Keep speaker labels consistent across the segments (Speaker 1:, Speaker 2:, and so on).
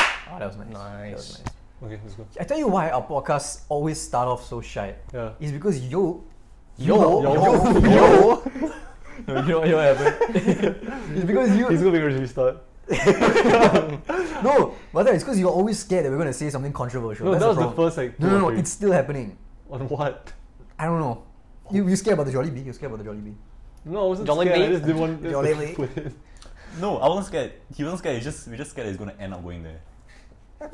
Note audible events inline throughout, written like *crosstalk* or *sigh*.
Speaker 1: Oh, that was nice. That was
Speaker 2: Nice.
Speaker 1: nice.
Speaker 2: Okay, let's go.
Speaker 1: I tell you why our podcasts always start off so shy.
Speaker 2: Yeah.
Speaker 1: It's because yo,
Speaker 2: Yo,
Speaker 1: yo,
Speaker 2: yo,
Speaker 1: yo.
Speaker 2: *laughs* No, you know what happened?
Speaker 1: *laughs* it's because you.
Speaker 2: *laughs* He's gonna make us restart.
Speaker 1: no, but it's because you're always scared that we're gonna say something controversial.
Speaker 2: No,
Speaker 1: That's
Speaker 2: that was the
Speaker 1: problem.
Speaker 2: first like.
Speaker 1: No,
Speaker 2: two
Speaker 1: no,
Speaker 2: or
Speaker 1: no.
Speaker 2: three.
Speaker 1: It's still happening.
Speaker 2: on what?
Speaker 1: I don't know. You you scared about the Jolly Bee? You scared about the Jolly Bee?
Speaker 2: No, I wasn't
Speaker 3: Jollibee?
Speaker 2: scared. I just didn't want I just *laughs*
Speaker 1: Jollibee.
Speaker 2: put it.
Speaker 4: No, I wasn't scared. He wasn't scared. It's just we just scared that he's gonna end up going there.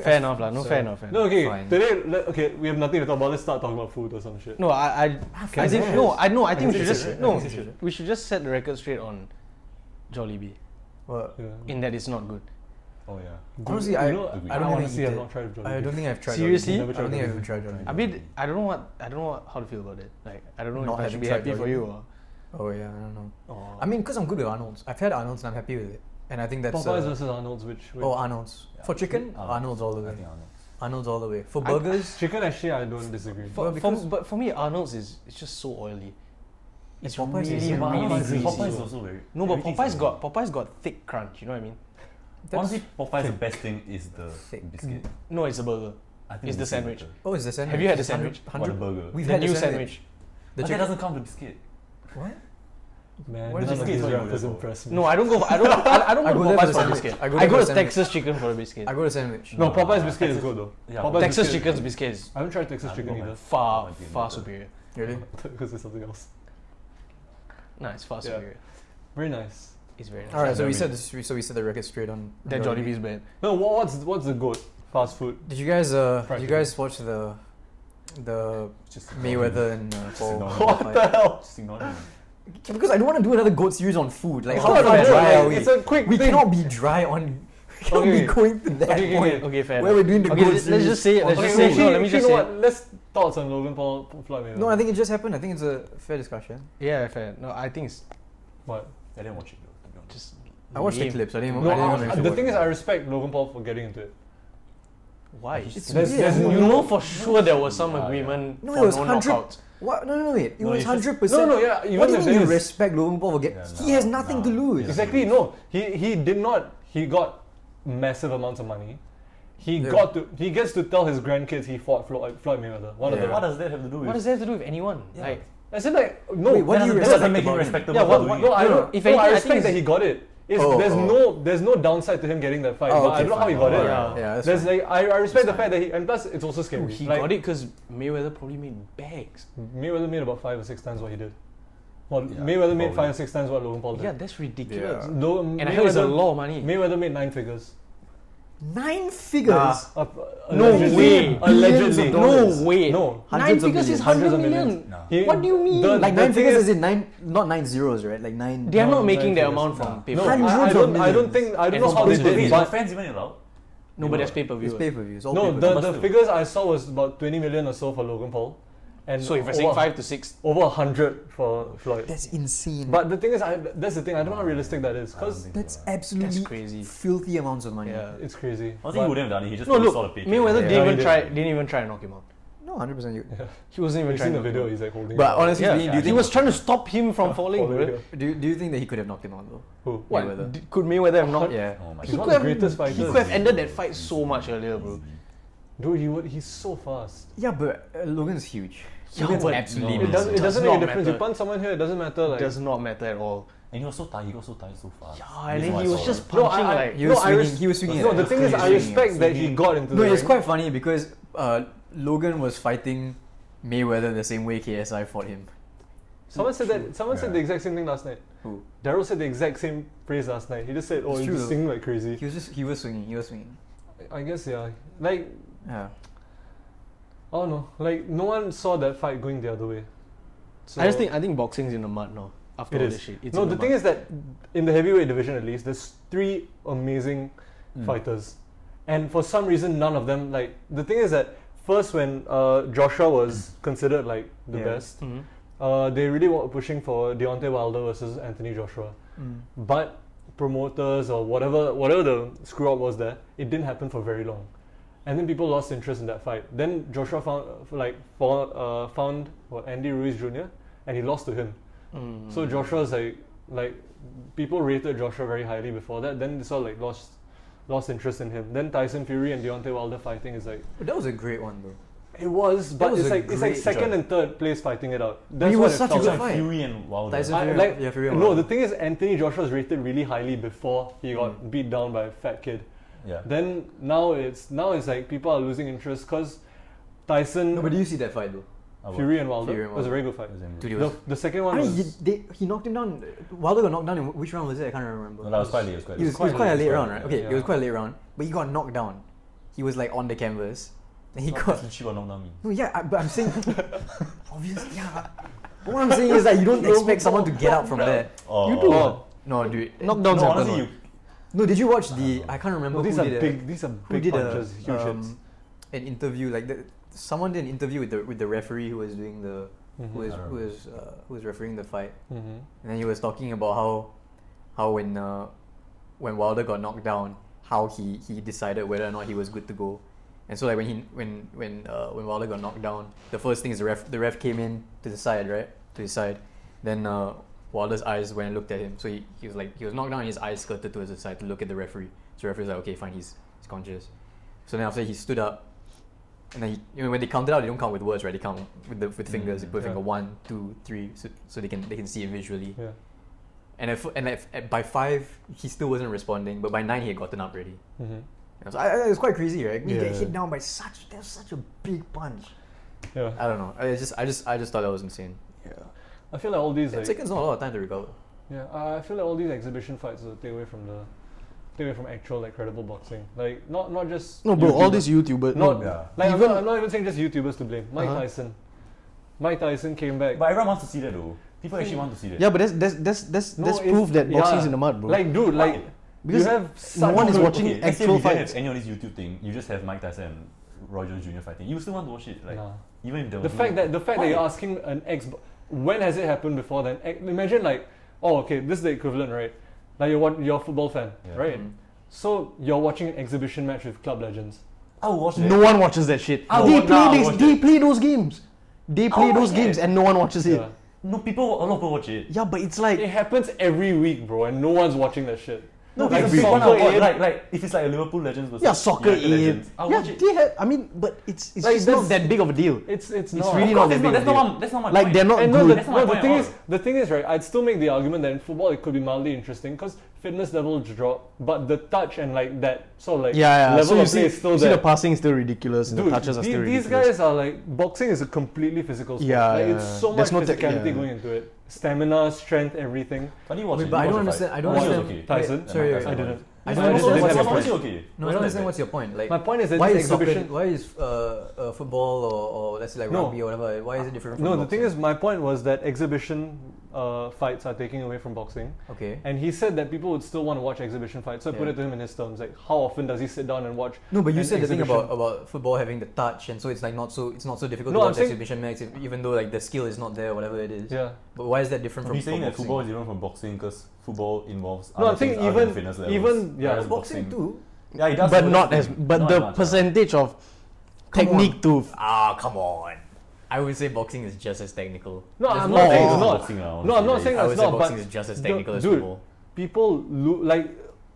Speaker 3: Fair enough, lah. No,
Speaker 1: So-
Speaker 3: fair enough. Fair
Speaker 2: No,
Speaker 3: enough.
Speaker 2: okay.
Speaker 1: Fine.
Speaker 2: Today, let, okay, we have nothing to talk about. Let's start talking about food or some shit.
Speaker 3: No, I, I, I think
Speaker 1: fair.
Speaker 3: no, I no, I
Speaker 2: I
Speaker 3: think we
Speaker 2: think
Speaker 3: should
Speaker 2: it's
Speaker 3: just
Speaker 2: fair. I
Speaker 3: no,
Speaker 2: think it's fair.
Speaker 3: we should just set the record straight on Jollibee
Speaker 1: Well,
Speaker 2: Yeah.
Speaker 3: in that it's not good.
Speaker 4: Oh yeah.
Speaker 1: honestly,
Speaker 2: you
Speaker 1: I, I don't
Speaker 2: know,
Speaker 4: I
Speaker 1: think
Speaker 2: wanna
Speaker 1: I've
Speaker 2: see, I've
Speaker 1: eaten-
Speaker 2: not tried Jollibee.
Speaker 1: I don't think I've tried. Jollibee.
Speaker 3: Seriously?
Speaker 1: I
Speaker 2: Never
Speaker 1: don't
Speaker 2: tried
Speaker 1: think I've
Speaker 2: Jollibee.
Speaker 1: ever tried Jollibee.
Speaker 3: I mean, I don't know what I don't know what, how to feel about it. Like, I don't know
Speaker 1: Not
Speaker 3: if I
Speaker 1: having
Speaker 3: should be
Speaker 1: tried
Speaker 3: happy for
Speaker 1: Jollibee.
Speaker 3: you or
Speaker 1: Oh yeah, I don't know.
Speaker 2: Oh.
Speaker 1: I mean, because I'm good with Arnold's. I've had Arnold's and I'm happy with it. And I think that's.
Speaker 2: Popeyes
Speaker 1: Uh,
Speaker 2: versus Arnold's, which, which
Speaker 1: oh, Arnold's. For chicken,
Speaker 4: Arnold's.
Speaker 1: Arnold's all the
Speaker 4: I
Speaker 1: way.
Speaker 4: think Arnold.
Speaker 1: Arnold's all the way. For
Speaker 3: I-
Speaker 1: burgers,
Speaker 2: chicken actually I don't disagree.
Speaker 3: For,
Speaker 1: Well,
Speaker 3: for-
Speaker 1: because-
Speaker 3: but for me, Arnold's is it's just so oily. It's
Speaker 1: Popeyes is
Speaker 3: really,
Speaker 1: so
Speaker 3: really
Speaker 1: Arnold's
Speaker 3: greasy.
Speaker 1: is-
Speaker 4: Popeyes is
Speaker 1: greasy.
Speaker 4: also very.
Speaker 3: No, but
Speaker 4: everything's
Speaker 3: Popeyes got
Speaker 4: very-
Speaker 3: Popeyes got thick crunch. You know what I mean?
Speaker 1: that's-
Speaker 4: Honestly, Popeyes the best thing is the
Speaker 1: Thick.
Speaker 4: biscuit.
Speaker 3: No, it's a burger.
Speaker 4: I
Speaker 3: It's the
Speaker 4: biscuit
Speaker 3: sandwich.
Speaker 4: better.
Speaker 1: Oh, is the sandwich?
Speaker 3: Have you had the
Speaker 1: Hundred-
Speaker 3: sandwich?
Speaker 4: What a
Speaker 1: Hundred.
Speaker 4: burger.
Speaker 1: We've
Speaker 3: the
Speaker 1: had
Speaker 3: new
Speaker 1: the The
Speaker 3: sandwich.
Speaker 4: but
Speaker 1: chicken.
Speaker 4: that doesn't come with biscuit.
Speaker 1: What? What
Speaker 2: Man, what
Speaker 1: is
Speaker 2: is
Speaker 1: it?
Speaker 2: these
Speaker 4: It's
Speaker 2: rappers
Speaker 4: like-
Speaker 2: impress me.
Speaker 3: No, I don't go. For, I don't. I, I don't
Speaker 1: I
Speaker 3: go
Speaker 1: go
Speaker 3: to
Speaker 1: there for
Speaker 3: Popeyes
Speaker 1: the
Speaker 3: for
Speaker 1: sandwich.
Speaker 3: biscuit.
Speaker 1: I
Speaker 3: I
Speaker 1: go
Speaker 3: go,
Speaker 1: there for the
Speaker 3: to
Speaker 1: sandwich.
Speaker 3: Texas Chicken for a biscuit.
Speaker 1: I go to sandwich.
Speaker 2: no,
Speaker 4: No,
Speaker 2: Popeyes
Speaker 4: no,
Speaker 2: biscuit is
Speaker 4: Texas-
Speaker 2: good though.
Speaker 4: Yeah,
Speaker 2: Popeyes
Speaker 3: Texas
Speaker 2: biscuit-
Speaker 3: Chicken's biscuit is
Speaker 2: I haven't tried Texas
Speaker 4: I
Speaker 2: chicken
Speaker 4: don't know,
Speaker 2: either.
Speaker 4: Oh,
Speaker 3: far
Speaker 4: I didn't
Speaker 3: far
Speaker 4: know that.
Speaker 3: superior.
Speaker 1: Really?
Speaker 2: *laughs* Because it's something else.
Speaker 3: No, it's far
Speaker 2: Yeah.
Speaker 3: superior.
Speaker 2: Very nice.
Speaker 3: It's very nice.
Speaker 1: All right. So we
Speaker 4: Jollibee.
Speaker 1: said this. we- So we said the record straight on.
Speaker 3: That Jollibee is bad.
Speaker 2: No, wha- what's what's the goat? Fast food.
Speaker 1: Did you guys? Uh,
Speaker 2: Fried
Speaker 1: did you guys watch the, the
Speaker 4: It's Just
Speaker 1: Mayweather and uh, Paul?
Speaker 4: Just
Speaker 1: Paul
Speaker 4: ignore
Speaker 1: fight?
Speaker 4: me. *laughs* Just ignore me.
Speaker 1: Yeah, Because I don't want to do another goat series on food. Like
Speaker 2: It's
Speaker 1: how
Speaker 2: not
Speaker 1: far
Speaker 2: a
Speaker 1: dry
Speaker 2: joke,
Speaker 1: are we?
Speaker 2: It's a quick
Speaker 1: We
Speaker 2: thing.
Speaker 1: cannot be dry on. *laughs* We cannot
Speaker 2: Okay,
Speaker 1: be
Speaker 2: okay.
Speaker 1: going to that
Speaker 2: Okay, okay,
Speaker 1: point.
Speaker 2: okay.
Speaker 3: Okay, fair.
Speaker 1: Where we're
Speaker 3: enough.
Speaker 1: doing the
Speaker 3: okay,
Speaker 1: goat
Speaker 3: let's, let's just say it. Let's
Speaker 1: Okay,
Speaker 3: just say
Speaker 2: Okay, wait,
Speaker 3: it. No,
Speaker 2: actually,
Speaker 3: let me
Speaker 2: actually,
Speaker 3: just
Speaker 2: you
Speaker 3: say it.
Speaker 2: know what? Let's thoughts on Logan Paul Floyd Mayweather.
Speaker 1: No, I think it just happened. I think it's a fair discussion.
Speaker 3: Yeah, fair. No, I think it's
Speaker 2: What?
Speaker 4: I didn't watch it though. To be honest.
Speaker 3: just.
Speaker 1: I watched the
Speaker 3: lame.
Speaker 1: clips. I didn't.
Speaker 2: No,
Speaker 1: I didn't
Speaker 2: I-
Speaker 1: even
Speaker 2: the
Speaker 1: watch
Speaker 2: thing
Speaker 1: it.
Speaker 2: is, I respect Logan Paul for getting into it.
Speaker 3: Why?
Speaker 1: It's
Speaker 2: There's-
Speaker 1: weird.
Speaker 2: there's
Speaker 1: I don't
Speaker 3: you
Speaker 2: no-
Speaker 3: know for sure there was some
Speaker 4: Ah, yeah.
Speaker 3: agreement
Speaker 1: No,
Speaker 3: for
Speaker 1: it was
Speaker 3: no
Speaker 1: 100
Speaker 3: knockouts.
Speaker 1: What? No, no, no, wait. It
Speaker 4: No,
Speaker 1: was
Speaker 4: it's just-
Speaker 1: hundred
Speaker 2: No,
Speaker 1: percent.
Speaker 2: no, yeah. Even
Speaker 1: What do you mean
Speaker 2: if there
Speaker 1: you
Speaker 2: is-
Speaker 1: respect Logan Paul? for get-
Speaker 4: Yeah,
Speaker 1: he has
Speaker 4: nah,
Speaker 1: nothing
Speaker 4: nah.
Speaker 1: to lose.
Speaker 4: Yeah.
Speaker 2: Exactly. No, he he did not. He got massive amounts of money. He
Speaker 1: Yeah.
Speaker 2: got to. He gets to tell his grandkids he fought Floyd, Floyd Mayweather. One
Speaker 4: What
Speaker 2: of them.
Speaker 4: does that have to do with?
Speaker 3: What does that have to do with anyone? Like,
Speaker 2: I said like no.
Speaker 1: Wait, what
Speaker 4: that
Speaker 1: do you
Speaker 4: doesn't- that
Speaker 1: respect
Speaker 4: doesn't make him
Speaker 1: about him?
Speaker 4: respectable
Speaker 2: yeah,
Speaker 4: for
Speaker 2: what,
Speaker 4: doing
Speaker 2: what,
Speaker 4: it.
Speaker 2: no, I
Speaker 3: No, no,
Speaker 2: don't.
Speaker 3: if
Speaker 2: no,
Speaker 3: anything,
Speaker 2: I
Speaker 3: I
Speaker 2: respect
Speaker 3: think
Speaker 2: that
Speaker 3: it's-
Speaker 2: he got it. It's,
Speaker 1: Oh,
Speaker 2: there's
Speaker 1: oh.
Speaker 2: no, there's no downside to him getting that fight.
Speaker 1: Oh,
Speaker 2: but I
Speaker 1: okay,
Speaker 2: don't know how he
Speaker 1: fine.
Speaker 2: got it.
Speaker 3: Alright,
Speaker 1: yeah, that's
Speaker 2: there's
Speaker 1: fine.
Speaker 2: like I, I respect the
Speaker 4: fine.
Speaker 2: fact that he and plus it's also scary.
Speaker 3: he
Speaker 2: like,
Speaker 3: got it because Mayweather probably made bags.
Speaker 2: Mayweather made about five or six times what he did. Well,
Speaker 4: Yeah,
Speaker 2: Mayweather made
Speaker 4: probably.
Speaker 2: five or six times what Logan Paul did.
Speaker 3: Yeah, that's ridiculous.
Speaker 1: Yeah.
Speaker 2: Though
Speaker 3: And I heard it's a
Speaker 2: Mayweather-
Speaker 3: lot of money.
Speaker 2: Mayweather made nine figures.
Speaker 1: Nine figures.
Speaker 3: Nah.
Speaker 2: Up- uh,
Speaker 3: No
Speaker 2: allegedly.
Speaker 3: way.
Speaker 2: Allegedly.
Speaker 1: Billions of dollars.
Speaker 3: No way.
Speaker 2: No.
Speaker 3: Nine
Speaker 1: Hundreds of
Speaker 3: figures is
Speaker 1: millions.
Speaker 3: hundred
Speaker 2: Hundreds of
Speaker 3: million.
Speaker 2: millions.
Speaker 4: No.
Speaker 2: He-
Speaker 3: What do you mean?
Speaker 2: the-
Speaker 1: Like
Speaker 2: the
Speaker 1: nine
Speaker 2: thing
Speaker 1: figures
Speaker 2: is-
Speaker 1: is in nine, not nine zeros, right? Like nine.
Speaker 3: They are
Speaker 2: No,
Speaker 3: not making
Speaker 2: nine
Speaker 3: that
Speaker 2: figures.
Speaker 3: amount from pay
Speaker 2: No,
Speaker 3: per
Speaker 2: I,
Speaker 3: view.
Speaker 1: Hundreds
Speaker 2: I
Speaker 1: of
Speaker 2: don't. I
Speaker 1: millions.
Speaker 2: don't think. I don't
Speaker 3: And
Speaker 2: know
Speaker 3: it's
Speaker 2: how they
Speaker 3: supposed to
Speaker 2: did,
Speaker 3: be.
Speaker 2: it,
Speaker 4: But
Speaker 2: but
Speaker 4: fans even allowed.
Speaker 3: No, but that's pay per
Speaker 1: It's
Speaker 3: view.
Speaker 1: pay per views. all
Speaker 2: no.
Speaker 1: pay-per-view.
Speaker 2: The,
Speaker 4: must
Speaker 2: the
Speaker 4: do.
Speaker 2: figures I saw was about twenty million or so for Logan Paul, and
Speaker 3: So if you're saying
Speaker 2: over-
Speaker 3: five to six,
Speaker 2: over hundred for Floyd.
Speaker 1: That's insane.
Speaker 2: But the thing is, I, that's the thing. I don't know how realistic that is
Speaker 4: I don't
Speaker 2: because
Speaker 4: think
Speaker 1: that's
Speaker 4: so.
Speaker 1: absolutely
Speaker 3: That's crazy.
Speaker 1: filthy amounts of money.
Speaker 3: yeah.
Speaker 2: it's crazy.
Speaker 4: I think
Speaker 2: But-
Speaker 4: he wouldn't have done it. He just
Speaker 3: No,
Speaker 4: probably
Speaker 3: look,
Speaker 4: saw the Oh page.
Speaker 3: Mayweather
Speaker 2: Yeah,
Speaker 3: didn't
Speaker 2: he
Speaker 3: even
Speaker 2: did.
Speaker 3: try. Didn't even try to knock him out.
Speaker 1: No, hundred percent. You.
Speaker 3: He wasn't even
Speaker 2: You've
Speaker 3: trying. to
Speaker 2: seen
Speaker 3: knock
Speaker 2: the video.
Speaker 3: him out.
Speaker 2: He's like holding.
Speaker 1: But
Speaker 2: it.
Speaker 1: honestly,
Speaker 3: Yeah,
Speaker 1: do, you, do you
Speaker 3: he
Speaker 1: think
Speaker 3: was trying to stop him
Speaker 2: *laughs*
Speaker 3: from falling.
Speaker 2: Holding
Speaker 3: bro.
Speaker 2: it.
Speaker 1: do, you, do you think that he could have knocked him out though?
Speaker 2: Who?
Speaker 3: What?
Speaker 1: Mayweather.
Speaker 3: d- Could Mayweather have knocked?
Speaker 1: Yeah.
Speaker 4: Oh my
Speaker 2: He's
Speaker 3: He
Speaker 2: one
Speaker 4: god. Mm.
Speaker 2: of
Speaker 3: could,
Speaker 2: the
Speaker 3: have,
Speaker 2: greatest
Speaker 3: he
Speaker 2: fighters.
Speaker 3: could have ended that fight so much earlier, bro.
Speaker 2: Dude, he would, he's so fast.
Speaker 1: Yeah, but uh, Logan's huge.
Speaker 3: Yeah,
Speaker 1: Logan's
Speaker 3: but
Speaker 1: absolutely.
Speaker 4: no.
Speaker 2: It,
Speaker 4: Mm.
Speaker 2: does, it
Speaker 4: Does
Speaker 2: doesn't make a
Speaker 3: not
Speaker 2: difference. You
Speaker 3: matter.
Speaker 2: punch someone here, it doesn't matter. Like,
Speaker 3: Does not matter at all.
Speaker 4: And he was so tired. He got so tired so fast.
Speaker 3: Yeah, and
Speaker 4: That's
Speaker 3: then
Speaker 4: why
Speaker 3: he
Speaker 4: I
Speaker 3: was
Speaker 4: saw
Speaker 3: just
Speaker 4: it.
Speaker 2: no,
Speaker 3: punching
Speaker 2: I, I-
Speaker 3: like.
Speaker 1: He
Speaker 2: no,
Speaker 1: was
Speaker 2: I
Speaker 1: swinging-
Speaker 2: res-
Speaker 1: he was swinging
Speaker 2: No,
Speaker 1: at
Speaker 2: the
Speaker 1: it.
Speaker 2: thing is,
Speaker 1: He was
Speaker 2: I
Speaker 1: swinging
Speaker 2: respect
Speaker 1: at it.
Speaker 2: that he got into
Speaker 1: No,
Speaker 2: the
Speaker 1: it's
Speaker 2: ring.
Speaker 1: quite funny because uh, Logan was fighting Mayweather the same way KSI fought him.
Speaker 2: Someone said that. Someone said
Speaker 4: Yeah.
Speaker 2: the exact same thing last night.
Speaker 1: Who?
Speaker 2: Daryl said the exact same phrase last night. He just said, "Oh,
Speaker 1: It's
Speaker 2: he's
Speaker 1: true
Speaker 2: just
Speaker 1: though.
Speaker 2: singing like crazy."
Speaker 1: He was just he was swinging. He was swinging.
Speaker 2: I guess yeah. Like
Speaker 1: Yeah.
Speaker 2: I don't know. Like no one saw that fight going the other way. So
Speaker 3: I just think I think boxing's in the mud now. After
Speaker 2: it
Speaker 3: all
Speaker 2: is.
Speaker 3: this shit, It's
Speaker 2: no,
Speaker 3: in
Speaker 2: the
Speaker 3: mud.
Speaker 2: thing is that in the heavyweight division, at least, there's three amazing
Speaker 1: Mm.
Speaker 2: fighters, and for some reason, none of them like. The thing is that first, when uh, Joshua was considered like the
Speaker 1: Yeah.
Speaker 2: best,
Speaker 3: Mhm.
Speaker 2: uh, they really were pushing for Deontay Wilder versus Anthony Joshua.
Speaker 1: Mm.
Speaker 2: but promoters or whatever whatever the screw up was there, it didn't happen for very long, and then people lost interest in that fight. Then Joshua found like found, uh, found what, Andy Ruiz Jr. and he lost to him. Mm-hmm.
Speaker 3: Mm.
Speaker 2: So Joshua's like like people rated Joshua very highly before that. Then they sort of like lost lost interest in him. Then Tyson Fury and Deontay Wilder fighting is like
Speaker 1: But that was a great one though.
Speaker 2: it was, but
Speaker 1: was
Speaker 2: it's
Speaker 1: a
Speaker 2: like it's like
Speaker 1: great
Speaker 2: second
Speaker 4: job.
Speaker 2: and third place fighting it out. That's
Speaker 1: He
Speaker 2: what
Speaker 1: was
Speaker 2: it
Speaker 1: such a
Speaker 2: felt
Speaker 1: good
Speaker 2: like.
Speaker 1: fight.
Speaker 4: Fury and Wilder.
Speaker 1: Tyson
Speaker 2: I,
Speaker 1: Fury,
Speaker 2: like,
Speaker 1: yeah, Fury
Speaker 2: no,
Speaker 1: won.
Speaker 2: the thing is, Anthony Joshua was rated really highly before he got
Speaker 1: Mm.
Speaker 2: beat down by a fat kid.
Speaker 4: yeah.
Speaker 2: Then now it's now it's like people are losing interest because Tyson,
Speaker 1: No, but do you see that fight though?
Speaker 4: I will.
Speaker 2: Fury and Wilder
Speaker 1: Fury and
Speaker 2: was a
Speaker 1: Wilder.
Speaker 2: very good fight.
Speaker 4: That was
Speaker 1: Dude,
Speaker 4: in-
Speaker 1: he
Speaker 2: The,
Speaker 1: was.
Speaker 2: the second one
Speaker 1: I mean, he,
Speaker 2: was
Speaker 1: they, he knocked him down. Wilder got knocked down in which round was it? I can't remember.
Speaker 4: No, that was quite late. It was quite
Speaker 1: It was,
Speaker 4: late.
Speaker 1: it was quite a late round, right? Okay, it
Speaker 2: Yeah.
Speaker 1: was quite a late round, but he got knocked down. He was like on the canvas, and he
Speaker 4: Not
Speaker 1: got.
Speaker 4: Tyson, she got knocked down. me.
Speaker 1: No, yeah, I, but I'm saying, *laughs* obviously, yeah. But what I'm saying is that
Speaker 4: *laughs*
Speaker 1: you don't expect someone to get up from there.
Speaker 4: Oh,
Speaker 1: You do.
Speaker 2: oh,
Speaker 1: No, dude.
Speaker 3: Knockdowns
Speaker 4: No,
Speaker 3: happen.
Speaker 4: honestly, you,
Speaker 1: No, did you watch the?
Speaker 4: don't know.
Speaker 1: I can't remember
Speaker 2: no, these
Speaker 1: who
Speaker 2: are
Speaker 1: did
Speaker 2: big. These are
Speaker 1: a, who
Speaker 2: big
Speaker 1: did
Speaker 2: punches,
Speaker 1: a,
Speaker 2: huge hits.
Speaker 1: um, an interview like the, someone did an interview with the with the referee who was doing the
Speaker 2: Mm-hmm.
Speaker 1: who was
Speaker 4: I don't
Speaker 1: who was uh, who was refereeing the fight,
Speaker 2: hmm
Speaker 1: and then he was talking about how how when uh, when Wilder got knocked down, how he he decided whether or not he was good to go. And so like when he when when uh, when Wilder got knocked down, the first thing is the ref the ref came in to the side, right? To his side. Then uh, Wilder's eyes went and looked at him. So he, he was like he was knocked down and his eyes skirted towards the side to look at the referee. So the referee's like, okay, fine, he's he's conscious. So then after he stood up and then he, you know, when they counted out, they don't count with words, right? They count with the with fingers. They
Speaker 4: Mm,
Speaker 1: put
Speaker 2: yeah.
Speaker 1: finger one, two, three, so, so they can they can see him visually.
Speaker 2: Yeah.
Speaker 1: And if, and if, at- by five, he still wasn't responding, but by nine, he had gotten up already.
Speaker 2: hmm
Speaker 1: And I was, I, I- it was quite crazy, right? You get
Speaker 2: Yeah.
Speaker 1: hit down by such that was such a big punch.
Speaker 2: Yeah.
Speaker 1: I don't know. I just I just I just thought that was insane.
Speaker 2: I feel like all these
Speaker 1: It's
Speaker 2: like,
Speaker 1: taken not a lot of time to recover.
Speaker 2: yeah, I I feel like all these exhibition fights are take away from the take away from actual like credible boxing. Like not not just
Speaker 3: No, bro, all
Speaker 2: YouTubers.
Speaker 3: these YouTubers.
Speaker 2: not
Speaker 3: No,
Speaker 4: Yeah.
Speaker 2: like I'm,
Speaker 3: Even-
Speaker 2: not, I'm not even saying just YouTubers to blame. Mike
Speaker 3: Uh-huh.
Speaker 2: Tyson, Mike Tyson came back.
Speaker 4: but everyone wants to see that though. People actually want to see that.
Speaker 3: yeah, but that's that's that's that's,
Speaker 2: No,
Speaker 3: that's
Speaker 2: it's-
Speaker 3: proof that boxing's
Speaker 2: yeah.
Speaker 3: in the mud, bro.
Speaker 2: Like dude, like
Speaker 3: Because
Speaker 2: you have
Speaker 3: no
Speaker 2: such
Speaker 3: one is
Speaker 2: good-
Speaker 3: watching
Speaker 4: okay, let's say
Speaker 3: actual
Speaker 4: we didn't
Speaker 3: fights.
Speaker 4: have any of these YouTube thing. You just have Mike Tyson and Roy Jones Jr. fighting. You still want to watch it, like
Speaker 2: Nah.
Speaker 4: even if there
Speaker 2: The
Speaker 4: was
Speaker 2: fact
Speaker 4: no,
Speaker 2: that the fact that you're asking an ex, when has it happened before? Then Ex- imagine like, oh, okay, this is the equivalent, right? Like you're what you're a football fan,
Speaker 4: Yeah.
Speaker 1: Mm.
Speaker 2: right?
Speaker 3: Mm-hmm.
Speaker 2: So you're watching an exhibition match with club legends.
Speaker 4: I will watch it.
Speaker 3: No one watches that shit.
Speaker 4: I
Speaker 3: they
Speaker 4: would- nah, I
Speaker 3: play these,
Speaker 4: watch
Speaker 3: they
Speaker 4: it.
Speaker 3: play those games. They play
Speaker 4: watch
Speaker 3: those games
Speaker 4: it.
Speaker 3: and no one watches it.
Speaker 2: Yeah.
Speaker 4: no people. A lot of people watch it.
Speaker 3: Yeah, but it's like
Speaker 2: It happens every week, bro, and no one's watching that shit.
Speaker 4: No,
Speaker 2: Like
Speaker 4: like, people
Speaker 2: soccer
Speaker 4: want to watch.
Speaker 2: in-
Speaker 4: Like, like if it's like a Liverpool Legends versus
Speaker 3: yeah, soccer
Speaker 4: United
Speaker 3: aid.
Speaker 4: Legends, I'll
Speaker 3: Yeah,
Speaker 4: watch it.
Speaker 3: they have. I mean, but it's it's
Speaker 2: Like,
Speaker 3: just not
Speaker 2: that's-
Speaker 3: that big of a deal.
Speaker 2: It's it's
Speaker 3: It's
Speaker 2: not.
Speaker 3: really
Speaker 4: Of course,
Speaker 3: not that
Speaker 4: that's not,
Speaker 3: big
Speaker 4: that's
Speaker 3: of a
Speaker 4: not
Speaker 3: deal.
Speaker 4: my, that's not my
Speaker 3: Like
Speaker 4: point.
Speaker 3: they're not
Speaker 2: And no,
Speaker 3: good.
Speaker 2: the,
Speaker 4: That's my
Speaker 2: no, the
Speaker 4: point Oh,
Speaker 2: thing
Speaker 4: at all.
Speaker 2: is, the thing is, right? I'd still make the argument that in football it could be mildly interesting because fitness levels drop, but the touch and like that sort of like
Speaker 3: yeah, yeah.
Speaker 2: level
Speaker 3: So you
Speaker 2: of play
Speaker 3: see,
Speaker 2: is still
Speaker 3: you see
Speaker 2: there.
Speaker 3: the passing is still ridiculous and
Speaker 2: Dude,
Speaker 3: the touches are
Speaker 2: the-
Speaker 3: still
Speaker 2: these
Speaker 3: ridiculous.
Speaker 2: guys are like boxing is a completely physical sport.
Speaker 3: Yeah,
Speaker 2: like,
Speaker 3: yeah,
Speaker 2: it's so
Speaker 3: yeah.
Speaker 2: much
Speaker 3: There's no tech-
Speaker 2: physicality
Speaker 3: yeah.
Speaker 2: going into it. Stamina, strength, everything.
Speaker 4: But you watch
Speaker 1: Wait,
Speaker 4: it.
Speaker 1: but
Speaker 4: you
Speaker 1: I don't
Speaker 4: watch it,
Speaker 1: understand.
Speaker 4: right?
Speaker 1: I don't
Speaker 4: Wait,
Speaker 1: understand.
Speaker 4: okay.
Speaker 1: wait,
Speaker 2: Tyson?
Speaker 1: sorry,
Speaker 4: Yeah,
Speaker 1: wait,
Speaker 2: I
Speaker 4: Tyson.
Speaker 2: didn't.
Speaker 1: I
Speaker 4: Why
Speaker 1: don't
Speaker 2: No,
Speaker 4: is
Speaker 2: no,
Speaker 1: understand.
Speaker 2: no,
Speaker 1: what's
Speaker 4: it-
Speaker 1: your
Speaker 2: no,
Speaker 4: why
Speaker 1: point.
Speaker 4: is it okay?
Speaker 1: No, I
Speaker 2: Why
Speaker 1: don't
Speaker 2: not?
Speaker 1: understand what's your point. Like,
Speaker 2: My point is that
Speaker 1: why
Speaker 2: these
Speaker 1: is soccer,
Speaker 2: exhibition.
Speaker 1: why is uh, uh, football or, or let's say like
Speaker 2: No.
Speaker 1: rugby or whatever? Why is it different? From
Speaker 2: No, the thing is,
Speaker 1: boxing?
Speaker 2: my point was that exhibition uh, fights are taking away from boxing,
Speaker 1: okay.
Speaker 2: and he said that people would still want to watch exhibition fights. So I put
Speaker 1: Yeah.
Speaker 2: it to him in his terms, like how often does he sit down and watch?
Speaker 1: No, but you
Speaker 2: an
Speaker 1: said the thing
Speaker 2: exhibition?
Speaker 1: about, uh, about football having the touch, and so it's like not so it's not so difficult
Speaker 2: No,
Speaker 1: to
Speaker 2: I'm
Speaker 1: watch
Speaker 2: saying-
Speaker 1: exhibition matches, even though like the skill is not there, whatever it is.
Speaker 2: Yeah.
Speaker 1: But why is that different from?
Speaker 4: You're saying
Speaker 1: from
Speaker 4: that
Speaker 1: boxing?
Speaker 4: football is different from boxing because football involves
Speaker 2: No,
Speaker 4: other
Speaker 2: I think
Speaker 4: things other than
Speaker 2: even-
Speaker 4: fitness levels.
Speaker 2: even- yeah.
Speaker 4: Whereas
Speaker 1: But boxing too.
Speaker 4: Yeah, it does.
Speaker 3: but
Speaker 4: but
Speaker 3: not
Speaker 4: that's
Speaker 3: as
Speaker 4: the thing.
Speaker 3: but
Speaker 4: Not as
Speaker 3: the
Speaker 4: much,
Speaker 3: percentage of
Speaker 1: Come
Speaker 3: technique to
Speaker 1: Ah, come on. I would say boxing is just as technical.
Speaker 2: No,
Speaker 1: There's
Speaker 2: I'm
Speaker 1: more
Speaker 2: not
Speaker 1: things
Speaker 2: saying
Speaker 1: than
Speaker 2: it's not.
Speaker 4: boxing, uh,
Speaker 2: No, I'm not
Speaker 4: honestly,
Speaker 2: saying
Speaker 1: I
Speaker 2: it's
Speaker 1: would say
Speaker 2: not.
Speaker 1: boxing is
Speaker 2: But
Speaker 1: just as
Speaker 2: the-
Speaker 1: technical as
Speaker 2: dude,
Speaker 1: football.
Speaker 2: people lo- like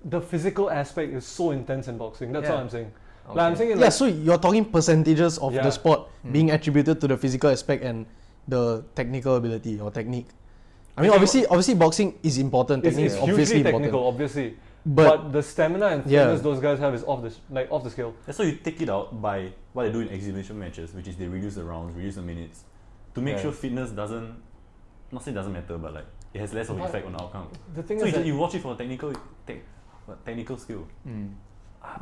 Speaker 2: the physical aspect is so intense in boxing. That's
Speaker 1: Yeah.
Speaker 2: what I'm saying. Like I'm
Speaker 1: Okay.
Speaker 2: saying,
Speaker 3: yeah.
Speaker 2: like,
Speaker 3: So you're talking percentages of
Speaker 2: Yeah.
Speaker 3: the sport being attributed to the physical aspect and the technical ability or technique. I mean,
Speaker 2: If you-
Speaker 3: obviously, obviously, boxing is important.
Speaker 2: it's,
Speaker 3: Technique
Speaker 2: it's
Speaker 3: is
Speaker 2: hugely
Speaker 3: obviously
Speaker 2: technical,
Speaker 3: important.
Speaker 2: obviously. But,
Speaker 3: But,
Speaker 2: the stamina and
Speaker 3: Yeah.
Speaker 2: fitness those guys have is off the s- like off the scale.
Speaker 4: That's why you take it out by what they do in exhibition matches, which is they reduce the rounds, reduce the minutes, to make
Speaker 1: Yeah.
Speaker 4: sure fitness doesn't. Not say it doesn't matter, but like it has less of an
Speaker 2: But-
Speaker 4: effect on the outcome.
Speaker 2: The thing
Speaker 4: So
Speaker 2: is,
Speaker 4: you,
Speaker 2: that,
Speaker 4: you watch it for technical, te- what, technical skill.
Speaker 1: Mm.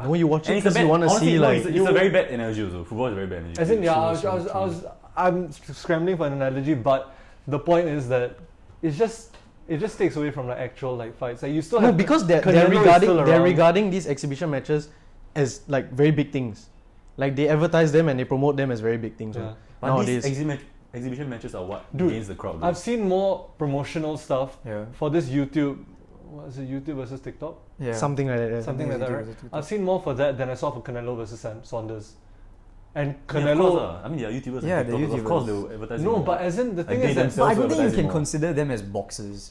Speaker 3: the when you watch it,
Speaker 4: And it's a
Speaker 3: because
Speaker 4: bad,
Speaker 3: you want to
Speaker 4: honestly,
Speaker 3: see
Speaker 4: no,
Speaker 3: like
Speaker 4: it's, a- it's a very bad analogy also. Football is a very bad analogy.
Speaker 2: as in, yeah, I was,
Speaker 3: so
Speaker 2: I was, I was, I'm s- scrambling for an analogy, but the point is that it's just it just takes away from the actual like fights. Like you still
Speaker 3: no
Speaker 2: have
Speaker 3: because they're,
Speaker 2: Canelo
Speaker 3: they're
Speaker 2: is
Speaker 3: regarding
Speaker 2: still
Speaker 3: they're
Speaker 2: around.
Speaker 3: regarding these exhibition matches as like very big things. Like they advertise them and they promote them as very big things.
Speaker 2: Yeah.
Speaker 4: But
Speaker 3: nowadays.
Speaker 4: these exhibi- exhibition matches are what
Speaker 2: Dude,
Speaker 4: gains the crowd. though.
Speaker 2: I've seen more promotional stuff
Speaker 1: Yeah.
Speaker 2: for this YouTube. What is it? YouTube versus TikTok,
Speaker 1: Yeah.
Speaker 3: Something like that. yeah.
Speaker 2: something like that.
Speaker 1: YouTube
Speaker 2: Right?
Speaker 1: versus TikTok.
Speaker 2: I've seen more for that than I saw for Canelo versus Sam Saunders, and
Speaker 4: I mean,
Speaker 2: Canelo.
Speaker 4: of course, ah. I mean, they are YouTubers.
Speaker 1: Yeah,
Speaker 4: and
Speaker 1: they're
Speaker 4: TikTokers. Of course,
Speaker 1: YouTubers.
Speaker 4: they will advertise.
Speaker 2: no,
Speaker 4: more.
Speaker 2: but as in the
Speaker 4: Like,
Speaker 2: thing
Speaker 4: they
Speaker 2: is that
Speaker 4: themselves
Speaker 1: But I don't think you
Speaker 4: advertising
Speaker 1: can
Speaker 4: more.
Speaker 1: consider them as boxers.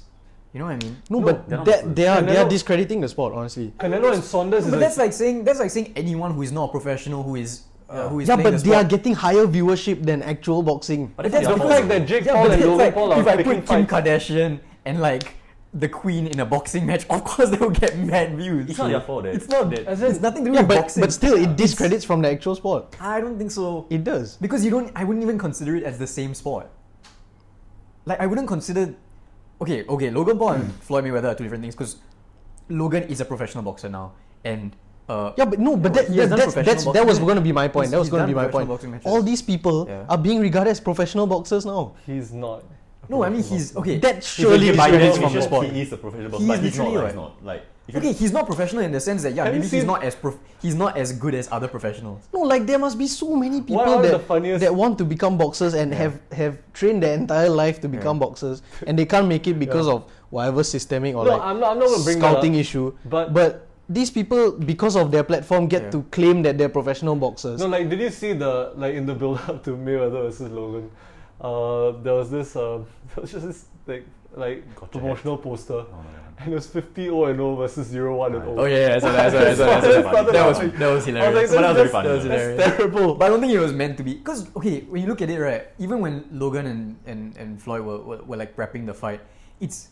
Speaker 1: You know what I mean?
Speaker 3: No,
Speaker 2: No,
Speaker 3: but
Speaker 4: they're not
Speaker 3: that, they are
Speaker 2: And
Speaker 3: they
Speaker 2: they're
Speaker 3: are
Speaker 2: not-
Speaker 3: discrediting the sport. Honestly,
Speaker 2: Canelo and Saunders
Speaker 1: but
Speaker 2: is
Speaker 1: that's like saying that's like saying anyone who is not a professional who is uh,
Speaker 4: Yeah.
Speaker 1: who is
Speaker 3: yeah,
Speaker 1: playing
Speaker 3: but
Speaker 1: the
Speaker 3: they are
Speaker 1: sport-
Speaker 3: getting higher viewership than actual boxing.
Speaker 1: But that's
Speaker 2: the
Speaker 1: because-
Speaker 2: fact that Jake
Speaker 1: Yeah,
Speaker 2: Paul
Speaker 1: but
Speaker 2: and
Speaker 1: it's
Speaker 2: Logan
Speaker 1: like,
Speaker 2: Paul are
Speaker 1: if I
Speaker 2: picking
Speaker 1: put Kim
Speaker 2: fights.
Speaker 1: Kardashian and like the Queen in a boxing match, of course they will get mad views.
Speaker 4: It's not their fault. That,
Speaker 1: It's not.
Speaker 4: That,
Speaker 2: As
Speaker 1: It's
Speaker 2: in,
Speaker 1: nothing to do
Speaker 3: Yeah,
Speaker 1: with
Speaker 3: but
Speaker 1: boxing.
Speaker 3: but still, it discredits from the actual sport.
Speaker 1: I don't think so.
Speaker 3: It does.
Speaker 1: Because you don't, I wouldn't even consider it as the same sport. Like I wouldn't consider, okay, okay, Logan Paul
Speaker 2: Hmm.
Speaker 1: and Floyd Mayweather are two different things because Logan is a professional boxer now, and uh,
Speaker 3: Yeah, but no, but
Speaker 1: Yeah,
Speaker 3: that,
Speaker 1: he has
Speaker 3: that,
Speaker 1: done
Speaker 3: that's, that's
Speaker 1: professional
Speaker 3: that was
Speaker 1: boxing.
Speaker 3: going to be my point.
Speaker 1: He's-
Speaker 3: that was
Speaker 1: he's
Speaker 3: going
Speaker 1: done
Speaker 3: to be my
Speaker 1: professional
Speaker 3: point.
Speaker 1: boxing matches.
Speaker 3: All these people
Speaker 1: Yeah.
Speaker 3: are being regarded as professional boxers now.
Speaker 2: He's not. a
Speaker 1: no, I mean
Speaker 2: professional
Speaker 1: he's okay.
Speaker 3: That
Speaker 1: he's
Speaker 3: surely
Speaker 1: legit
Speaker 3: is
Speaker 1: by
Speaker 3: what it
Speaker 1: definition
Speaker 3: is from the
Speaker 1: a
Speaker 3: sport.
Speaker 4: He is a professional
Speaker 1: He
Speaker 4: boxer,
Speaker 1: is
Speaker 4: but he's not.
Speaker 1: literally
Speaker 4: Like, he's
Speaker 1: right.
Speaker 4: not. Like, if you-
Speaker 1: Okay, he's not professional in the sense that yeah,
Speaker 2: Have you
Speaker 1: maybe he's
Speaker 2: seen-
Speaker 1: not as prof- he's not as good as other professionals.
Speaker 3: No, like there must be so many people
Speaker 2: are the
Speaker 3: that,
Speaker 2: funniest-
Speaker 3: that want to become boxers and
Speaker 1: Yeah.
Speaker 3: have, have trained their entire life to become boxers and they can't make it because
Speaker 2: Yeah.
Speaker 3: of whatever systemic or
Speaker 2: No,
Speaker 3: like
Speaker 2: I'm not. I'm not gonna bring
Speaker 3: scouting
Speaker 2: that
Speaker 3: issue.
Speaker 2: up. But,
Speaker 3: But these people, because of their platform, get
Speaker 1: Yeah.
Speaker 3: to claim that they're professional boxers.
Speaker 2: no, like, did you see the like in the build up to Mayweather versus Logan? Uh, there was this. Uh, *laughs* there was just this like like
Speaker 4: Gotcha.
Speaker 2: promotional poster,
Speaker 4: Oh, no, no, no.
Speaker 2: and it was 50 0 and 0 versus 0 1 and 0.
Speaker 1: Oh yeah, yeah, so that's
Speaker 4: I saw *laughs* that, I saw that.
Speaker 1: that was that was hilarious.
Speaker 2: like,
Speaker 1: But that was
Speaker 2: that's-
Speaker 1: that was
Speaker 4: that's
Speaker 1: hilarious.
Speaker 2: terrible.
Speaker 1: But I don't think it was meant to be. Because, okay, when you look at it, right, even when Logan and, and, and Floyd were, were, were like prepping the fight, it's.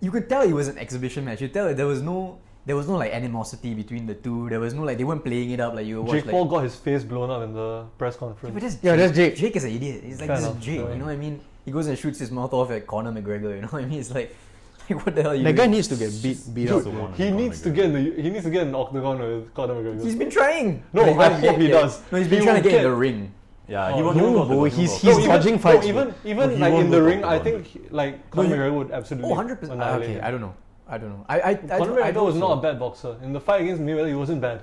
Speaker 1: You could tell it was an exhibition match. You could tell that there was no. There was no like animosity between the two. There was no like they weren't playing it up like you watch
Speaker 2: Jake
Speaker 1: like.
Speaker 2: Paul got his face blown up in the press
Speaker 1: Yeah,
Speaker 2: conference.
Speaker 1: but that's
Speaker 3: Yeah, that's Jake.
Speaker 1: Jake is an idiot. He's like
Speaker 2: Fair
Speaker 1: this is
Speaker 2: enough.
Speaker 1: Jake.
Speaker 2: Yeah.
Speaker 1: You know what I mean? He goes and shoots his mouth off at Conor McGregor. You know what I mean? It's like, *laughs* like what the hell? Are you
Speaker 3: that guy
Speaker 1: doing?
Speaker 3: needs to get beat beat
Speaker 4: Dude,
Speaker 3: up.
Speaker 4: So one
Speaker 2: he
Speaker 4: and one
Speaker 2: needs to
Speaker 4: McGregor.
Speaker 2: get in the, he needs to get an octagon with Conor McGregor.
Speaker 1: He's been trying.
Speaker 2: No,
Speaker 1: Like,
Speaker 2: I
Speaker 1: trying to
Speaker 2: hope
Speaker 1: get-
Speaker 2: he
Speaker 1: yeah.
Speaker 2: does.
Speaker 1: No, he's
Speaker 2: He
Speaker 1: been trying to
Speaker 2: will
Speaker 1: get in
Speaker 2: get-
Speaker 1: the ring.
Speaker 4: Yeah,
Speaker 2: Oh,
Speaker 4: he won't
Speaker 3: no,
Speaker 4: he won't go
Speaker 3: bro,
Speaker 4: to the
Speaker 3: he's-
Speaker 4: Google.
Speaker 3: he's
Speaker 2: no,
Speaker 3: dodging
Speaker 2: even,
Speaker 3: fights,
Speaker 2: No, even
Speaker 4: No,
Speaker 2: even
Speaker 4: he
Speaker 2: like in
Speaker 4: won't
Speaker 2: the
Speaker 4: go
Speaker 2: ring,
Speaker 4: to
Speaker 2: I
Speaker 4: the
Speaker 2: think like Conor
Speaker 1: you-
Speaker 2: McGregor would absolutely.
Speaker 1: Oh, 100 percent.
Speaker 2: annihilate
Speaker 1: Okay,
Speaker 2: him.
Speaker 1: I don't know. I don't know. I I, I,
Speaker 2: Conor
Speaker 1: I
Speaker 2: McGregor
Speaker 1: don't
Speaker 2: was not
Speaker 1: know.
Speaker 2: a bad boxer. In the fight against Mayweather, he wasn't bad.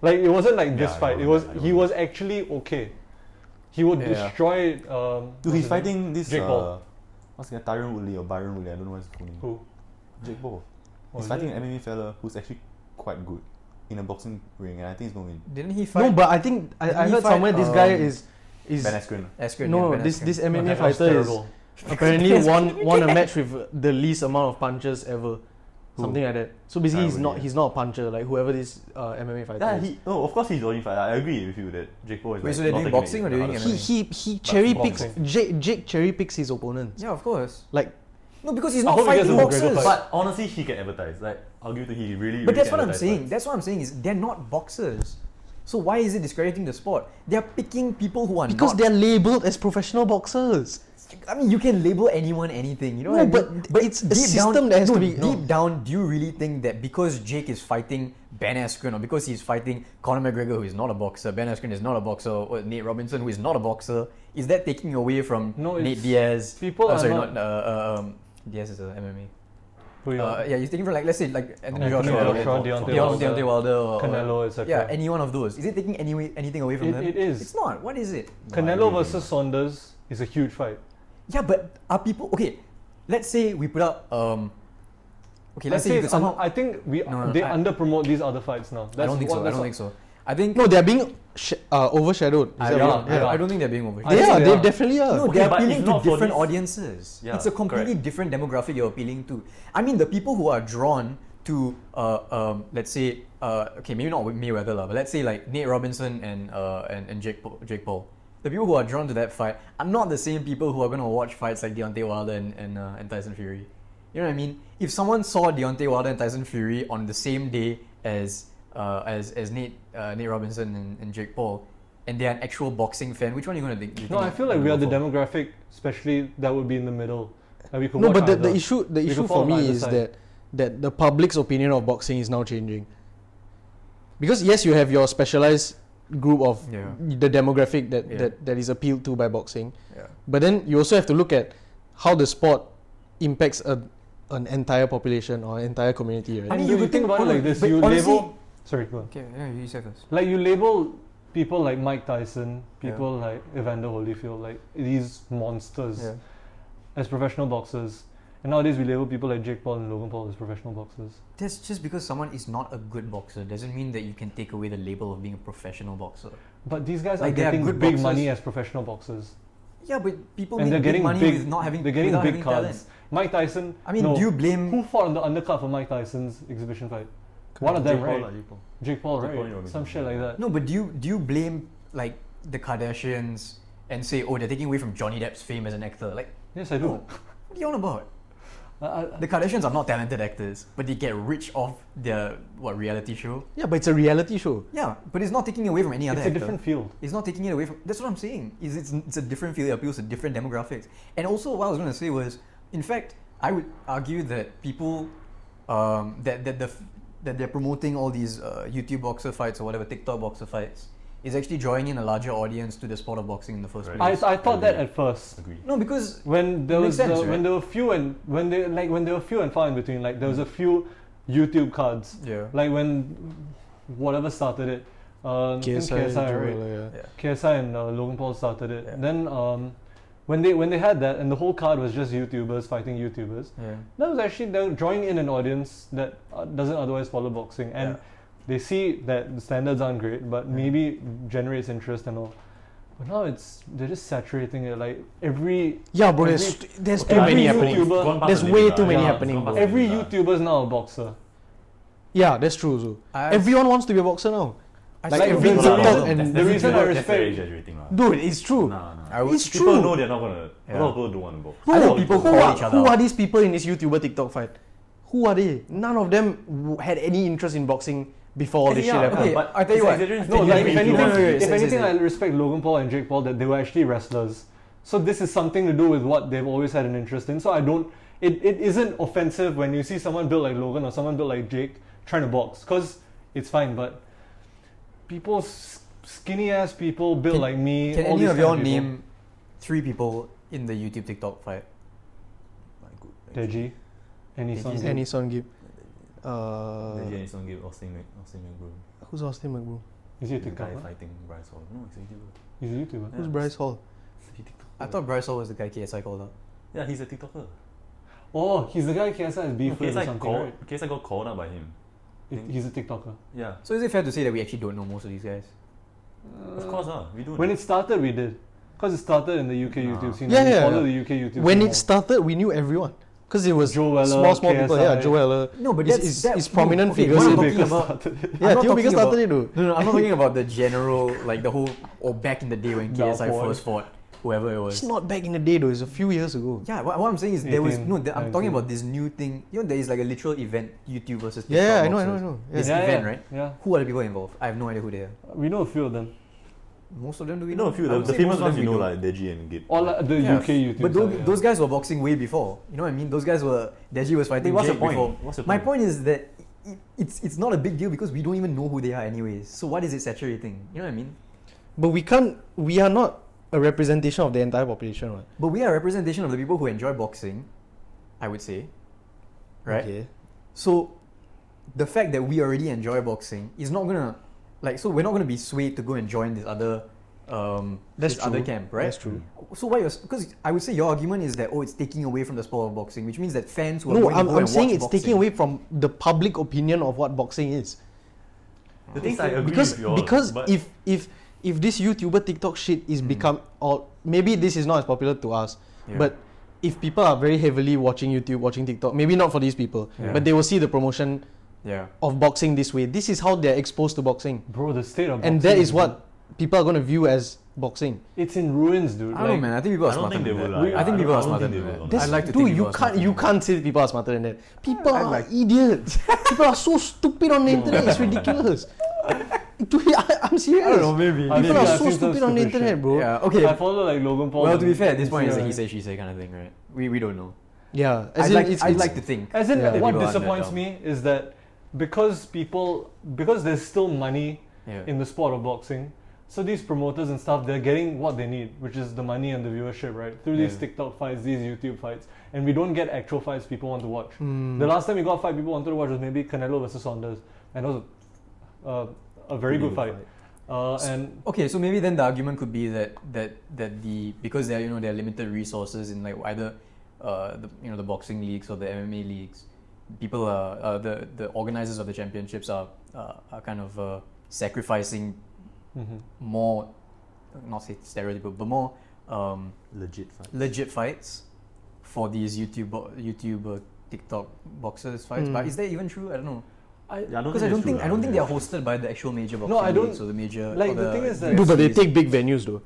Speaker 2: Like it wasn't like this
Speaker 4: Yeah,
Speaker 2: fight.
Speaker 4: he
Speaker 2: It was
Speaker 4: wasn't bad,
Speaker 2: he
Speaker 4: he
Speaker 2: was
Speaker 4: wasn't
Speaker 2: actually okay. He would
Speaker 1: Yeah.
Speaker 2: destroy. Um,
Speaker 4: Dude,
Speaker 2: what's
Speaker 4: he's
Speaker 2: his name?
Speaker 4: fighting this.
Speaker 2: Jake
Speaker 4: uh,
Speaker 2: Paul.
Speaker 4: What's his name? Tyron Woodley or Byron Woodley? I don't know what's his full name.
Speaker 2: Who?
Speaker 4: Jake Paul.
Speaker 2: Oh,
Speaker 4: he's
Speaker 2: is
Speaker 4: fighting
Speaker 2: it?
Speaker 4: an MMA fella who's actually quite good in a boxing ring, and I think he's gonna win.
Speaker 1: Didn't he fight?
Speaker 3: No, but I think I, I
Speaker 1: He
Speaker 3: heard
Speaker 1: fight,
Speaker 3: somewhere this guy
Speaker 1: um,
Speaker 3: is is
Speaker 4: Ben Askren.
Speaker 1: Askren, yeah,
Speaker 3: no
Speaker 1: Ben
Speaker 3: this
Speaker 1: Askren. *laughs*
Speaker 3: this
Speaker 2: Oh,
Speaker 3: MMA
Speaker 2: that was
Speaker 3: fighter is
Speaker 2: terrible.
Speaker 3: *laughs* apparently
Speaker 1: Yes, *laughs*
Speaker 3: won won a
Speaker 1: yeah.
Speaker 3: match with the least amount of punches ever. Something like that. So basically,
Speaker 4: Ah,
Speaker 3: he's
Speaker 4: really,
Speaker 3: not
Speaker 4: yeah.
Speaker 3: he's not a puncher like whoever this uh, MMA fighter.
Speaker 4: Yeah,
Speaker 3: is.
Speaker 4: he. No, of course he's dodging fight. I agree with you that Jake Paul is.
Speaker 1: Wait,
Speaker 4: like,
Speaker 1: so they're
Speaker 4: not
Speaker 1: doing
Speaker 4: taking
Speaker 1: boxing
Speaker 4: it
Speaker 1: or doing
Speaker 4: another
Speaker 1: MMA?
Speaker 3: he
Speaker 4: step.
Speaker 3: he he cherry
Speaker 4: boxing.
Speaker 3: picks Jake, Jake cherry picks his opponents.
Speaker 1: Yeah, of course.
Speaker 3: Like
Speaker 1: No, because he's
Speaker 2: I
Speaker 1: not
Speaker 2: hope he gets
Speaker 1: fighting
Speaker 2: the McGregor
Speaker 1: boxers.
Speaker 2: fight.
Speaker 1: But,
Speaker 4: But honestly, he can advertise. Like, I'll give it to you. He really.
Speaker 1: but
Speaker 4: really
Speaker 1: that's
Speaker 4: can
Speaker 1: what I'm
Speaker 4: advertise
Speaker 1: saying.
Speaker 4: fights.
Speaker 1: That's what I'm saying is they're not boxers. So why is it discrediting the sport? They're picking people who are
Speaker 3: because
Speaker 1: not.
Speaker 3: they're labeled as professional boxers.
Speaker 1: I mean, you can label anyone anything. You know
Speaker 3: No,
Speaker 1: what I
Speaker 3: but
Speaker 1: mean?
Speaker 3: th- it's a system that has
Speaker 1: no,
Speaker 3: to be- no.
Speaker 1: deep down. Do you really think that because Jake is fighting Ben Askren or because he's fighting Conor McGregor, who is not a boxer, Ben Askren is not a boxer, or Nate Robinson, who is not a boxer, is that taking away from
Speaker 2: No,
Speaker 1: Nate
Speaker 2: it's-
Speaker 1: Diaz?
Speaker 2: people
Speaker 1: oh,
Speaker 2: are
Speaker 1: sorry,
Speaker 2: not-
Speaker 1: not, uh, uh, um, Diaz is a MMA.
Speaker 2: Who you
Speaker 1: Uh,
Speaker 2: are?
Speaker 1: yeah, he's taking from like let's say like Anthony
Speaker 2: Anthony
Speaker 1: Joshua,
Speaker 4: Joshua,
Speaker 1: or
Speaker 4: Deontay
Speaker 1: Deontay
Speaker 2: Wilder,
Speaker 1: Deontay Wilder, or,
Speaker 2: Canelo,
Speaker 1: or,
Speaker 2: etc.
Speaker 1: yeah, any one of those. Is it taking any anything away from
Speaker 2: It-
Speaker 1: them?
Speaker 2: it is.
Speaker 1: It's not. What is it?
Speaker 2: Canelo versus Saunders is a huge fight.
Speaker 1: Yeah, but are people okay? Let's say we put up um. Okay, let's
Speaker 2: I
Speaker 1: say you
Speaker 2: think
Speaker 1: could
Speaker 2: it's un-
Speaker 1: somehow.
Speaker 2: I think we
Speaker 1: No, no,
Speaker 2: they
Speaker 1: I-
Speaker 2: under promote these other fights now. That's
Speaker 1: I don't think
Speaker 2: what,
Speaker 1: so. I
Speaker 2: that's
Speaker 1: don't think so. I think
Speaker 3: No, they're being sh- uh, overshadowed. Is
Speaker 1: I,
Speaker 3: that
Speaker 2: yeah,
Speaker 3: what-
Speaker 1: don't, I don't- I don't think they're being over.
Speaker 2: I
Speaker 3: They
Speaker 2: think
Speaker 3: are.
Speaker 2: they
Speaker 3: They
Speaker 2: are.
Speaker 3: definitely are.
Speaker 1: No,
Speaker 4: Okay,
Speaker 1: they're
Speaker 4: but
Speaker 1: appealing
Speaker 4: if
Speaker 1: to
Speaker 4: not for
Speaker 1: different
Speaker 4: this-
Speaker 1: audiences.
Speaker 4: Yeah,
Speaker 1: it's a completely different demographic you're appealing to. I mean, the people who are drawn to, uh, um, let's say, uh, okay, maybe not with Mayweather, lah, but let's say like Nate Robinson and uh, and, and Jake, Paul, Jake Paul. The people who are drawn to that fight are not the same people who are going to watch fights like Deontay Wilder and, and, uh, and Tyson Fury. You know what I mean? If someone saw Deontay Wilder and Tyson Fury on the same day as uh, as, as Nate uh, Nate Robinson and, and Jake Paul, and they're an actual boxing fan, which one are you going to think? you
Speaker 2: No,
Speaker 1: think
Speaker 2: I feel like we
Speaker 1: they'll
Speaker 2: are the
Speaker 1: go for?
Speaker 2: demographic, especially that would be in the middle. That we could
Speaker 3: no,
Speaker 2: watch
Speaker 3: but the, the
Speaker 2: either.
Speaker 3: issue the
Speaker 2: We
Speaker 3: issue
Speaker 2: could
Speaker 3: for
Speaker 2: fall on
Speaker 3: me
Speaker 2: either
Speaker 3: is
Speaker 2: side.
Speaker 3: that that the public's opinion of boxing is now changing. Because yes, you have your specialized group of
Speaker 1: Yeah.
Speaker 3: the demographic that,
Speaker 1: Yeah.
Speaker 3: that, that is appealed to by boxing,
Speaker 1: Yeah.
Speaker 3: but then you also have to look at how the sport impacts a, an entire population or entire community. Right?
Speaker 2: I mean,
Speaker 1: And
Speaker 2: you
Speaker 1: you
Speaker 2: could think
Speaker 1: think-
Speaker 2: about
Speaker 1: no,
Speaker 2: it
Speaker 1: no,
Speaker 2: like this.
Speaker 1: but
Speaker 2: You
Speaker 1: honestly-
Speaker 2: label. Sorry, go on.
Speaker 1: Okay, yeah, you say first.
Speaker 2: Like you label people like Mike Tyson,
Speaker 1: Yeah.
Speaker 2: people like Evander Holyfield, like these monsters as professional boxers. And nowadays we label people like Jake Paul and Logan Paul as professional boxers.
Speaker 1: That's just because someone is not a good boxer doesn't mean that you can take away the label of being a professional boxer.
Speaker 2: But these guys
Speaker 1: Like,
Speaker 2: are
Speaker 1: they are
Speaker 2: getting
Speaker 1: good
Speaker 2: big
Speaker 1: boxers.
Speaker 2: money as professional boxers.
Speaker 1: Yeah, but people
Speaker 2: and
Speaker 1: make
Speaker 2: they're
Speaker 1: big
Speaker 2: getting
Speaker 1: money
Speaker 2: big.
Speaker 1: with not having
Speaker 2: they're getting
Speaker 1: without
Speaker 2: big
Speaker 1: having
Speaker 2: cards.
Speaker 1: talent.
Speaker 2: Mike Tyson.
Speaker 1: I mean,
Speaker 2: no.
Speaker 1: do you blame?
Speaker 2: who fought on the undercard for Mike Tyson's exhibition fight? One of
Speaker 4: Jake
Speaker 2: them,
Speaker 4: Paul,
Speaker 2: right?
Speaker 4: lah, Jake Paul.
Speaker 2: Jake Paul,
Speaker 4: Jake Paul and
Speaker 2: right?
Speaker 4: Robinson.
Speaker 2: Some shit like that.
Speaker 1: No, but do you do you blame like the Kardashians and say, oh, they're taking away from Johnny Depp's fame as an actor? Like,
Speaker 2: Yes, I do.
Speaker 1: no, what are you on about?
Speaker 2: I, I,
Speaker 1: The Kardashians are not talented actors, but they get rich off their what reality show.
Speaker 3: Yeah, but it's a reality show.
Speaker 1: Yeah, but it's not taking away from any
Speaker 2: it's
Speaker 1: other
Speaker 2: a
Speaker 1: actor.
Speaker 2: different field.
Speaker 1: It's not taking it away from. That's what I'm saying. Is it's it's a different field. It appeals to different demographics. And also, what I was going to say was, in fact, I would argue that people, um, that that the f- that they're promoting all these uh, YouTube boxer fights or whatever TikTok boxer fights is actually drawing in a larger audience to the sport of boxing in the first
Speaker 4: Right.
Speaker 2: I,
Speaker 1: place.
Speaker 2: I thought that
Speaker 4: Agreed.
Speaker 2: at first.
Speaker 4: Agree.
Speaker 1: no, because
Speaker 2: when there
Speaker 1: Makes
Speaker 2: was
Speaker 1: sense,
Speaker 2: the, when
Speaker 1: right?
Speaker 2: there were few and when they like when there were few and far in between like there
Speaker 1: Mm.
Speaker 2: was a few YouTube cards
Speaker 1: yeah,
Speaker 2: like when whatever started it um, I think
Speaker 3: KSI,
Speaker 2: right?
Speaker 3: Joel, yeah.
Speaker 1: yeah,
Speaker 2: KSI and uh, Logan Paul started it
Speaker 1: Yeah.
Speaker 2: then um, when they when they had that and the whole card was just YouTubers fighting YouTubers
Speaker 1: yeah.
Speaker 2: that was actually they were drawing in an audience that uh, doesn't otherwise follow boxing and
Speaker 1: Yeah.
Speaker 2: they see that the standards aren't great but
Speaker 1: Yeah.
Speaker 2: maybe generates interest and all but now it's they're just saturating it like every
Speaker 3: Yeah, bro,
Speaker 2: Every-
Speaker 3: there's, t- there's
Speaker 2: okay,
Speaker 3: too
Speaker 2: every
Speaker 3: many
Speaker 2: YouTuber-
Speaker 3: happening.
Speaker 4: Gone past
Speaker 3: There's
Speaker 4: the
Speaker 3: way
Speaker 4: limit,
Speaker 3: too
Speaker 4: lah.
Speaker 2: many
Speaker 4: Yeah,
Speaker 3: happening,
Speaker 4: gone past
Speaker 3: bro.
Speaker 4: the
Speaker 2: Every
Speaker 4: limit, lah.
Speaker 2: YouTuber is now a boxer.
Speaker 3: Yeah, that's true. So.
Speaker 1: I,
Speaker 3: Everyone wants to be a boxer now.
Speaker 1: I
Speaker 3: like
Speaker 1: still
Speaker 3: every
Speaker 1: don't
Speaker 4: No,
Speaker 1: know
Speaker 4: no, no,
Speaker 1: about
Speaker 3: TikTok
Speaker 4: no,
Speaker 1: them.
Speaker 3: and-
Speaker 4: that's-
Speaker 2: The
Speaker 4: that's-
Speaker 2: reason I
Speaker 4: that's
Speaker 2: respect-
Speaker 4: very exaggerating, lah.
Speaker 3: Dude, it's true.
Speaker 4: Nah, nah.
Speaker 1: I would,
Speaker 3: It's
Speaker 4: People
Speaker 3: true.
Speaker 4: know they're not gonna. A
Speaker 1: Yeah.
Speaker 4: lot of people don't want to box.
Speaker 3: Bro,
Speaker 1: I know people
Speaker 3: who,
Speaker 1: call
Speaker 3: are,
Speaker 1: each other
Speaker 3: who
Speaker 1: out.
Speaker 3: are these people in this YouTuber TikTok fight? Who are they? None of them w- had any interest in boboxing before all this
Speaker 1: Yeah,
Speaker 3: shit happened.
Speaker 1: okay, I tell you what.
Speaker 2: *laughs* No,
Speaker 1: If
Speaker 2: like if
Speaker 1: you
Speaker 2: anything,
Speaker 1: want- wait, wait,
Speaker 2: if
Speaker 1: say, say,
Speaker 2: anything,
Speaker 1: say.
Speaker 2: I respect Logan Paul and Jake Paul that they were actually wrestlers. So this is something to do with what they've always had an interest in. So I don't. It, it isn't offensive when you see someone built like Logan or someone built like Jake trying to box because it's fine. But people, s- skinny ass people built
Speaker 1: Can-
Speaker 2: like me.
Speaker 1: Can
Speaker 2: all
Speaker 1: any
Speaker 2: these
Speaker 1: of
Speaker 2: kind
Speaker 1: y'all
Speaker 2: people.
Speaker 1: name three people in the YouTube TikTok fight?
Speaker 2: Deji, any
Speaker 1: Deji.
Speaker 2: song?
Speaker 1: Mhm.
Speaker 3: Any son give. Uh,
Speaker 4: Jenny Song gave Austin Mc Austin McBroom.
Speaker 3: who's Austin McBroom?
Speaker 2: Is he a
Speaker 4: The guy
Speaker 2: TikToker?
Speaker 4: fighting Bryce Hall. No, he's a YouTuber.
Speaker 2: He's a YouTuber.
Speaker 3: Who's
Speaker 4: Yeah.
Speaker 3: Bryce Hall?
Speaker 4: He's a TikToker.
Speaker 1: I thought Bryce Hall was the guy KSI called out.
Speaker 4: Yeah, he's a TikToker.
Speaker 2: Oh, he's the guy KSI is beef with or
Speaker 4: KSI
Speaker 2: something,
Speaker 4: called.
Speaker 2: right?
Speaker 4: KSI got called out by him.
Speaker 2: It- He's a TikToker.
Speaker 4: Yeah.
Speaker 1: So is it fair to say that we actually don't know most of these guys?
Speaker 4: Of course, ah, we do.
Speaker 2: When it started, we did. Because it started in the UK
Speaker 4: Nah.
Speaker 2: YouTube scene.
Speaker 3: Yeah,
Speaker 2: and we
Speaker 3: yeah,
Speaker 2: follow
Speaker 3: yeah.
Speaker 2: the UK YouTube
Speaker 3: When
Speaker 2: scene
Speaker 3: it
Speaker 2: more.
Speaker 3: started, we knew everyone. Because it was
Speaker 2: Joe Weller,
Speaker 3: small, small people. Yeah,
Speaker 2: KSI.
Speaker 3: Joe Weller.
Speaker 1: No, but
Speaker 3: It's-
Speaker 1: that's-
Speaker 3: it's-
Speaker 1: that-
Speaker 3: it's prominent
Speaker 1: okay,
Speaker 3: figures.
Speaker 1: what I'm
Speaker 3: Theo
Speaker 1: talking *laughs*
Speaker 2: Baker
Speaker 1: about-
Speaker 2: started it.
Speaker 3: Yeah,
Speaker 1: I'm not
Speaker 3: Theo Baker
Speaker 1: talking
Speaker 3: started it though.
Speaker 1: No, no, I'm not talking about the general, like the whole, or back in the day when KSI
Speaker 2: Malfoy.
Speaker 1: first fought whoever it was.
Speaker 3: It's not back in the day though, it's a few years ago.
Speaker 1: Yeah, what, what I'm saying is there was
Speaker 2: 18,
Speaker 1: no. The, I'm talking
Speaker 2: 19.
Speaker 1: about this new thing. You know, there is like a literal event YouTube versus TikTok
Speaker 3: Yeah, I know, I know, I
Speaker 1: boxers.
Speaker 3: know.
Speaker 1: This
Speaker 2: Yeah,
Speaker 1: event,
Speaker 2: yeah,
Speaker 1: right?
Speaker 2: Yeah.
Speaker 1: Who are the people involved? I have no idea who they are.
Speaker 2: We know a few of them.
Speaker 1: Most of them do we
Speaker 4: you know a few
Speaker 1: I
Speaker 4: of
Speaker 1: would
Speaker 4: the, the
Speaker 1: say
Speaker 4: famous
Speaker 1: most of
Speaker 4: ones
Speaker 1: them
Speaker 4: you
Speaker 1: we
Speaker 4: know,
Speaker 1: do.
Speaker 4: like Deji and Gib.
Speaker 2: All uh, the
Speaker 1: Yeah.
Speaker 2: UK YouTube.
Speaker 1: But those,
Speaker 2: side, yeah.
Speaker 1: those guys were boxing way before. You know what I mean? Those guys were Deji was fighting
Speaker 4: Wait, what's
Speaker 1: Jake
Speaker 4: the point?
Speaker 1: before.
Speaker 4: What's the
Speaker 1: My
Speaker 4: point?
Speaker 1: point is that it, it's it's not a big deal because we don't even know who they are anyways. So what is it saturating? You know what I mean?
Speaker 3: But we can't we are not a representation of the entire population, right?
Speaker 1: But we are a representation of the people who enjoy boxing, I would say. Right?
Speaker 3: Okay.
Speaker 1: So the fact that we already enjoy boxing is not gonna like so we're not gonna be swayed to go and join this other um
Speaker 3: That's
Speaker 1: this
Speaker 3: true.
Speaker 1: other camp, right? Mm.
Speaker 3: That's true.
Speaker 1: So why you're because I would say your argument is that oh it's taking away from the sport of boxing, which means that fans who are
Speaker 3: No,
Speaker 1: going
Speaker 3: I'm,
Speaker 1: to go
Speaker 3: I'm
Speaker 1: and
Speaker 3: saying
Speaker 1: watch
Speaker 3: it's
Speaker 1: boxing-
Speaker 3: taking away from the public opinion of what boxing is.
Speaker 4: The things I agree
Speaker 3: because
Speaker 4: with you all,
Speaker 3: because
Speaker 4: but
Speaker 3: if if if this YouTuber TikTok shit is become or maybe this is not as popular to us,
Speaker 1: Hmm. Yeah.
Speaker 3: but if people are very heavily watching YouTube, watching TikTok, maybe not for these people,
Speaker 1: Yeah.
Speaker 3: but they will see the promotion
Speaker 1: yeah.
Speaker 3: of boxing this way. This is how they're exposed to boxing,
Speaker 2: Bro, the state of
Speaker 3: and
Speaker 2: boxing
Speaker 3: that is what people are going to view as boxing.
Speaker 2: It's in ruins, dude.
Speaker 1: I don't know,
Speaker 2: Like,
Speaker 1: man. I think people are
Speaker 4: I don't
Speaker 1: smarter
Speaker 4: think they
Speaker 1: than
Speaker 4: will.
Speaker 1: that.
Speaker 4: Like,
Speaker 1: I think people
Speaker 4: don't-
Speaker 1: are smarter
Speaker 4: I don't
Speaker 1: than
Speaker 4: think they
Speaker 1: that.
Speaker 4: will.
Speaker 1: That's-
Speaker 4: I'd like-
Speaker 1: like to
Speaker 3: Dude,
Speaker 1: think people
Speaker 3: you
Speaker 1: are
Speaker 3: can't
Speaker 1: smarter
Speaker 3: you
Speaker 1: than that.
Speaker 3: can't say people are smarter than that. People
Speaker 1: I
Speaker 3: are
Speaker 1: like-
Speaker 3: idiots. people are so stupid on the internet. It's
Speaker 1: *laughs*
Speaker 3: ridiculous. Dude, I, am serious.
Speaker 1: I don't know, maybe.
Speaker 2: I
Speaker 3: People
Speaker 2: Maybe
Speaker 3: are
Speaker 2: I've
Speaker 3: so
Speaker 2: seen some
Speaker 3: stupid on the
Speaker 2: stupid shit.
Speaker 3: internet, bro.
Speaker 1: Yeah, okay.
Speaker 2: I follow like Logan Paul.
Speaker 1: Well,
Speaker 2: and
Speaker 1: to be fair, at this point, it's a
Speaker 2: Instagram.
Speaker 1: he say, she say kind of thing, right? We, we don't know.
Speaker 3: Yeah, as
Speaker 1: I'd,
Speaker 3: in
Speaker 1: like,
Speaker 3: it's,
Speaker 1: I'd
Speaker 3: it's-
Speaker 1: like to think.
Speaker 2: As in,
Speaker 3: Yeah.
Speaker 1: that
Speaker 2: what
Speaker 1: people are let
Speaker 2: disappoints
Speaker 1: down.
Speaker 2: me is that because people, because there's still money
Speaker 1: Yeah.
Speaker 2: in the sport of boxing. So these promoters and stuff, they're getting what they need, which is the money and the viewership, right? Through these
Speaker 1: Yeah.
Speaker 2: TikTok fights, these YouTube fights, and we don't get actual fights people want to watch.
Speaker 3: Hmm.
Speaker 2: The last time we got fight people wanted to watch was maybe Canelo versus Saunders, and it was a, uh, a very
Speaker 4: Pretty
Speaker 2: good fight. Uh, and
Speaker 1: Okay, so maybe then the argument could be that that that the because there you know there are limited resources in like either uh, the you know the boxing leagues or the MMA leagues, people are uh, the the organizers of the championships are uh, are kind of uh, sacrificing
Speaker 2: Mhm.
Speaker 1: more, not say stereotypical, but more uh, um,
Speaker 4: Legit fight.
Speaker 1: legit fights for these YouTube bo- YouTube uh, TikTok boxers fights.
Speaker 3: Mm.
Speaker 1: But is that even true? I don't know.
Speaker 4: Yeah, I don't
Speaker 1: Because I don't
Speaker 4: it's true
Speaker 1: think
Speaker 4: lah.
Speaker 1: I don't think they're
Speaker 4: Yeah.
Speaker 1: hosted by the actual major boxing
Speaker 2: No, I don't-
Speaker 1: leagues or the major.
Speaker 2: like,
Speaker 1: or
Speaker 2: the thing is that-
Speaker 3: No, but they
Speaker 1: UFCs.
Speaker 3: take big venues though.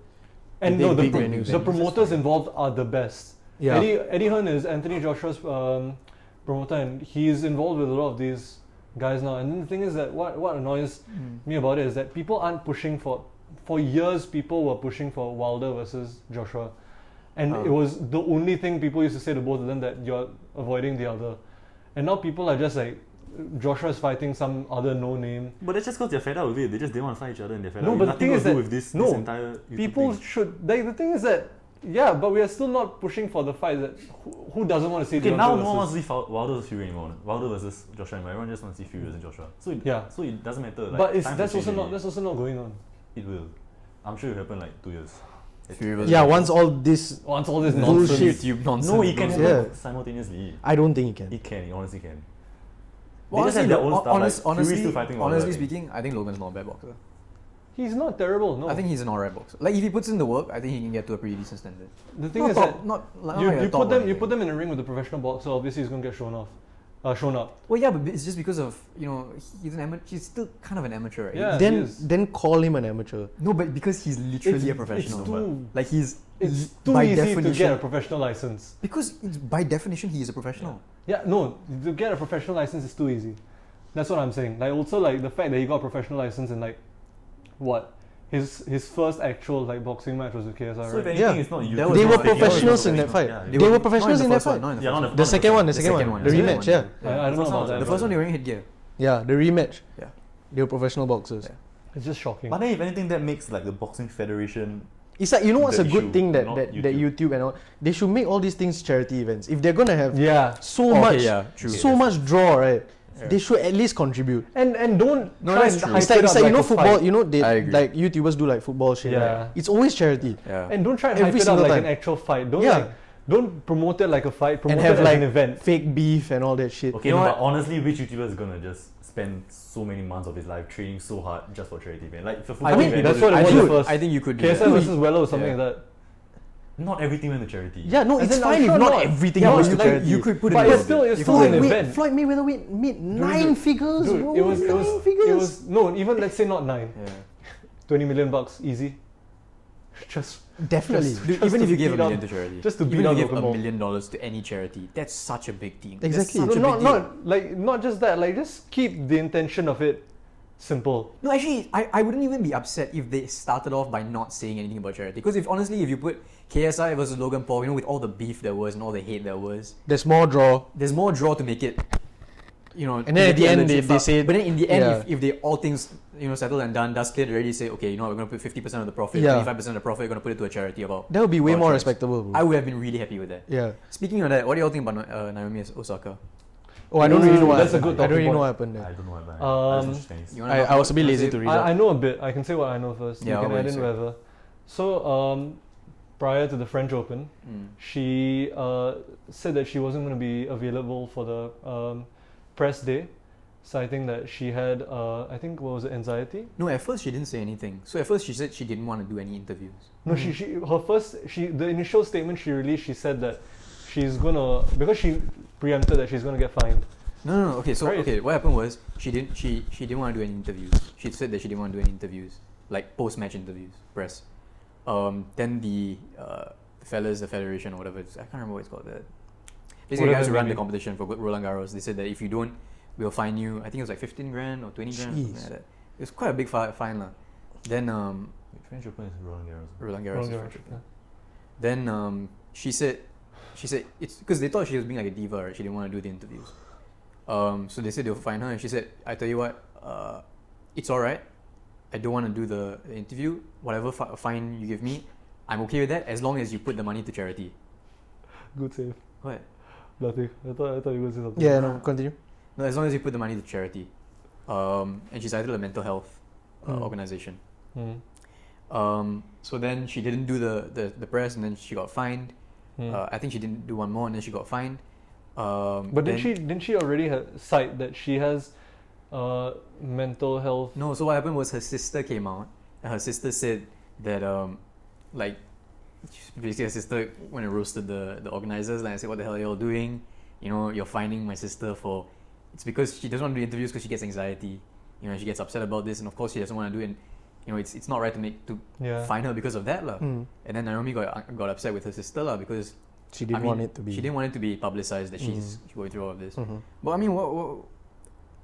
Speaker 2: And
Speaker 3: Big,
Speaker 2: no, the,
Speaker 3: big
Speaker 2: pro-
Speaker 3: venues,
Speaker 2: the
Speaker 3: venues.
Speaker 2: promoters involved are the best.
Speaker 3: Yeah.
Speaker 2: Eddie, Eddie Hearn is Anthony Joshua's um, promoter, and he's involved with a lot of these guys now. And then the thing is that what, what annoys
Speaker 1: Mm.
Speaker 2: me about it is that people aren't pushing for for years people were pushing for Wilder versus Joshua. And
Speaker 1: Ah.
Speaker 2: it was the only thing people used to say to both of them that you're avoiding the other. And now people are just like Joshua's fighting some other no name.
Speaker 4: But that's just because they're fed up with it. They just didn't want to fight each other and they're fed
Speaker 2: No,
Speaker 4: up.
Speaker 2: but
Speaker 4: It's
Speaker 2: the thing
Speaker 4: nothing to
Speaker 2: is
Speaker 4: do
Speaker 2: that-
Speaker 4: with this,
Speaker 2: no,
Speaker 4: this entire YouTube
Speaker 2: people
Speaker 4: thing.
Speaker 2: should like the thing is that yeah, but we are still not pushing for the fight that who, who doesn't want to see
Speaker 4: Okay,
Speaker 2: Deontay
Speaker 4: now no
Speaker 2: versus-
Speaker 4: one wants to see Fou- Wilder versus Fury anymore. Wilder versus Joshua anymore. Everyone just wants to see Fury versus Joshua. So it,
Speaker 2: Yeah.
Speaker 4: so it doesn't matter. Like,
Speaker 2: but it's,
Speaker 4: times
Speaker 2: that's
Speaker 4: have
Speaker 2: also
Speaker 4: changed
Speaker 2: not
Speaker 4: already.
Speaker 2: that's also not going on.
Speaker 4: It will. I'm sure it happened like two years.
Speaker 1: Fury versus
Speaker 3: Yeah,
Speaker 1: Joshua.
Speaker 3: once all this,
Speaker 2: Once all this
Speaker 1: nonsense
Speaker 2: nonsense
Speaker 3: bullshit.
Speaker 1: YouTube nonsense.
Speaker 4: No, it can
Speaker 1: nonsense.
Speaker 4: happen
Speaker 3: Yeah.
Speaker 4: simultaneously.
Speaker 3: I don't think it can.
Speaker 4: It can. It honestly can.
Speaker 1: Well,
Speaker 4: They just
Speaker 1: honestly,
Speaker 4: have their own
Speaker 1: hon-
Speaker 4: stuff, like,
Speaker 1: honest-
Speaker 4: Fury's
Speaker 1: honestly,
Speaker 4: still fighting Wilder,
Speaker 1: honestly
Speaker 4: I think.
Speaker 1: speaking, I think Logan's not a bad boxer.
Speaker 2: He's not terrible, no.
Speaker 1: I think he's an alright boxer. Like if he puts in the work, I think he can get to a pretty decent standard.
Speaker 2: the thing
Speaker 1: Not
Speaker 2: is
Speaker 1: top-
Speaker 2: that
Speaker 1: not like,
Speaker 2: you,
Speaker 1: not like a
Speaker 2: you
Speaker 1: top
Speaker 2: put them
Speaker 1: one,
Speaker 2: you
Speaker 1: I
Speaker 2: put
Speaker 1: think.
Speaker 2: them in a ring with a professional boxer, obviously he's gonna get shown off, uh, shown up.
Speaker 1: Well, yeah, but it's just because of you know he's an amateur. He's still kind of an amateur, right?
Speaker 2: Yeah,
Speaker 3: Then,
Speaker 2: he's-
Speaker 3: then call him an amateur.
Speaker 1: No, but because he's literally a professional.
Speaker 2: It's too,
Speaker 1: like he's
Speaker 2: it's
Speaker 1: l-
Speaker 2: too
Speaker 1: by
Speaker 2: easy
Speaker 1: definition
Speaker 2: to get a professional license.
Speaker 1: because it's, by definition he is a professional.
Speaker 2: Yeah, no, to get a professional license is too easy. That's what I'm saying. Like also like the fact that he got a professional license in like what his his first actual like boxing match was with KSI.
Speaker 4: So if
Speaker 2: right?
Speaker 4: anything,
Speaker 3: Yeah.
Speaker 4: it's not you.
Speaker 1: That was
Speaker 3: They
Speaker 1: not a
Speaker 3: were
Speaker 1: big
Speaker 3: professionals
Speaker 1: deal.
Speaker 3: in that fight.
Speaker 4: Yeah,
Speaker 3: They were professionals
Speaker 1: not
Speaker 3: in
Speaker 1: the
Speaker 3: that
Speaker 1: first one,
Speaker 3: fight.
Speaker 1: not in the
Speaker 4: Yeah,
Speaker 1: first
Speaker 4: not
Speaker 1: one.
Speaker 4: the
Speaker 3: The second one, the second
Speaker 1: second
Speaker 3: one,
Speaker 1: one,
Speaker 3: the
Speaker 1: the
Speaker 3: rematch.
Speaker 1: second
Speaker 3: Yeah,
Speaker 1: one.
Speaker 2: I, I don't
Speaker 4: First
Speaker 2: know
Speaker 4: one was
Speaker 2: about
Speaker 1: The
Speaker 2: that.
Speaker 1: first one they were wearing headgear.
Speaker 3: yeah, the rematch.
Speaker 1: Yeah.
Speaker 3: They were professional boxers.
Speaker 1: Yeah.
Speaker 2: It's just shocking.
Speaker 4: But then if anything, that makes like the boxing federation.
Speaker 3: It's like you know what's
Speaker 4: The
Speaker 3: a good
Speaker 4: issue,
Speaker 3: thing that
Speaker 4: not
Speaker 3: that, that YouTube and all they should make all these things charity events. If they're gonna have
Speaker 2: yeah,
Speaker 1: Oh,
Speaker 3: so
Speaker 1: Okay,
Speaker 3: much
Speaker 1: yeah, true.
Speaker 3: so much draw, right? They should at least contribute.
Speaker 2: and and don't
Speaker 1: No,
Speaker 2: try
Speaker 1: that's
Speaker 2: and
Speaker 1: true.
Speaker 2: hype
Speaker 3: It's like,
Speaker 2: it
Speaker 3: it's
Speaker 2: up
Speaker 3: like you know
Speaker 2: a
Speaker 3: football.
Speaker 2: fight.
Speaker 3: You know they
Speaker 1: I agree.
Speaker 3: like YouTubers do like football shit. right?
Speaker 2: Yeah.
Speaker 3: it's always charity.
Speaker 1: Yeah.
Speaker 2: and don't try and
Speaker 3: Every
Speaker 2: hype it up
Speaker 3: single
Speaker 2: like
Speaker 3: time.
Speaker 2: an actual fight. Don't
Speaker 3: Yeah.
Speaker 2: like, don't promote it like a fight. Promote
Speaker 3: and have
Speaker 2: it
Speaker 3: like
Speaker 2: as an event.
Speaker 3: fake beef and all that shit.
Speaker 4: Okay,
Speaker 1: You know
Speaker 4: no,
Speaker 1: what?
Speaker 4: but honestly, which YouTuber is gonna just spend so many months of his life training so hard just for charity event? Like for football
Speaker 2: mean,
Speaker 4: event,
Speaker 2: that's what it
Speaker 1: I
Speaker 2: was
Speaker 1: think,
Speaker 2: the first.
Speaker 1: I think you could do
Speaker 2: KSI
Speaker 1: that.
Speaker 2: versus Weller or something
Speaker 1: Yeah.
Speaker 2: like that.
Speaker 4: not everything went to charity.
Speaker 3: Yeah, no,
Speaker 2: As
Speaker 3: it's
Speaker 2: in, I'm
Speaker 3: fine
Speaker 2: sure
Speaker 3: if not,
Speaker 2: not.
Speaker 3: everything
Speaker 2: Yeah,
Speaker 3: goes
Speaker 2: but
Speaker 3: to
Speaker 2: like,
Speaker 3: charity.
Speaker 1: You could put
Speaker 2: But
Speaker 1: in
Speaker 2: it's still it's
Speaker 1: You
Speaker 2: still
Speaker 1: could
Speaker 2: an
Speaker 1: do it.
Speaker 2: event.
Speaker 3: Floyd Mayweather wait, made nine
Speaker 2: dude,
Speaker 3: figures,
Speaker 2: Dude,
Speaker 3: bro.
Speaker 2: it was it
Speaker 3: nine
Speaker 2: was
Speaker 3: figures.
Speaker 2: it was no even let's say not nine.
Speaker 1: Yeah.
Speaker 2: 20 million bucks easy. Just
Speaker 3: Definitely.
Speaker 2: Just-
Speaker 1: Dude,
Speaker 2: Just
Speaker 1: even
Speaker 2: to
Speaker 1: if you gave a
Speaker 2: beat up-
Speaker 1: million to charity,
Speaker 2: just to
Speaker 1: even
Speaker 2: beat
Speaker 1: if
Speaker 2: up
Speaker 1: you gave a
Speaker 2: Logan Paul.
Speaker 1: million dollars to any charity, that's such a big thing.
Speaker 3: Exactly.
Speaker 1: That's
Speaker 2: no,
Speaker 1: such a
Speaker 2: not
Speaker 1: big deal.
Speaker 2: not like not just that like just keep the intention of it simple.
Speaker 1: No, actually, I, I wouldn't even be upset if they started off by not saying anything about charity. Because if honestly, if you put KSI versus Logan Paul, you know, with all the beef there was and all the hate there was,
Speaker 3: There's more draw.
Speaker 1: there's more draw to make it, you know.
Speaker 3: And then
Speaker 1: to make
Speaker 3: at the
Speaker 1: it a
Speaker 3: end,
Speaker 1: legit
Speaker 3: they- they
Speaker 1: fight.
Speaker 3: said-
Speaker 1: But then in the end,
Speaker 3: yeah.
Speaker 1: if, if they all things you know settled and done, dust cleared already, say okay, you know, we're gonna put fifty percent of the profit,
Speaker 3: Yeah.
Speaker 1: twenty five percent of the profit, we're gonna put it to a charity about.
Speaker 3: That would be way
Speaker 1: about
Speaker 3: more
Speaker 1: drugs.
Speaker 3: respectable. Bro.
Speaker 1: I would have been really happy with that.
Speaker 3: yeah.
Speaker 1: Speaking of that, what do y'all think about uh, Naomi Osaka?
Speaker 3: Oh, I don't really know what
Speaker 2: that's a
Speaker 3: happened.
Speaker 2: good
Speaker 3: I don't really
Speaker 2: talking
Speaker 3: know what
Speaker 2: point.
Speaker 3: happened
Speaker 4: I
Speaker 3: there.
Speaker 4: don't know
Speaker 2: Um,
Speaker 4: what happened. I just watched things.
Speaker 1: You wanna
Speaker 3: I,
Speaker 1: know-
Speaker 3: I was a bit
Speaker 1: wanna
Speaker 3: lazy
Speaker 1: say-
Speaker 3: to read
Speaker 2: I, I
Speaker 3: up.
Speaker 2: know a bit. I can say what I know first.
Speaker 1: Yeah,
Speaker 2: you
Speaker 1: what
Speaker 2: can add
Speaker 1: would
Speaker 2: in
Speaker 1: you say?
Speaker 2: whatever. So um, prior to the French Open,
Speaker 1: Mm.
Speaker 2: she uh, said that she wasn't going to be available for the um, press day, citing that she had uh, I think what was it anxiety.
Speaker 1: No, at first she didn't say anything. So at first she said she didn't want to do any interviews.
Speaker 2: No, she, she her first she the initial statement she released she said that she's gonna because she preempted that she's gonna get fined.
Speaker 1: No, no, no. Okay, so
Speaker 2: Right.
Speaker 1: okay, what happened was she didn't she she didn't want to do any interviews. She said that she didn't want to do any interviews, like post match interviews, press. Um, then the uh, fellas, the federation or whatever, it's, I can't remember what it's called. The basically,
Speaker 2: Whatever
Speaker 1: the guys who
Speaker 2: they
Speaker 1: ran the
Speaker 2: mean.
Speaker 1: competition for Roland Garros, they said that if you don't, we'll fine you. I think it was like fifteen grand or twenty grand. Or something
Speaker 3: Jeez.
Speaker 1: like that. It was quite a big fi- fine, lah. Then um,
Speaker 4: French Open is Roland Garros.
Speaker 1: Roland Garros.
Speaker 2: Roland
Speaker 1: is
Speaker 2: Garros,
Speaker 1: French,
Speaker 2: yeah.
Speaker 1: Then um, she said, she said it's because they thought she was being like a diva. Right? She didn't want to do the interviews. Um, so they said they'll find her, and she said, "I tell you what, uh, it's all right. I don't want to do the, the interview. Whatever fi- fine you give me, I'm okay with that as long as you put the money to charity."
Speaker 2: Good save.
Speaker 1: What?
Speaker 2: Nothing. I thought I thought you were gonna say something.
Speaker 3: Yeah, no, continue.
Speaker 1: No, as long as you put the money to charity. Um, and she cited a mental health uh,
Speaker 2: Hmm.
Speaker 3: Mm.
Speaker 1: organization.
Speaker 2: Mm.
Speaker 1: Um, so then she didn't do the, the, the press, and then she got fined.
Speaker 2: Mm.
Speaker 1: Uh, I think she didn't do one more, and then she got fined. Um,
Speaker 2: but
Speaker 1: then
Speaker 2: didn't she didn't she already ha- cite that she has uh, mental health?
Speaker 1: No, so what happened was her sister came out, and her sister said that um, like basically her sister when I roasted the the organizers and I said, "What the hell are y'all doing? You know, you're fining my sister for it's because she doesn't want to do interviews because she gets anxiety. You know, she gets upset about this, and of course she doesn't want to do it. And, you know, it's it's not right to make to
Speaker 2: Yeah.
Speaker 1: fine her because of that, lah.
Speaker 3: Mm.
Speaker 1: And then Naomi got got upset with her sister, lah, because
Speaker 3: She didn't
Speaker 1: I mean,
Speaker 3: want it to be.
Speaker 1: She didn't want it to be publicized that she's going through all of this.
Speaker 3: Mhm.
Speaker 1: But I mean, what, what?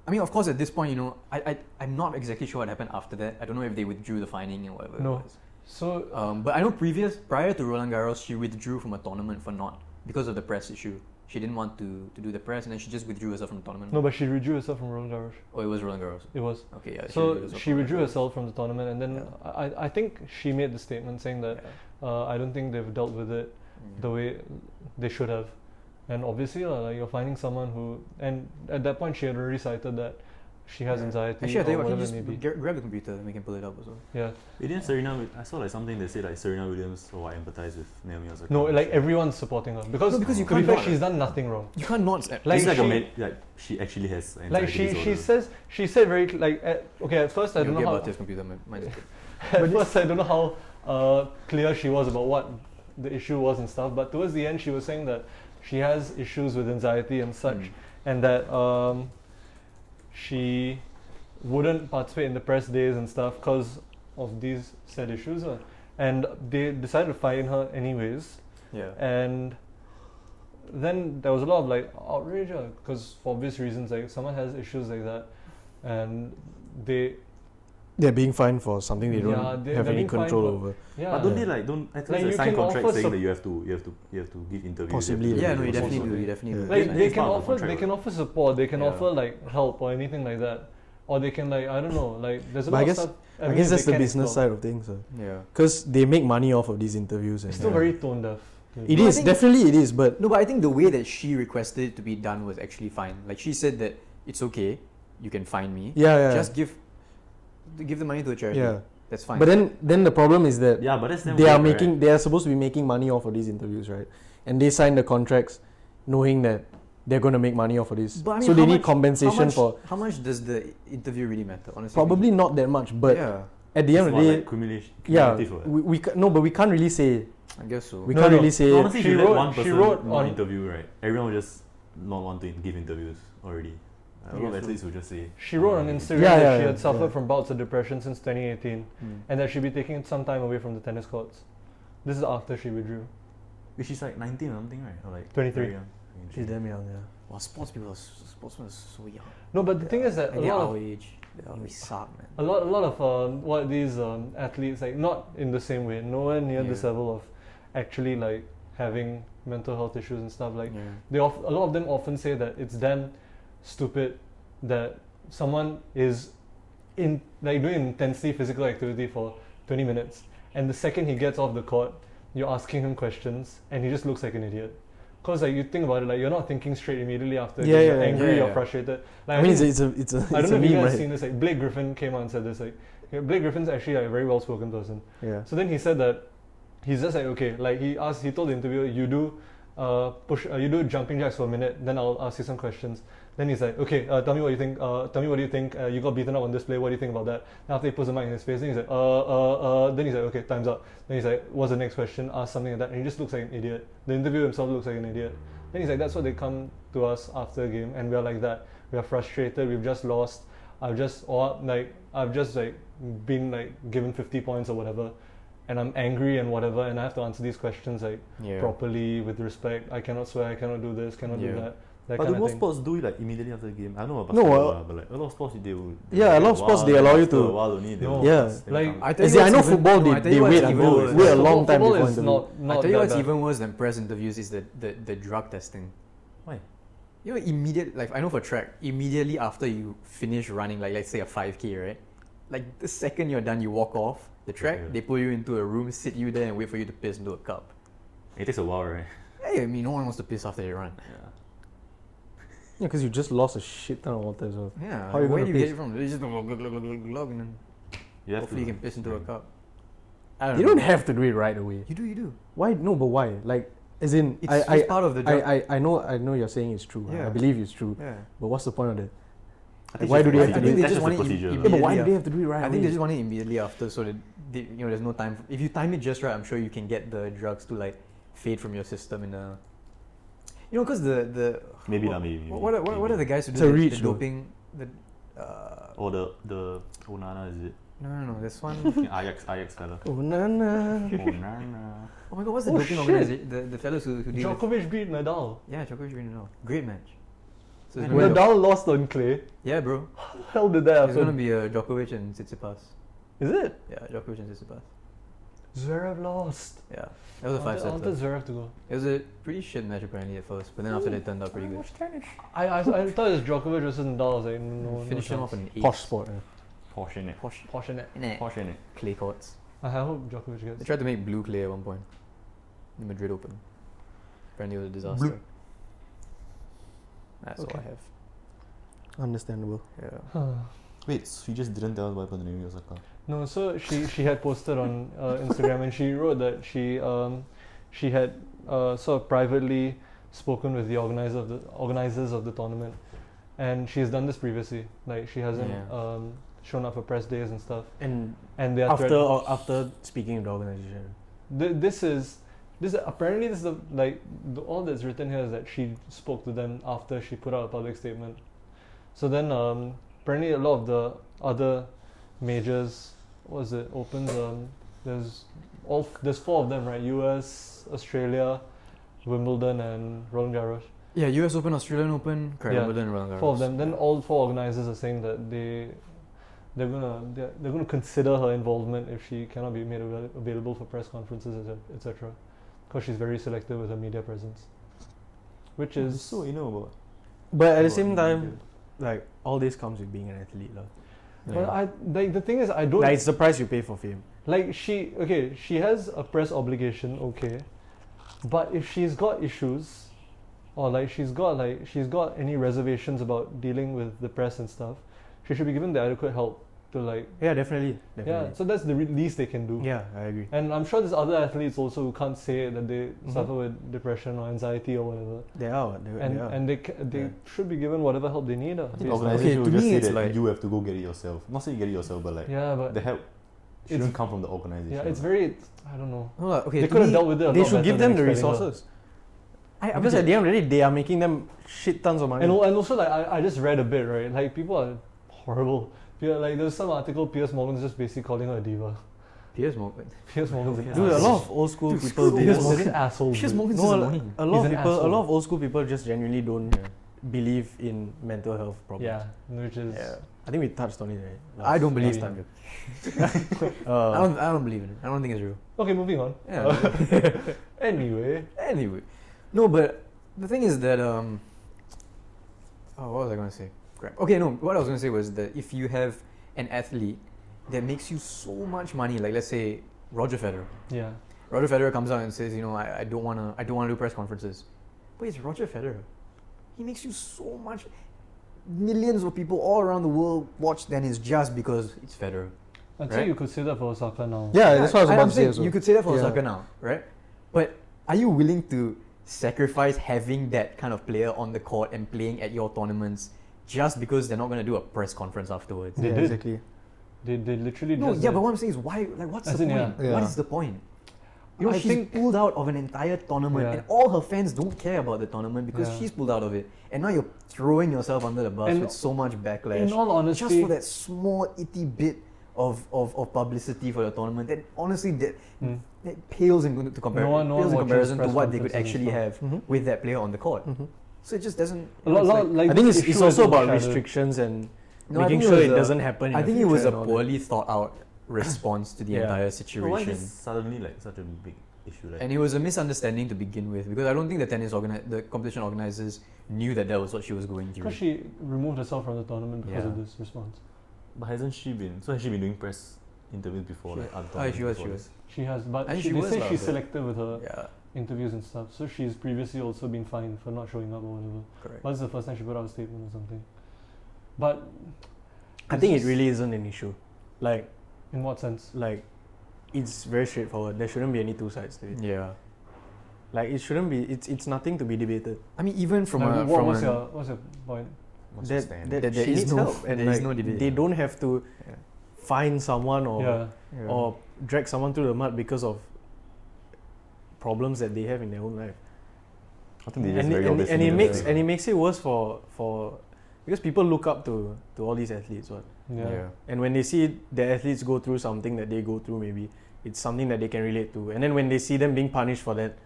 Speaker 1: I mean, of course, at this point, you know, I, I I'm not exactly sure what happened after that. I don't know if they withdrew the finding and whatever. it
Speaker 2: No.
Speaker 1: was.
Speaker 2: So
Speaker 1: Um, but I know previous prior to Roland Garros, she withdrew from a tournament for not because of the press issue. She didn't want to, to do the press, and then she just withdrew herself from the tournament.
Speaker 2: no, but she withdrew herself from Roland Garros.
Speaker 1: Oh, it was Roland Garros.
Speaker 2: It was.
Speaker 1: Okay, yeah.
Speaker 2: so she
Speaker 1: from
Speaker 2: withdrew
Speaker 1: Roland Garros.
Speaker 2: herself from the tournament, and then
Speaker 1: Yeah.
Speaker 2: I I, I think she made the statement saying that uh, I don't think they've dealt with it
Speaker 1: Yeah.
Speaker 2: the way they should have. And obviously, uh, like you're finding someone who, and at that point, she had already cited that she has
Speaker 1: Yeah.
Speaker 2: anxiety
Speaker 1: Actually, I tell
Speaker 2: or
Speaker 1: you what, can you
Speaker 2: whatever it may be.
Speaker 1: just gra- grab the computer and we can pull it up also.
Speaker 2: Yeah.
Speaker 4: It didn't Serena. Wi- I saw like something that said like Serena Williams. Oh, I empathize with Naomi Osaka.
Speaker 2: No, like everyone's supporting her because,
Speaker 1: No, because you
Speaker 2: to be
Speaker 1: can't
Speaker 2: fair,
Speaker 1: not.
Speaker 2: she's done nothing wrong.
Speaker 1: You can't not.
Speaker 2: Like
Speaker 4: it's like a
Speaker 2: she-
Speaker 4: med- like she actually has anxiety
Speaker 2: Like she, she
Speaker 4: disorder.
Speaker 2: says she said very cl- like at, okay at first I
Speaker 1: You'll
Speaker 2: don't
Speaker 1: get
Speaker 2: know
Speaker 1: about
Speaker 2: how
Speaker 1: this computer. Mine,
Speaker 2: *laughs*
Speaker 1: mine's good.
Speaker 2: at first I don't know how uh, clear she was about what the issue was and stuff but towards the end she was saying that she has issues with anxiety and such
Speaker 4: Hmm.
Speaker 1: Mm.
Speaker 2: and that um, she wouldn't participate in the press days and stuff because of these said issues uh, and they decided to fine her anyways
Speaker 1: Yeah.
Speaker 2: and then there was a lot of like outrage because for obvious reasons like someone has issues like that and they
Speaker 3: They're being fined for something they don't
Speaker 2: Yeah, they-
Speaker 3: have any
Speaker 2: they're being fined
Speaker 3: control
Speaker 2: for-
Speaker 3: over.
Speaker 2: yeah
Speaker 4: But don't
Speaker 3: Yeah.
Speaker 4: they like don't I
Speaker 2: uh, Like,
Speaker 4: think like,
Speaker 2: you
Speaker 4: sign
Speaker 2: can
Speaker 4: contract
Speaker 2: offer
Speaker 4: saying
Speaker 2: sup-
Speaker 4: that you have to you have to you have to give interviews.
Speaker 3: Possibly,
Speaker 4: You have to
Speaker 1: Yeah,
Speaker 4: do
Speaker 3: Yeah,
Speaker 1: no, you
Speaker 4: this,
Speaker 1: definitely do.
Speaker 4: you have
Speaker 1: You
Speaker 4: to do
Speaker 1: definitely do.
Speaker 3: Yeah.
Speaker 2: like
Speaker 4: Yeah,
Speaker 2: they
Speaker 4: it's
Speaker 2: can
Speaker 4: part of the
Speaker 2: offer they
Speaker 4: contract,
Speaker 2: can
Speaker 4: right?
Speaker 2: offer support they can
Speaker 1: Yeah.
Speaker 2: offer like help or anything like that or they can like i don't know like there's a
Speaker 3: But
Speaker 2: lot
Speaker 3: I
Speaker 2: of
Speaker 3: guess
Speaker 2: stuff
Speaker 3: I guess
Speaker 2: avenues
Speaker 3: that's
Speaker 2: they
Speaker 3: the
Speaker 2: can
Speaker 3: business
Speaker 2: explore.
Speaker 3: side of things.
Speaker 1: Yeah.
Speaker 3: Because they make money off of these interviews. And
Speaker 2: it's still
Speaker 3: Yeah.
Speaker 2: very tone deaf
Speaker 3: It
Speaker 1: No, I
Speaker 3: is,
Speaker 1: think-
Speaker 3: definitely it is, but
Speaker 1: No, but I think the way that she requested it to be done was actually fine. Like she said that it's okay, you can find me.
Speaker 3: yeah, yeah.
Speaker 1: Just give, give the money to a charity.
Speaker 3: yeah.
Speaker 1: That's fine.
Speaker 3: But then then the problem is that
Speaker 4: Yeah, but that's them
Speaker 3: they are
Speaker 4: weird, right?
Speaker 3: making they are supposed to be making money off of these interviews, right? And they sign the contracts knowing that they're going to make money off of this.
Speaker 1: But I mean,
Speaker 3: so they
Speaker 1: how
Speaker 3: need
Speaker 1: much-
Speaker 3: compensation
Speaker 1: how much,
Speaker 3: for
Speaker 1: how much does the interview really matter? Honestly,
Speaker 3: probably not that much, but
Speaker 1: yeah,
Speaker 3: at the end of
Speaker 4: It's
Speaker 3: the
Speaker 4: more
Speaker 3: day,
Speaker 4: like cumulation.
Speaker 3: yeah,
Speaker 4: cumulative or-
Speaker 3: we, we ca- no, but we can't really say
Speaker 1: I guess so.
Speaker 3: we
Speaker 2: No,
Speaker 3: can't
Speaker 2: no.
Speaker 3: really say
Speaker 4: So honestly,
Speaker 2: She
Speaker 4: if you let
Speaker 2: wrote-
Speaker 4: one
Speaker 2: she
Speaker 4: person
Speaker 2: wrote
Speaker 4: not
Speaker 2: on-
Speaker 4: interview, right? Everyone will just not want to give interviews already. A lot of
Speaker 1: Yeah, so-
Speaker 4: athletes will just say.
Speaker 2: she wrote on
Speaker 4: "Oh,
Speaker 2: instagram
Speaker 3: Yeah,
Speaker 2: that
Speaker 3: yeah,
Speaker 2: she had
Speaker 3: yeah,
Speaker 2: suffered
Speaker 3: yeah.
Speaker 2: from bouts of depression since 2018
Speaker 1: Hmm.
Speaker 2: and that she'd be taking some time away from the tennis courts this is after she withdrew
Speaker 4: Which is like 19 or something, right? Or like
Speaker 2: 23.
Speaker 4: very young.
Speaker 3: she's damn young, yeah.
Speaker 1: Wow, sports people, are, s- sportsmen are so young.
Speaker 2: no but the thing is that
Speaker 1: Like
Speaker 2: a
Speaker 1: they're
Speaker 2: lot of
Speaker 1: our age, They're our- we suck, man.
Speaker 2: a lot, a lot of um, what these um, athletes like not in the same way, nowhere near this
Speaker 1: Yeah.
Speaker 2: level of actually like having mental health issues and stuff. Like
Speaker 1: yeah.
Speaker 2: they, of, a lot of them often say that it's damn stupid that someone is in like doing intensely physical activity for 20 minutes, and the second he gets off the court, you're asking him questions, and he just looks like an idiot. Cause like you think about it, like you're not thinking straight immediately after.
Speaker 3: Yeah,
Speaker 2: you're
Speaker 3: yeah,
Speaker 2: angry,
Speaker 1: yeah,
Speaker 2: you're
Speaker 1: yeah.
Speaker 2: frustrated. Like,
Speaker 3: I mean,
Speaker 2: think-
Speaker 3: it's a, it's a, it's a,
Speaker 2: I
Speaker 3: it's
Speaker 2: don't
Speaker 3: a
Speaker 2: know if you
Speaker 3: meme,
Speaker 2: guys
Speaker 3: right?
Speaker 2: seen this. Like Blake Griffin came out and said this. Like yeah, Blake Griffin's actually like, a very well-spoken person.
Speaker 3: Yeah.
Speaker 2: So then he said that he's just like okay, like he asked, he told the interviewer, you do uh, push, uh, you do jumping jacks for a minute, then I'll ask you some questions. Then he's like, okay, uh, tell me what you think. Uh, tell me what do you think. Uh, you got beaten up on this play. What do you think about that? And after he puts the mic in his face, then he's like, uh, uh, uh. Then he's like, okay, time's up. Then he's like, what's the next question? Ask something like that, and he just looks like an idiot. The interviewer himself looks like an idiot. Then he's like, that's what they come to us after a game, and we're like that. We're frustrated. We've just lost. I've just or like I've just like been like given fifty points or whatever, and I'm angry and whatever, and I have to answer these questions like
Speaker 1: Yeah.
Speaker 2: properly with respect. I cannot swear. I cannot do this. Cannot
Speaker 1: Yeah.
Speaker 2: do that. That
Speaker 4: But
Speaker 2: kind
Speaker 4: do
Speaker 2: of
Speaker 4: most
Speaker 2: thing.
Speaker 4: sports do it like immediately after the game? I know about
Speaker 3: No,
Speaker 4: basketball,
Speaker 3: uh,
Speaker 4: lah, but like a lot of sports they will. they
Speaker 3: Yeah, a
Speaker 4: will take
Speaker 3: lot of sports,
Speaker 4: while,
Speaker 3: they
Speaker 4: and
Speaker 3: allow you
Speaker 4: after
Speaker 3: to-
Speaker 4: A while only, they
Speaker 2: No.
Speaker 4: will
Speaker 3: Yeah.
Speaker 4: just- they will
Speaker 2: Like,
Speaker 4: come.
Speaker 1: I, tell
Speaker 3: As
Speaker 1: you
Speaker 3: in, I
Speaker 1: what's even-
Speaker 3: know football,
Speaker 1: no,
Speaker 3: they,
Speaker 1: I tell
Speaker 3: they
Speaker 1: you what's
Speaker 3: wait
Speaker 1: even
Speaker 3: until,
Speaker 1: worse.
Speaker 3: wait a
Speaker 2: So
Speaker 3: long time
Speaker 2: football
Speaker 3: before
Speaker 2: is
Speaker 3: interview.
Speaker 2: not, not
Speaker 1: I tell you
Speaker 2: that
Speaker 1: what's
Speaker 2: bad.
Speaker 1: even worse than press interviews is the, the, the drug testing.
Speaker 4: Why?
Speaker 1: You know, immediate like I know for track, immediately after you finish running, like let's say a five k, right? Like the second you're done, you walk off the track.
Speaker 4: Yeah.
Speaker 1: They pull you into a room, sit you there, and wait for you to piss into a cup.
Speaker 4: It takes a while, right? *laughs*
Speaker 1: Hey, I mean, no one wants to piss after they
Speaker 3: *laughs*
Speaker 1: run.
Speaker 4: Yeah.
Speaker 3: Yeah, because you just lost a shit ton of water as well.
Speaker 1: Yeah,
Speaker 3: How you
Speaker 1: where
Speaker 3: gonna
Speaker 1: do you get
Speaker 3: piss?
Speaker 1: it from? They just glug, glug, glug, glug, glug, and then
Speaker 4: You have
Speaker 1: hopefully
Speaker 4: to.
Speaker 1: you can piss into a cup. I
Speaker 3: You don't
Speaker 1: know.
Speaker 3: have to do it right away.
Speaker 1: You do, you do.
Speaker 3: Why? No, but why? Like, as in,
Speaker 1: It's
Speaker 3: I,
Speaker 1: just
Speaker 3: I,
Speaker 1: part of the
Speaker 3: I,
Speaker 1: drug.
Speaker 3: I, I know, I know you're saying it's true. I-
Speaker 1: Yeah.
Speaker 3: I believe it's true.
Speaker 1: yeah.
Speaker 3: But what's the point of that?
Speaker 4: think
Speaker 3: Why
Speaker 4: it's
Speaker 3: do they
Speaker 4: just-
Speaker 3: have to
Speaker 4: I
Speaker 3: do
Speaker 4: think
Speaker 1: it? That's
Speaker 4: that's just
Speaker 1: just
Speaker 4: a
Speaker 1: one
Speaker 4: procedure.
Speaker 1: in-
Speaker 4: lah.
Speaker 3: Yeah, but why
Speaker 1: Yeah.
Speaker 3: do they have to do it right
Speaker 1: I think they
Speaker 3: away?
Speaker 1: just want it immediately after, so that they, you know there's no time. if you time it just right, I'm sure you can get the drugs to like fade from your system in a. You know, because the the
Speaker 4: Maybe
Speaker 1: what,
Speaker 4: lah, maybe,
Speaker 1: What, what, are- what, what
Speaker 4: maybe.
Speaker 1: are the guys who
Speaker 3: It's
Speaker 1: do
Speaker 3: a
Speaker 1: the,
Speaker 3: reach,
Speaker 1: the
Speaker 3: though.
Speaker 1: doping? The uh,
Speaker 4: Or the the Onana is
Speaker 3: *laughs*
Speaker 4: it?
Speaker 1: no no no, this one.
Speaker 4: Fucking Ajax Ajax fella.
Speaker 3: Oh, na, na.
Speaker 4: Onana.
Speaker 1: oh my god, what's the
Speaker 2: Oh,
Speaker 1: doping
Speaker 2: shit.
Speaker 1: organization? The the fellows who who do it.
Speaker 2: Djokovic beat Nadal.
Speaker 1: Yeah, Djokovic really know. Great match. So it's
Speaker 3: Well-
Speaker 1: gonna,
Speaker 2: Nadal lost on clay.
Speaker 1: yeah, bro.
Speaker 2: How the hell did that
Speaker 1: It's gonna
Speaker 2: happen?
Speaker 1: be uh, Djokovic and Tsitsipas.
Speaker 2: Is it?
Speaker 1: Yeah, Djokovic and Tsitsipas.
Speaker 2: Zverev lost.
Speaker 1: Yeah, that was a
Speaker 2: I
Speaker 1: five
Speaker 2: wanted- I
Speaker 1: set.
Speaker 2: wanted Zverev to go.
Speaker 1: It was a pretty shit match apparently at first, but then after that it turned out pretty good.
Speaker 2: I, I, I thought it was Djokovic versus Nadal. I was like, no,
Speaker 1: Finish
Speaker 2: no
Speaker 1: him off in eight.
Speaker 3: Posh sport. yeah.
Speaker 4: Posh in it.
Speaker 1: Posh.
Speaker 2: Posh in it.
Speaker 1: Innit?
Speaker 4: Posh in it.
Speaker 1: Clay courts.
Speaker 2: I hope Djokovic
Speaker 1: They
Speaker 2: *sighs* gets.
Speaker 1: tried to make blue clay at one point. The Madrid Open. Apparently it was a disaster. That's
Speaker 2: Okay.
Speaker 1: all I have.
Speaker 3: Understandable.
Speaker 1: Yeah.
Speaker 4: Wait, so you just didn't tell us what happened to Naomi Osaka.
Speaker 2: No, so she she had posted on uh, Instagram and she wrote that she um, she had uh, sort of privately spoken with the organizer of the organizers of the tournament, and she's done this previously. Like she hasn't
Speaker 1: Yeah.
Speaker 2: um, shown up for press days and stuff.
Speaker 3: And
Speaker 2: And they are
Speaker 3: after
Speaker 2: threat-
Speaker 3: or after speaking of the organization,
Speaker 2: Th- this is this apparently this is the like the, all that's written here is that she spoke to them after she put out a public statement. So then um, apparently a lot of the other majors what is it opens um, there's all f- there's four of them right U.S. Australia, Wimbledon and Roland Garros
Speaker 1: Yeah, US Open, Australian Open,
Speaker 2: Yeah.
Speaker 1: Caribbean and Roland Garros.
Speaker 2: four of them. Then all four organizers are saying that they they're gonna they're, they're gonna consider her involvement if she cannot be made avail- available for press conferences etc. Because she's very selective with her media presence, which is
Speaker 4: Mm-hmm. so you know about.
Speaker 3: but at the same time, like all this comes with being an athlete, lah.
Speaker 1: Yeah.
Speaker 2: But I like the thing is I don't
Speaker 3: Like it's the price you pay for fame.
Speaker 2: like she okay she has a press obligation okay, but if she's got issues, or like she's got like she's got any reservations about dealing with the press and stuff, she should be given the adequate help to like
Speaker 3: Yeah, definitely.
Speaker 2: Yeah,
Speaker 3: definitely.
Speaker 2: so that's the re- least they can do.
Speaker 3: Yeah, I agree.
Speaker 2: And I'm sure there's other athletes also who can't say that they
Speaker 3: Mhm.
Speaker 2: suffer with depression or anxiety or whatever.
Speaker 3: They are. They,
Speaker 2: And
Speaker 3: they are.
Speaker 2: and they ca- they
Speaker 3: Yeah.
Speaker 2: should be given whatever help they need. uh,
Speaker 4: I
Speaker 2: based
Speaker 4: think
Speaker 2: on-
Speaker 1: Okay,
Speaker 4: organization
Speaker 1: to
Speaker 4: will just
Speaker 1: me
Speaker 4: say
Speaker 1: it's
Speaker 4: that
Speaker 1: like-
Speaker 4: you have to go get it yourself. Not say you get it yourself, but like
Speaker 2: Yeah, but
Speaker 4: the help shouldn't come from the organization.
Speaker 2: yeah, it's very it's, I don't know.
Speaker 1: no, like, okay,
Speaker 2: They
Speaker 1: to
Speaker 2: could have
Speaker 1: me-
Speaker 2: dealt with it. A
Speaker 3: they
Speaker 2: lot
Speaker 3: should
Speaker 2: better
Speaker 3: give
Speaker 2: than
Speaker 3: them the
Speaker 2: expelling her.
Speaker 3: resources.
Speaker 1: I, I
Speaker 3: because
Speaker 1: mean,
Speaker 3: at the end of the day, they are making them shit tons of money.
Speaker 2: And al- and also like I, I just read a bit right. Like people are horrible. Yeah, like there's some article Piers Morgan's just basically calling her a diva. *laughs*
Speaker 1: Piers Morgan.
Speaker 2: Piers Morgan's an
Speaker 3: Dude, a
Speaker 2: asshole.
Speaker 3: lot of old school
Speaker 1: Dude,
Speaker 3: people.
Speaker 1: screw
Speaker 3: They
Speaker 2: Oh, Piers
Speaker 1: Piers
Speaker 3: just,
Speaker 2: Morgan's an asshole.
Speaker 1: Piers
Speaker 2: dude.
Speaker 1: Morgan's
Speaker 3: no,
Speaker 1: is
Speaker 3: a
Speaker 1: annoying.
Speaker 3: lo- a lot
Speaker 2: He's
Speaker 3: of
Speaker 2: an
Speaker 3: people. A lot
Speaker 2: asshole.
Speaker 3: of old school people just genuinely don't
Speaker 1: Yeah.
Speaker 3: believe in mental health problems.
Speaker 2: Yeah, which is
Speaker 3: Yeah. I think we touched on it. Right?
Speaker 1: I don't believe in
Speaker 3: last time. Uh,
Speaker 1: I don't. I don't believe in it. I don't think it's real.
Speaker 2: okay. Moving on.
Speaker 1: Yeah.
Speaker 2: Oh.
Speaker 1: *laughs*
Speaker 2: *laughs* Anyway,
Speaker 1: Anyway, no, but the thing is that um. Oh, what was I gonna say? Crap. Okay, no. What I was gonna say was that if you have an athlete that makes you so much money, like let's say Roger Federer.
Speaker 2: yeah.
Speaker 1: Roger Federer comes out and says, you know, I, I don't wanna, I don't wanna do press conferences. But it's Roger Federer. He makes you so much. Millions of people all around the world watch tennis just because it's Federer.
Speaker 2: I'd
Speaker 1: Right?
Speaker 2: say you could say that for Osaka now.
Speaker 3: yeah, that's what I was
Speaker 1: I'm
Speaker 3: about to say.
Speaker 1: saying
Speaker 3: as well.
Speaker 1: You could say that for
Speaker 3: Yeah.
Speaker 1: Osaka now, right? But are you willing to sacrifice having that kind of player on the court and playing at your tournaments just because they're not going to do a press conference afterwards?
Speaker 2: They
Speaker 3: yeah,
Speaker 2: did.
Speaker 3: exactly.
Speaker 2: They, they literally
Speaker 1: No,
Speaker 2: just
Speaker 1: yeah,
Speaker 2: did.
Speaker 1: but what I'm saying is why? Like, what's
Speaker 2: As
Speaker 1: the
Speaker 2: in, yeah.
Speaker 1: point?
Speaker 3: Yeah.
Speaker 1: What is the point? You know,
Speaker 2: I
Speaker 1: she's
Speaker 2: think-
Speaker 1: pulled out of an entire tournament,
Speaker 2: Yeah.
Speaker 1: and all her fans don't care about the tournament because
Speaker 2: Yeah.
Speaker 1: she's pulled out of it, and now you're throwing yourself under the bus
Speaker 2: And-
Speaker 1: with so much backlash.
Speaker 2: in all honesty,
Speaker 1: just for that small itty bit of, of, of publicity for the tournament that honestly that,
Speaker 2: Mm.
Speaker 1: that pales in, to compare,
Speaker 2: No one- no
Speaker 1: pales
Speaker 2: one
Speaker 1: in
Speaker 2: watches
Speaker 1: comparison to
Speaker 2: press
Speaker 1: what they could
Speaker 2: conferences and Mm-hmm. Mm.
Speaker 1: actually have
Speaker 3: Mhm.
Speaker 1: with that player on the court.
Speaker 3: Mhm.
Speaker 1: So it just doesn't.
Speaker 2: a lot,
Speaker 1: it's
Speaker 2: lot,
Speaker 1: like-
Speaker 2: like,
Speaker 3: I think it's,
Speaker 2: this
Speaker 3: it's
Speaker 2: issue is
Speaker 3: also about
Speaker 2: overshadowed.
Speaker 3: restrictions and
Speaker 1: No, I
Speaker 3: making
Speaker 1: think it
Speaker 3: sure
Speaker 1: was
Speaker 3: it
Speaker 1: a-
Speaker 3: doesn't happen. In
Speaker 1: I
Speaker 3: the
Speaker 1: think it was
Speaker 3: future
Speaker 2: *laughs*
Speaker 1: a
Speaker 3: and all that.
Speaker 1: poorly thought out response to the
Speaker 3: Yeah.
Speaker 1: entire
Speaker 4: But Why is it
Speaker 1: situation.
Speaker 4: suddenly like such a big issue? Like,
Speaker 1: And it was a misunderstanding to begin with because I don't think the tennis organi- the competition organizers knew that that was what she was going through.
Speaker 2: Because she removed herself from the tournament because of
Speaker 1: Yeah.
Speaker 2: this response.
Speaker 4: but hasn't she been? So has she been doing press interviews before?
Speaker 1: She-
Speaker 4: like
Speaker 1: Ah,
Speaker 4: other
Speaker 1: she
Speaker 4: tournaments
Speaker 1: was,
Speaker 4: before
Speaker 1: she
Speaker 4: this?
Speaker 2: She has, but
Speaker 1: I think
Speaker 2: she,
Speaker 1: she
Speaker 2: they
Speaker 1: was
Speaker 2: say
Speaker 1: lah,
Speaker 2: she's
Speaker 1: but-
Speaker 2: selective with her
Speaker 1: Yeah,
Speaker 2: interviews and stuff. So she's previously also been fined for not showing up or whatever.
Speaker 1: correct.
Speaker 2: But this is the first time she put out a statement or something. But
Speaker 3: I
Speaker 2: it's
Speaker 3: think it
Speaker 2: just-
Speaker 3: really isn't an issue. Like,
Speaker 2: in what sense?
Speaker 3: like, it's very straightforward. There shouldn't be any two sides to it.
Speaker 1: Yeah.
Speaker 3: Like, it shouldn't be. It's it's nothing to be debated.
Speaker 1: I mean, even from
Speaker 2: Like,
Speaker 1: a
Speaker 2: what,
Speaker 1: from
Speaker 2: what's
Speaker 1: an-
Speaker 2: your what's your point?
Speaker 4: must
Speaker 3: that,
Speaker 4: stand.
Speaker 3: that,
Speaker 1: That there
Speaker 3: she
Speaker 1: is
Speaker 3: needs
Speaker 1: no-
Speaker 3: help and
Speaker 1: there is
Speaker 3: like,
Speaker 1: no debate.
Speaker 3: they don't have to
Speaker 1: Yeah.
Speaker 3: find someone
Speaker 1: Oh.
Speaker 3: or
Speaker 2: yeah.
Speaker 1: Yeah.
Speaker 3: or drag someone through the mud because of problems that they have in their own life.
Speaker 4: I think they just
Speaker 3: and, it-
Speaker 4: very
Speaker 3: and, it-
Speaker 4: obviously
Speaker 3: and it
Speaker 4: know
Speaker 3: makes
Speaker 4: that.
Speaker 3: and it makes it worse for for because people look up to to all these athletes, what?
Speaker 2: yeah.
Speaker 4: yeah.
Speaker 3: And when they see their athletes go through something that they go through, maybe it's something that they can relate to. And then when they see them being punished for that,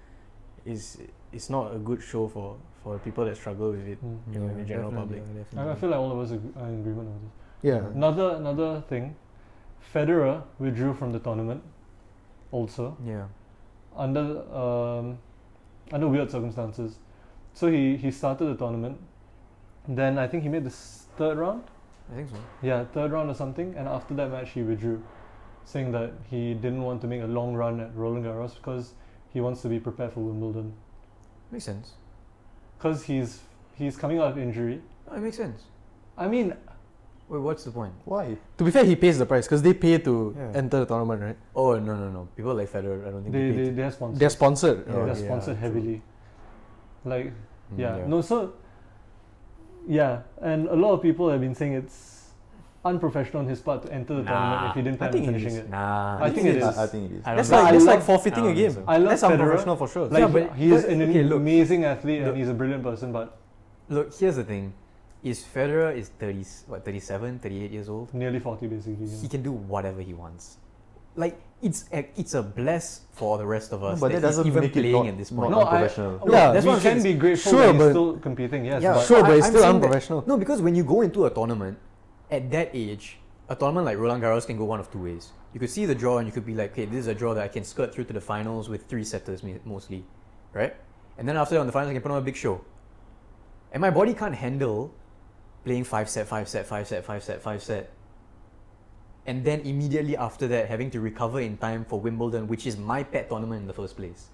Speaker 3: is it's not a good show for for people that struggle with it.
Speaker 2: Mm.
Speaker 3: you know, in the general
Speaker 1: definitely, yeah,
Speaker 2: I, I feel like all of us ag- are in agreement with this.
Speaker 3: Yeah.
Speaker 2: Another another thing, Federer withdrew from the tournament, also
Speaker 1: definitely. yeah.
Speaker 2: under um, under weird circumstances. So he he started the tournament, then I think he made the s- third round.
Speaker 1: I think so.
Speaker 2: Yeah, third round or something, and after that match he withdrew, saying that he didn't want to make a long run at Roland Garros because he wants to be prepared for Wimbledon.
Speaker 1: Makes sense.
Speaker 2: Because he's he's coming out of injury.
Speaker 1: No, it makes sense.
Speaker 2: I mean,
Speaker 1: Wait, what's the point?
Speaker 4: Why?
Speaker 3: To be fair, he pays the price because they pay to
Speaker 4: Yeah.
Speaker 3: enter the tournament, right?
Speaker 1: Oh no no no! People like Federer, I don't think
Speaker 2: they
Speaker 1: pay
Speaker 2: they
Speaker 1: attention.
Speaker 2: they're sponsored.
Speaker 3: They're sponsored.
Speaker 2: Yeah,
Speaker 1: Oh,
Speaker 2: they're
Speaker 1: yeah,
Speaker 2: sponsored
Speaker 1: true.
Speaker 2: heavily. Like
Speaker 1: Mm,
Speaker 2: yeah. no so yeah, and a lot of people have been saying it's unprofessional on his part to enter the tournament
Speaker 1: Nah,
Speaker 2: if he didn't
Speaker 3: I
Speaker 2: plan on
Speaker 3: think it
Speaker 2: finishing
Speaker 3: is.
Speaker 2: it.
Speaker 1: Nah,
Speaker 2: I think it is.
Speaker 4: I, I think it is.
Speaker 1: I don't
Speaker 3: That's
Speaker 1: think-
Speaker 3: like
Speaker 2: I
Speaker 3: that's
Speaker 2: love-
Speaker 3: like
Speaker 1: I
Speaker 3: forfeiting a
Speaker 1: don't
Speaker 3: game.
Speaker 1: think so.
Speaker 2: I love
Speaker 3: that's
Speaker 2: Federer.
Speaker 3: unprofessional for sure.
Speaker 2: Like
Speaker 1: Yeah, but-
Speaker 2: he is
Speaker 1: but-
Speaker 2: an
Speaker 1: okay, look.
Speaker 2: amazing athlete
Speaker 1: Look.
Speaker 2: and he's a brilliant person, but
Speaker 1: Look, here's the thing: is Federer is thirty what 37, 38 years old.
Speaker 2: nearly forty basically. yeah.
Speaker 1: He can do whatever he wants. Like it's a, it's a bless for the rest of us.
Speaker 4: but that
Speaker 1: he's
Speaker 4: doesn't
Speaker 1: even
Speaker 4: make it
Speaker 1: playing
Speaker 4: not-
Speaker 1: at this
Speaker 4: not
Speaker 1: point.
Speaker 2: No, I,
Speaker 4: unprofessional.
Speaker 2: no,
Speaker 3: Yeah,
Speaker 2: that's
Speaker 1: we
Speaker 2: what
Speaker 1: can
Speaker 2: can be grateful
Speaker 3: Sure,
Speaker 2: that he's
Speaker 3: but-
Speaker 2: still competing. Yes,
Speaker 1: Yeah,
Speaker 2: but
Speaker 3: sure, but
Speaker 1: I-
Speaker 3: it's
Speaker 1: I'm
Speaker 3: still
Speaker 1: saying that-
Speaker 3: unprofessional.
Speaker 1: No, because when you go into a tournament, at that age, a tournament like Roland Garros can go one of two ways. You could see the draw and you could be like, okay, this is a draw that I can skirt through to the finals with three setters mi- mostly, right? And then after that, on the finals, I can put on a big show. And my body can't handle playing five set, five set, five set, five set, five set. And then immediately after that, having to recover in time for Wimbledon, which is my pet tournament in the first place.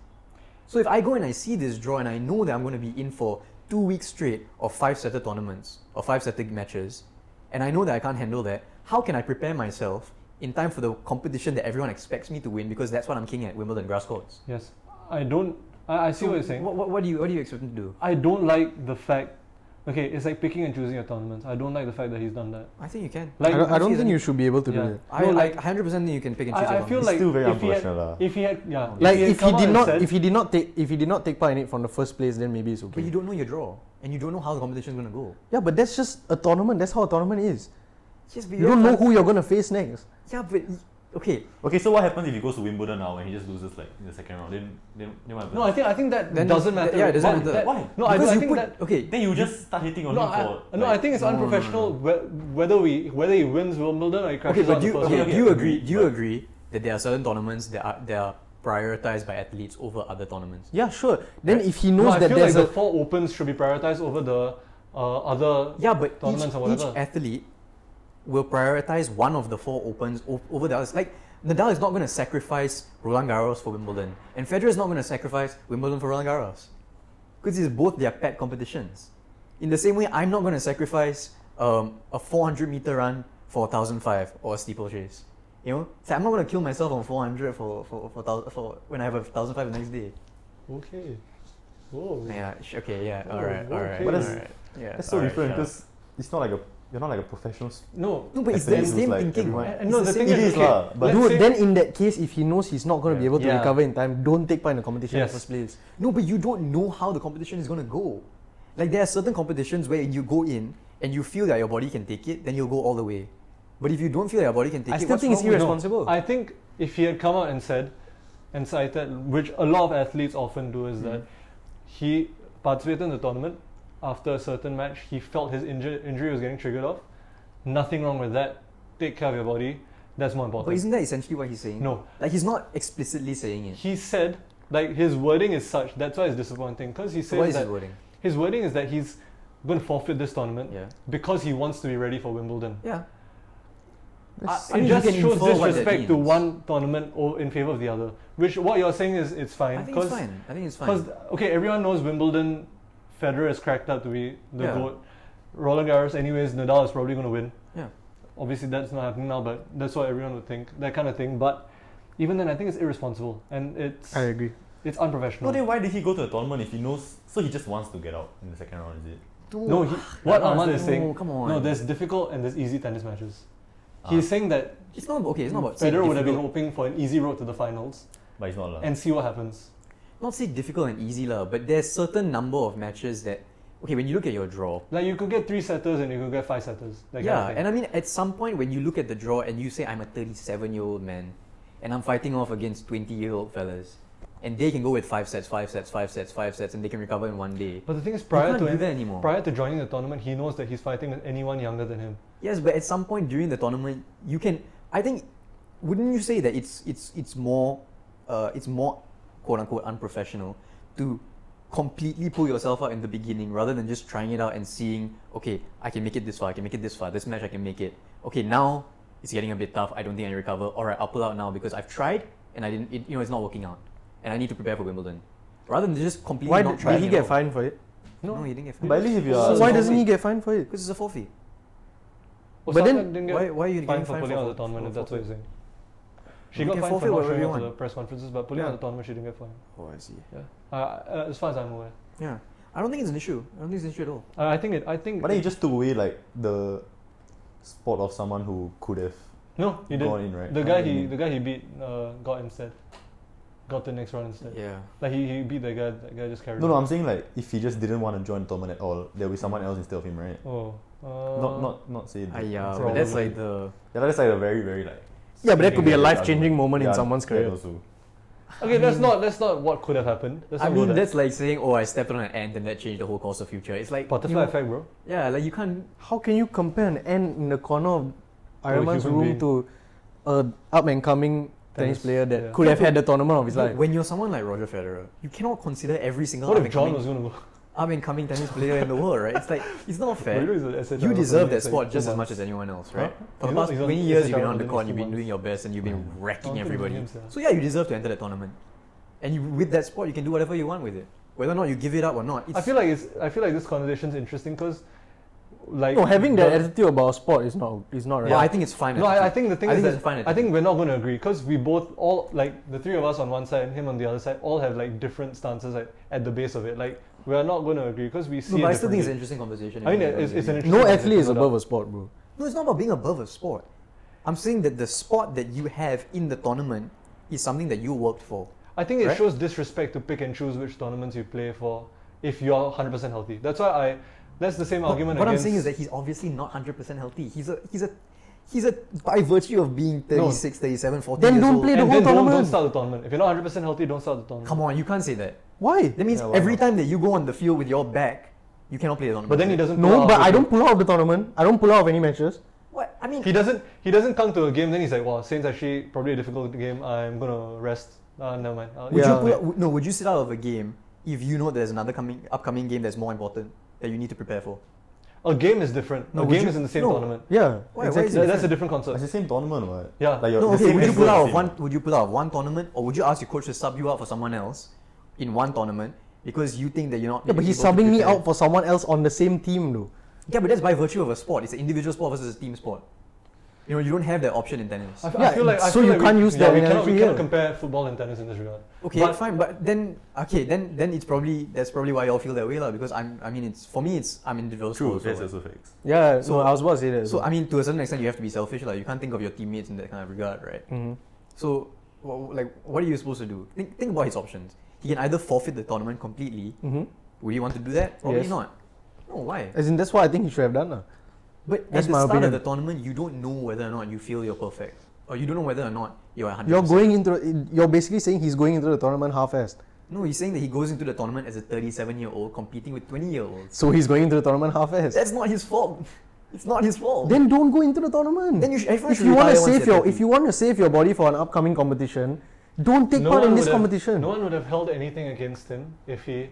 Speaker 1: So if I go and I see this draw and I know that I'm going to be in for two weeks straight of five setter tournaments or five setter matches, and I know that I can't handle that, how can I prepare myself in time for the competition that everyone expects me to win because that's what I'm king at Wimbledon grass courts?
Speaker 2: yes, I don't. I, I see what you're saying.
Speaker 1: What, what, what do you what do you expect me to do?
Speaker 2: I don't like the fact. Okay, it's like picking and choosing your tournaments. I don't like the fact that he's done that.
Speaker 1: I think you can.
Speaker 2: Like,
Speaker 3: I don't, I don't
Speaker 1: Honestly,
Speaker 3: think
Speaker 1: then-
Speaker 3: you should be able to
Speaker 2: Yeah.
Speaker 3: do that.
Speaker 1: I,
Speaker 2: No,
Speaker 1: like
Speaker 2: like-
Speaker 1: 100% think you can pick and choose.
Speaker 2: I, I
Speaker 1: your
Speaker 2: feel
Speaker 1: tournaments.
Speaker 2: like
Speaker 4: still very
Speaker 2: if he had,
Speaker 4: unprofessional, lah.
Speaker 2: if he had, yeah,
Speaker 3: Like
Speaker 2: had
Speaker 3: if he
Speaker 2: come out
Speaker 3: did
Speaker 2: and
Speaker 3: not,
Speaker 2: said-
Speaker 3: if he did not take, if he did not take part in it from the first place, then maybe it's okay.
Speaker 1: but you don't know your draw and you don't know how the competition is going to go.
Speaker 3: yeah, but that's just a tournament. That's how a tournament is.
Speaker 1: Yes, but
Speaker 3: You don't know who you're gonna face next.
Speaker 1: Yeah, but okay.
Speaker 4: Okay, so what happens if he goes to Wimbledon now and he just loses like in the second round? Then, then, then what happens?
Speaker 2: no, I think I think that
Speaker 1: Then-
Speaker 2: doesn't matter.
Speaker 1: yeah, it doesn't
Speaker 2: Why-
Speaker 1: matter.
Speaker 2: that-
Speaker 4: Why?
Speaker 2: No, I, do,
Speaker 1: Because
Speaker 2: I
Speaker 1: you
Speaker 2: think
Speaker 1: put-
Speaker 2: that.
Speaker 1: okay.
Speaker 4: then you just start hitting on
Speaker 2: No,
Speaker 4: him
Speaker 2: I,
Speaker 4: for.
Speaker 2: no,
Speaker 4: like,
Speaker 2: I think it's unprofessional whe- whether we whether he wins Wimbledon or he
Speaker 1: Okay,
Speaker 2: crashes
Speaker 1: but
Speaker 2: out
Speaker 1: do you,
Speaker 2: the first
Speaker 1: okay,
Speaker 2: round.
Speaker 1: do you
Speaker 4: okay,
Speaker 1: agree?
Speaker 4: agree,
Speaker 1: Do you
Speaker 4: but-
Speaker 1: agree that there are certain tournaments that are that are prioritized by athletes over other tournaments?
Speaker 3: Yeah, sure. Then
Speaker 1: Right.
Speaker 3: if he
Speaker 2: No,
Speaker 3: knows
Speaker 2: I
Speaker 3: that
Speaker 2: feel like
Speaker 3: there's
Speaker 2: the
Speaker 3: a
Speaker 2: four opens should be prioritized over the uh, other.
Speaker 1: Yeah, but each,
Speaker 2: Tournaments or
Speaker 1: each
Speaker 2: whatever.
Speaker 1: athlete will prioritize one of the four opens o- over the others. Like Nadal is not going to sacrifice Roland Garros for Wimbledon, and Federer is not going to sacrifice Wimbledon for Roland Garros, because it's both their pet competitions. In the same way, I'm not going to sacrifice um, a 400 meter run for 1005 or a steeplechase. You know, so I'm not going to kill myself on 400 for for for, thou- for when I have a 1005 the next day.
Speaker 2: Okay. Whoa.
Speaker 1: Yeah, sh- okay, yeah,
Speaker 2: Oh,
Speaker 1: all right, all right,
Speaker 2: okay.
Speaker 1: all
Speaker 4: But that's-
Speaker 1: right. Yeah,
Speaker 4: That's so
Speaker 1: all right,
Speaker 4: different
Speaker 1: shut up.
Speaker 4: because it's not like a you're not like a professional. s-
Speaker 2: No.
Speaker 1: No, but it's the
Speaker 4: Athletes is
Speaker 1: same
Speaker 4: like
Speaker 1: thinking.
Speaker 4: everyone-
Speaker 1: It's
Speaker 2: And no, the thing
Speaker 1: same
Speaker 4: It
Speaker 2: is,
Speaker 4: is
Speaker 2: okay,
Speaker 4: lah, but-
Speaker 2: let's
Speaker 3: dude.
Speaker 2: say-
Speaker 3: Then in that case, if he knows he's not gonna be
Speaker 4: Yeah.
Speaker 3: able to
Speaker 2: Yeah.
Speaker 3: recover in time, don't take part in the competition in
Speaker 2: Yes.
Speaker 3: the first place.
Speaker 1: No, but you don't know how the competition is going to go. Like, there are certain competitions where you go in and you feel that your body can take it, then you'll go all the way. But if you don't feel that your body can take
Speaker 3: I
Speaker 1: it,
Speaker 3: still
Speaker 1: what's
Speaker 3: think it's
Speaker 1: wrong with-
Speaker 2: No,
Speaker 3: irresponsible.
Speaker 2: I think if he had come out and said, and cited, which a lot of athletes often do, is that he participated in the tournament after a certain match. He felt his inju- injury was getting triggered off. Nothing wrong with that. Take care of your body. That's more
Speaker 1: But
Speaker 2: important.
Speaker 1: isn't that essentially what he's saying?
Speaker 2: No.
Speaker 1: Like, he's not explicitly saying it.
Speaker 2: he said, like his wording is such. That's why it's disappointing because he
Speaker 1: So
Speaker 2: says
Speaker 1: what is
Speaker 2: that
Speaker 1: his wording?
Speaker 2: his wording is that he's going to forfeit this tournament
Speaker 1: Yeah.
Speaker 2: because he wants to be ready for Wimbledon.
Speaker 1: Yeah.
Speaker 2: I,
Speaker 1: I mean,
Speaker 2: it
Speaker 1: you
Speaker 2: just
Speaker 1: can
Speaker 2: shows
Speaker 1: infer what that
Speaker 2: disrespect to
Speaker 1: means.
Speaker 2: one tournament or in favor of the other. Which what you're saying is it's fine.
Speaker 1: I think it's
Speaker 2: 'cause-
Speaker 1: fine. I think it's
Speaker 2: Because
Speaker 1: fine.
Speaker 2: okay, everyone knows Wimbledon. Federer is cracked up to be the
Speaker 1: Yeah.
Speaker 2: goat. Roland Garros, anyways, Nadal is probably going to win.
Speaker 1: Yeah.
Speaker 2: Obviously, that's not happening now, but that's what everyone would think. That kind of thing. But even then, I think it's irresponsible and it's
Speaker 3: agree.
Speaker 2: it's unprofessional.
Speaker 4: No, then why did he go to the tournament if he knows? So he just wants to get out in the second round, is it?
Speaker 1: Dude,
Speaker 2: No, he, what
Speaker 1: Arman
Speaker 2: Arman is saying.
Speaker 1: come on.
Speaker 2: No, there's difficult and there's easy tennis matches.
Speaker 4: Ah,
Speaker 2: He's saying that
Speaker 1: It's not okay. It's not about say
Speaker 2: Federer would have been
Speaker 1: difficult-
Speaker 2: hoping for an easy road to the finals
Speaker 4: but it's not lah.
Speaker 2: and see what happens.
Speaker 1: not say difficult and easy lah, but there's certain number of matches that okay when you look at your draw.
Speaker 2: Like you could get three setters and you could get five setters. That
Speaker 1: yeah,
Speaker 2: kind
Speaker 1: and
Speaker 2: of
Speaker 1: I mean at some point when you look at the draw and you say I'm a 37 year old man, and I'm fighting off against 20 year old fellas, and they can go with five sets, five sets, five sets, five sets, and they can recover in one day.
Speaker 2: but the thing is,
Speaker 1: you
Speaker 2: prior
Speaker 1: can't
Speaker 2: to
Speaker 1: do that
Speaker 2: any,
Speaker 1: anymore.
Speaker 2: prior to joining the tournament, he knows that he's fighting with anyone younger than him.
Speaker 1: Yes, but at some point during the tournament, you can. I think, wouldn't you say that it's it's it's more, uh, it's more, quote unquote, unprofessional, to completely pull yourself out in the beginning rather than just trying it out and seeing, okay, I can make it this far, I can make it this far, this match I can make it. Okay, now it's getting a bit tough. I don't think I can recover. All right, I'll pull out now because I've tried and I didn't. It, you know, it's not working out, and I need to prepare for Wimbledon. Rather than just completely
Speaker 3: Why
Speaker 1: not
Speaker 3: did,
Speaker 1: trying
Speaker 3: did he
Speaker 1: it
Speaker 3: get
Speaker 1: all.
Speaker 3: fined for it?
Speaker 1: No,
Speaker 2: No.
Speaker 1: he didn't get
Speaker 4: But at
Speaker 1: fined.
Speaker 4: least if you
Speaker 3: So
Speaker 4: are,
Speaker 3: why doesn't he get fined for it?
Speaker 1: Because it's a forfeit.
Speaker 3: But then,
Speaker 2: Osaka didn't get
Speaker 1: why- why are you getting
Speaker 2: fined for
Speaker 1: fined
Speaker 2: pulling
Speaker 1: for
Speaker 2: out of the
Speaker 1: for-
Speaker 2: tournament? if
Speaker 1: for
Speaker 2: that's what you're saying. She
Speaker 1: You
Speaker 2: got
Speaker 1: can
Speaker 2: fined for
Speaker 1: forfeit
Speaker 2: not
Speaker 1: whatever
Speaker 2: showing
Speaker 1: you
Speaker 2: up to
Speaker 1: want.
Speaker 2: the press conferences, but pulling out
Speaker 3: Yeah.
Speaker 2: of the tournament, she didn't get fined.
Speaker 3: Oh, I see.
Speaker 2: Yeah, uh, uh, as far as I'm aware,
Speaker 1: Yeah, I don't think it's an issue. I don't think it's an issue at all.
Speaker 2: uh, I think it. I think.
Speaker 4: but then
Speaker 2: it-
Speaker 4: you just took away like the spot of someone who could have
Speaker 2: no, he
Speaker 4: gone
Speaker 2: didn't.
Speaker 4: in, right?
Speaker 2: The
Speaker 4: Not
Speaker 2: guy
Speaker 4: really.
Speaker 2: he the guy he beat uh, got instead, got the next round instead.
Speaker 1: Yeah.
Speaker 2: Like he, he beat the guy. That guy just carried.
Speaker 4: No, no,
Speaker 2: on.
Speaker 4: I'm saying like if he just didn't want to join the tournament at all, there'll be someone else instead of him, right?
Speaker 2: Oh. Uh,
Speaker 4: not, not, not say. that.
Speaker 1: Aya,
Speaker 4: Probably.
Speaker 1: but that's like the
Speaker 4: Yeah, that's like a very, very like.
Speaker 3: Yeah, but that could be a
Speaker 4: Yeah,
Speaker 3: life changing moment in
Speaker 4: yeah,
Speaker 3: someone's
Speaker 4: that
Speaker 3: career.
Speaker 4: also.
Speaker 2: uh, Okay, that's not that's not what could have happened. That's
Speaker 1: I
Speaker 2: not
Speaker 1: mean,
Speaker 2: what
Speaker 1: that's like saying, "Oh, I stepped on an ant and that changed the whole course of future." It's like
Speaker 2: butterfly
Speaker 1: you know-
Speaker 2: effect, bro.
Speaker 1: Yeah, like you can't.
Speaker 3: How can you compare an ant in the corner of Iron Man's
Speaker 2: human
Speaker 3: room
Speaker 2: being.
Speaker 3: to an up and coming tennis,
Speaker 2: Tennis,
Speaker 3: player that
Speaker 2: yeah.
Speaker 3: could have had the tournament of his
Speaker 1: Look,
Speaker 3: life?
Speaker 1: when you're someone like Roger Federer, you cannot consider every single
Speaker 2: What
Speaker 1: up
Speaker 2: if
Speaker 1: and
Speaker 2: John
Speaker 1: coming-
Speaker 2: was gonna go?
Speaker 1: up and coming tennis player in the world, right? It's like it's not
Speaker 2: *laughs*
Speaker 1: fair. You
Speaker 2: You
Speaker 1: deserve that spot just as much as anyone else, right? For the
Speaker 2: He's not-
Speaker 1: past
Speaker 2: he's not-
Speaker 1: many
Speaker 2: he's
Speaker 1: years,
Speaker 2: a
Speaker 1: you've been
Speaker 2: child
Speaker 1: on the
Speaker 2: in
Speaker 1: court,
Speaker 2: the
Speaker 1: you've been
Speaker 2: months.
Speaker 1: doing your best, and you've been wrecking everybody.
Speaker 2: So
Speaker 1: So yeah, you deserve to enter the tournament, and you with that spot, you can do whatever you want with it, whether or not you give it up or not. It's,
Speaker 2: I feel like it's I feel like this conversation is interesting because, like,
Speaker 3: no, having that
Speaker 2: the-
Speaker 3: attitude about sport is not is not right.
Speaker 1: Well, I think it's fine.
Speaker 2: No, I, I
Speaker 1: attitude.
Speaker 2: think the thing
Speaker 1: I
Speaker 2: is
Speaker 1: think
Speaker 2: that
Speaker 1: that's fine
Speaker 2: I think we're not going to agree because we both all like the three of us on one side and him on the other side all have like different stances at, at the base of it. Like we are not going to agree because we see.
Speaker 1: No, but
Speaker 2: it
Speaker 1: I still think it's an
Speaker 2: differently.
Speaker 1: interesting conversation.
Speaker 2: I mean, it's, it's an interesting.
Speaker 3: no athlete is
Speaker 2: conversation, no
Speaker 3: above
Speaker 2: doubt.
Speaker 3: a sport, bro.
Speaker 1: No, it's not about being above a sport. I'm saying that the spot that you have in the tournament is something that you worked for.
Speaker 2: I think it
Speaker 1: right?
Speaker 2: shows disrespect to pick and choose which tournaments you play for if you're 100% healthy. That's why I. That's the same
Speaker 1: But
Speaker 2: argument.
Speaker 1: what I'm
Speaker 2: against-
Speaker 1: saying is that he's obviously not 100% healthy. He's a he's a he's a by virtue of being 36, 37, 40
Speaker 3: Then
Speaker 1: years
Speaker 3: don't
Speaker 1: old- eh,
Speaker 3: play
Speaker 2: and
Speaker 3: the whole
Speaker 2: then don't, don't
Speaker 3: tournament.
Speaker 2: start the tournament. If you're not 100% healthy, don't start the tournament.
Speaker 1: Come on, you can't say that.
Speaker 3: Why?
Speaker 1: That means
Speaker 4: Yeah, why
Speaker 1: every
Speaker 4: not?
Speaker 1: time that you go on the field with your back, you cannot play the tournament.
Speaker 2: But then he doesn't. pull
Speaker 3: No,
Speaker 2: out
Speaker 3: but I
Speaker 2: the-
Speaker 3: don't pull out of the tournament. I don't pull out of any matches.
Speaker 1: What I mean,
Speaker 2: He doesn't. He doesn't come to a game. Then he's like, "Wow, Saints actually probably a difficult game. I'm gonna rest. Uh, never mind." I'll-
Speaker 1: would
Speaker 3: Yeah.
Speaker 1: you pull out, would- no? Would you sit out of a game if you know there's another coming upcoming game that's more important that you need to prepare for?
Speaker 2: A game is different.
Speaker 1: No,
Speaker 2: a
Speaker 1: would
Speaker 2: game
Speaker 1: you-
Speaker 2: is in the same
Speaker 1: no.
Speaker 2: tournament.
Speaker 3: Yeah,
Speaker 1: Why- why
Speaker 3: exactly.
Speaker 1: is
Speaker 2: That-
Speaker 1: it
Speaker 2: that's a different concept.
Speaker 4: It's the same tournament, what?
Speaker 2: Yeah.
Speaker 4: Like, your-
Speaker 1: No,
Speaker 4: the
Speaker 1: okay.
Speaker 4: same
Speaker 1: Would you
Speaker 4: effort,
Speaker 1: pull
Speaker 4: the
Speaker 1: out of
Speaker 4: same-
Speaker 1: one? Would you pull out of one tournament, or would you ask your coach to sub you out for someone else in one tournament because you think that you're not?
Speaker 3: Yeah, but he's subbing me out for someone else on the same team, though.
Speaker 1: Yeah, but that's by virtue of a sport. It's an individual sport versus a team sport. You know, you don't have that option in tennis.
Speaker 2: I, f- I
Speaker 3: Yeah,
Speaker 2: feel like I
Speaker 3: so
Speaker 2: feel
Speaker 3: you
Speaker 2: like
Speaker 3: can't
Speaker 2: we,
Speaker 3: use
Speaker 2: yeah,
Speaker 3: that
Speaker 2: We cannot,
Speaker 3: analogy
Speaker 2: we cannot
Speaker 3: here.
Speaker 2: compare football and tennis in this regard.
Speaker 1: Okay,
Speaker 2: But-
Speaker 1: fine, but then okay, then then it's probably that's probably why y'all feel that way, lah. Because I'm, I mean, it's for me, it's I'm individual
Speaker 4: True,
Speaker 1: sport.
Speaker 4: that's
Speaker 1: So,
Speaker 4: also facts.
Speaker 3: Yeah,
Speaker 1: So-
Speaker 3: so I was about to say that.
Speaker 1: so I mean, to a certain extent, you have to be selfish, like You can't think of your teammates in that kind of regard, right?
Speaker 3: hmm
Speaker 1: So, wha- like, what are you supposed to do? Think, think about his options. He can either forfeit the tournament completely,
Speaker 3: hmm
Speaker 1: Would you want to do that? Probably
Speaker 3: Yes.
Speaker 1: not. No, why?
Speaker 3: As in, that's what I think he should have done. lah.
Speaker 1: But
Speaker 3: That's
Speaker 1: at the
Speaker 3: my
Speaker 1: start
Speaker 3: opinion.
Speaker 1: of the tournament, you don't know whether or not you feel you're perfect, or you don't know whether or not you're 100.
Speaker 3: You're going into, you're basically saying he's going into the tournament half-assed.
Speaker 1: No, he's saying that he goes into the tournament as a 37-year-old competing with 20-year-olds.
Speaker 3: So he's going into the tournament half-assed.
Speaker 1: That's not his fault. *laughs* It's not his fault.
Speaker 3: Then don't go into the tournament.
Speaker 1: Then you should- everyone
Speaker 3: if
Speaker 1: should
Speaker 3: you want to
Speaker 1: retire once
Speaker 3: save
Speaker 1: they're
Speaker 3: your,
Speaker 1: 30.
Speaker 3: if you want to save your body for an upcoming competition, don't take
Speaker 2: No
Speaker 3: part in
Speaker 2: one
Speaker 3: this
Speaker 2: would have-
Speaker 3: competition.
Speaker 2: No one would have held anything against him if he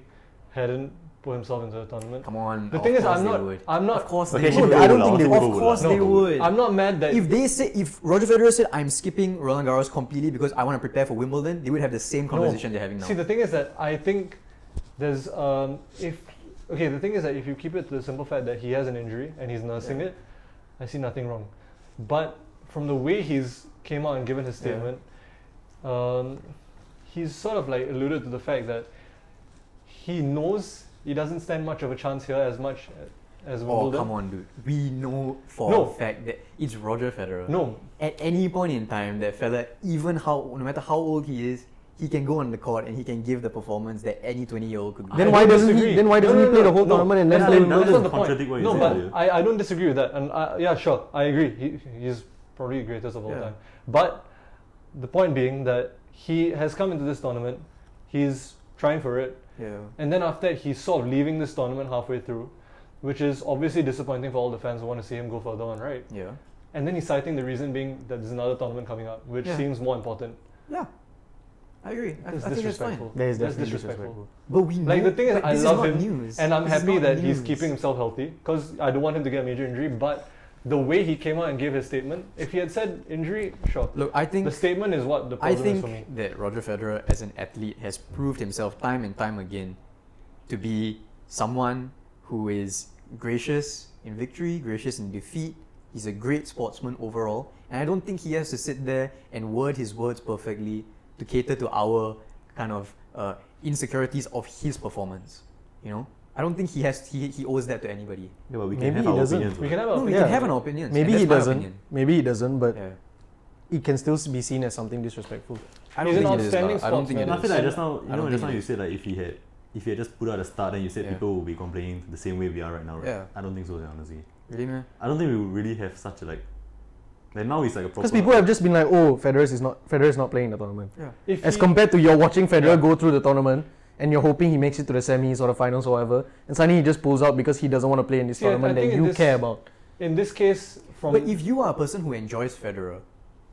Speaker 2: hadn't put himself into the tournament.
Speaker 1: Come on.
Speaker 2: The
Speaker 1: of
Speaker 2: thing is,
Speaker 1: course
Speaker 2: I'm
Speaker 1: they
Speaker 2: not-
Speaker 1: Would.
Speaker 2: I'm not-
Speaker 1: Of course
Speaker 4: Okay,
Speaker 1: they
Speaker 4: actually
Speaker 1: would.
Speaker 4: they
Speaker 1: I don't think
Speaker 4: would lah.
Speaker 1: they
Speaker 4: I
Speaker 1: would.
Speaker 4: think
Speaker 1: Of
Speaker 4: they
Speaker 1: course
Speaker 4: would
Speaker 1: they
Speaker 4: lah.
Speaker 1: would.
Speaker 2: I'm not mad that
Speaker 1: If they say if Roger Federer said I'm skipping Roland Garros completely because I want to prepare for Wimbledon, they would have the same
Speaker 2: No.
Speaker 1: conversation they're having now.
Speaker 2: See, the thing is that I think there's um, if okay. The thing is that if you keep it to the simple fact that he has an injury and he's nursing it, I see nothing wrong. But from the way he's came out and given his
Speaker 1: Yeah.
Speaker 2: statement, um, he's sort of like alluded to the fact that he knows he doesn't stand much of a chance here as much as
Speaker 1: Oh,
Speaker 2: Wimbledon.
Speaker 1: come on, dude. We know for
Speaker 2: No.
Speaker 1: a fact that it's Roger Federer.
Speaker 2: No,
Speaker 1: At any point in time, that fella, even how, no matter how old he is, he can go on the court and he can give the performance that any 20 year old could give.
Speaker 3: Then
Speaker 2: I
Speaker 3: why
Speaker 2: don't
Speaker 3: doesn't he-
Speaker 2: disagree.
Speaker 3: then why
Speaker 2: No,
Speaker 3: doesn't
Speaker 2: no,
Speaker 3: he play
Speaker 2: no,
Speaker 3: the whole
Speaker 2: no.
Speaker 3: tournament and
Speaker 2: That's
Speaker 3: then
Speaker 2: not-
Speaker 3: play
Speaker 2: that's
Speaker 3: Wimbledon?
Speaker 2: not the point.
Speaker 4: Contradict what you
Speaker 2: No,
Speaker 4: said
Speaker 2: but
Speaker 4: earlier.
Speaker 2: I, I don't disagree with that, and I, yeah, sure, I agree. He, he's probably the greatest of all
Speaker 3: Yeah.
Speaker 2: time. But the point being that he has come into this tournament, he's trying for it,
Speaker 1: Yeah.
Speaker 2: and then after that, he's sort of leaving this tournament halfway through, which is obviously disappointing for all the fans who want to see him go further on, right?
Speaker 1: Yeah.
Speaker 2: And then he's citing the reason being that there's another tournament coming up, which
Speaker 1: Yeah.
Speaker 2: seems more important.
Speaker 1: Yeah. I agree. I, I
Speaker 2: That's
Speaker 1: think it's fine.
Speaker 2: disrespectful.
Speaker 3: That is
Speaker 2: That's
Speaker 3: definitely
Speaker 2: disrespectful.
Speaker 3: disrespectful.
Speaker 1: But we know.
Speaker 2: Like the thing is,
Speaker 1: but
Speaker 2: I
Speaker 1: this
Speaker 2: love
Speaker 1: not
Speaker 2: him,
Speaker 1: news.
Speaker 2: and I'm
Speaker 1: This is
Speaker 2: happy
Speaker 1: not
Speaker 2: that he's
Speaker 1: news.
Speaker 2: keeping himself healthy because I don't want him to get a major injury. But the way he came out and gave his statement, if he had said injury, sure.
Speaker 1: Look, I think
Speaker 2: The statement is what the
Speaker 1: I
Speaker 2: problem is for me.
Speaker 1: think that Roger Federer, as an athlete, has proved himself time and time again to be someone who is gracious in victory, gracious in defeat. He's a great sportsman overall, and I don't think he has to sit there and word his words perfectly to cater to our kind of uh, insecurities of his performance. You know, I don't think he has he, he owes that to anybody.
Speaker 4: Yeah, but we
Speaker 3: Maybe
Speaker 4: can have
Speaker 3: he
Speaker 4: our
Speaker 3: doesn't.
Speaker 4: opinions.
Speaker 2: We can have
Speaker 1: No,
Speaker 2: a
Speaker 1: we
Speaker 3: Yeah.
Speaker 1: can have an opinion.
Speaker 3: Maybe he doesn't.
Speaker 1: Opinion.
Speaker 3: Maybe he doesn't, but
Speaker 1: Yeah.
Speaker 3: it can still be seen as something disrespectful.
Speaker 1: I
Speaker 2: He's an
Speaker 1: it is,
Speaker 2: outstanding
Speaker 1: lah. I don't think it
Speaker 4: And
Speaker 2: sportsman.
Speaker 4: I
Speaker 1: is.
Speaker 4: feel like just now, you
Speaker 1: I
Speaker 4: know,
Speaker 1: don't
Speaker 4: just
Speaker 1: think
Speaker 4: now
Speaker 1: it
Speaker 4: you
Speaker 1: is.
Speaker 4: said like if he had, if he had just put out a start, then you said
Speaker 1: Yeah.
Speaker 4: people would be complaining the same way we are right now, right?
Speaker 1: Yeah.
Speaker 4: I don't think so, honestly.
Speaker 1: Really, man?
Speaker 4: I don't think we would really have such a like. Like now it's like a proper.
Speaker 3: Because people have just been like, "Oh, Federer is not Federer is not playing the tournament."
Speaker 1: Yeah.
Speaker 2: If
Speaker 3: As
Speaker 2: he-
Speaker 3: compared to you're watching Federer
Speaker 2: Yeah.
Speaker 3: go through the tournament and you're hoping he makes it to the semis or the finals or whatever, and suddenly he just pulls out because he doesn't want to play in this
Speaker 2: See, I- I
Speaker 3: tournament
Speaker 2: think
Speaker 3: that
Speaker 2: in
Speaker 3: you
Speaker 2: this-
Speaker 3: care about.
Speaker 2: in this case, from
Speaker 1: But if you are a person who enjoys Federer,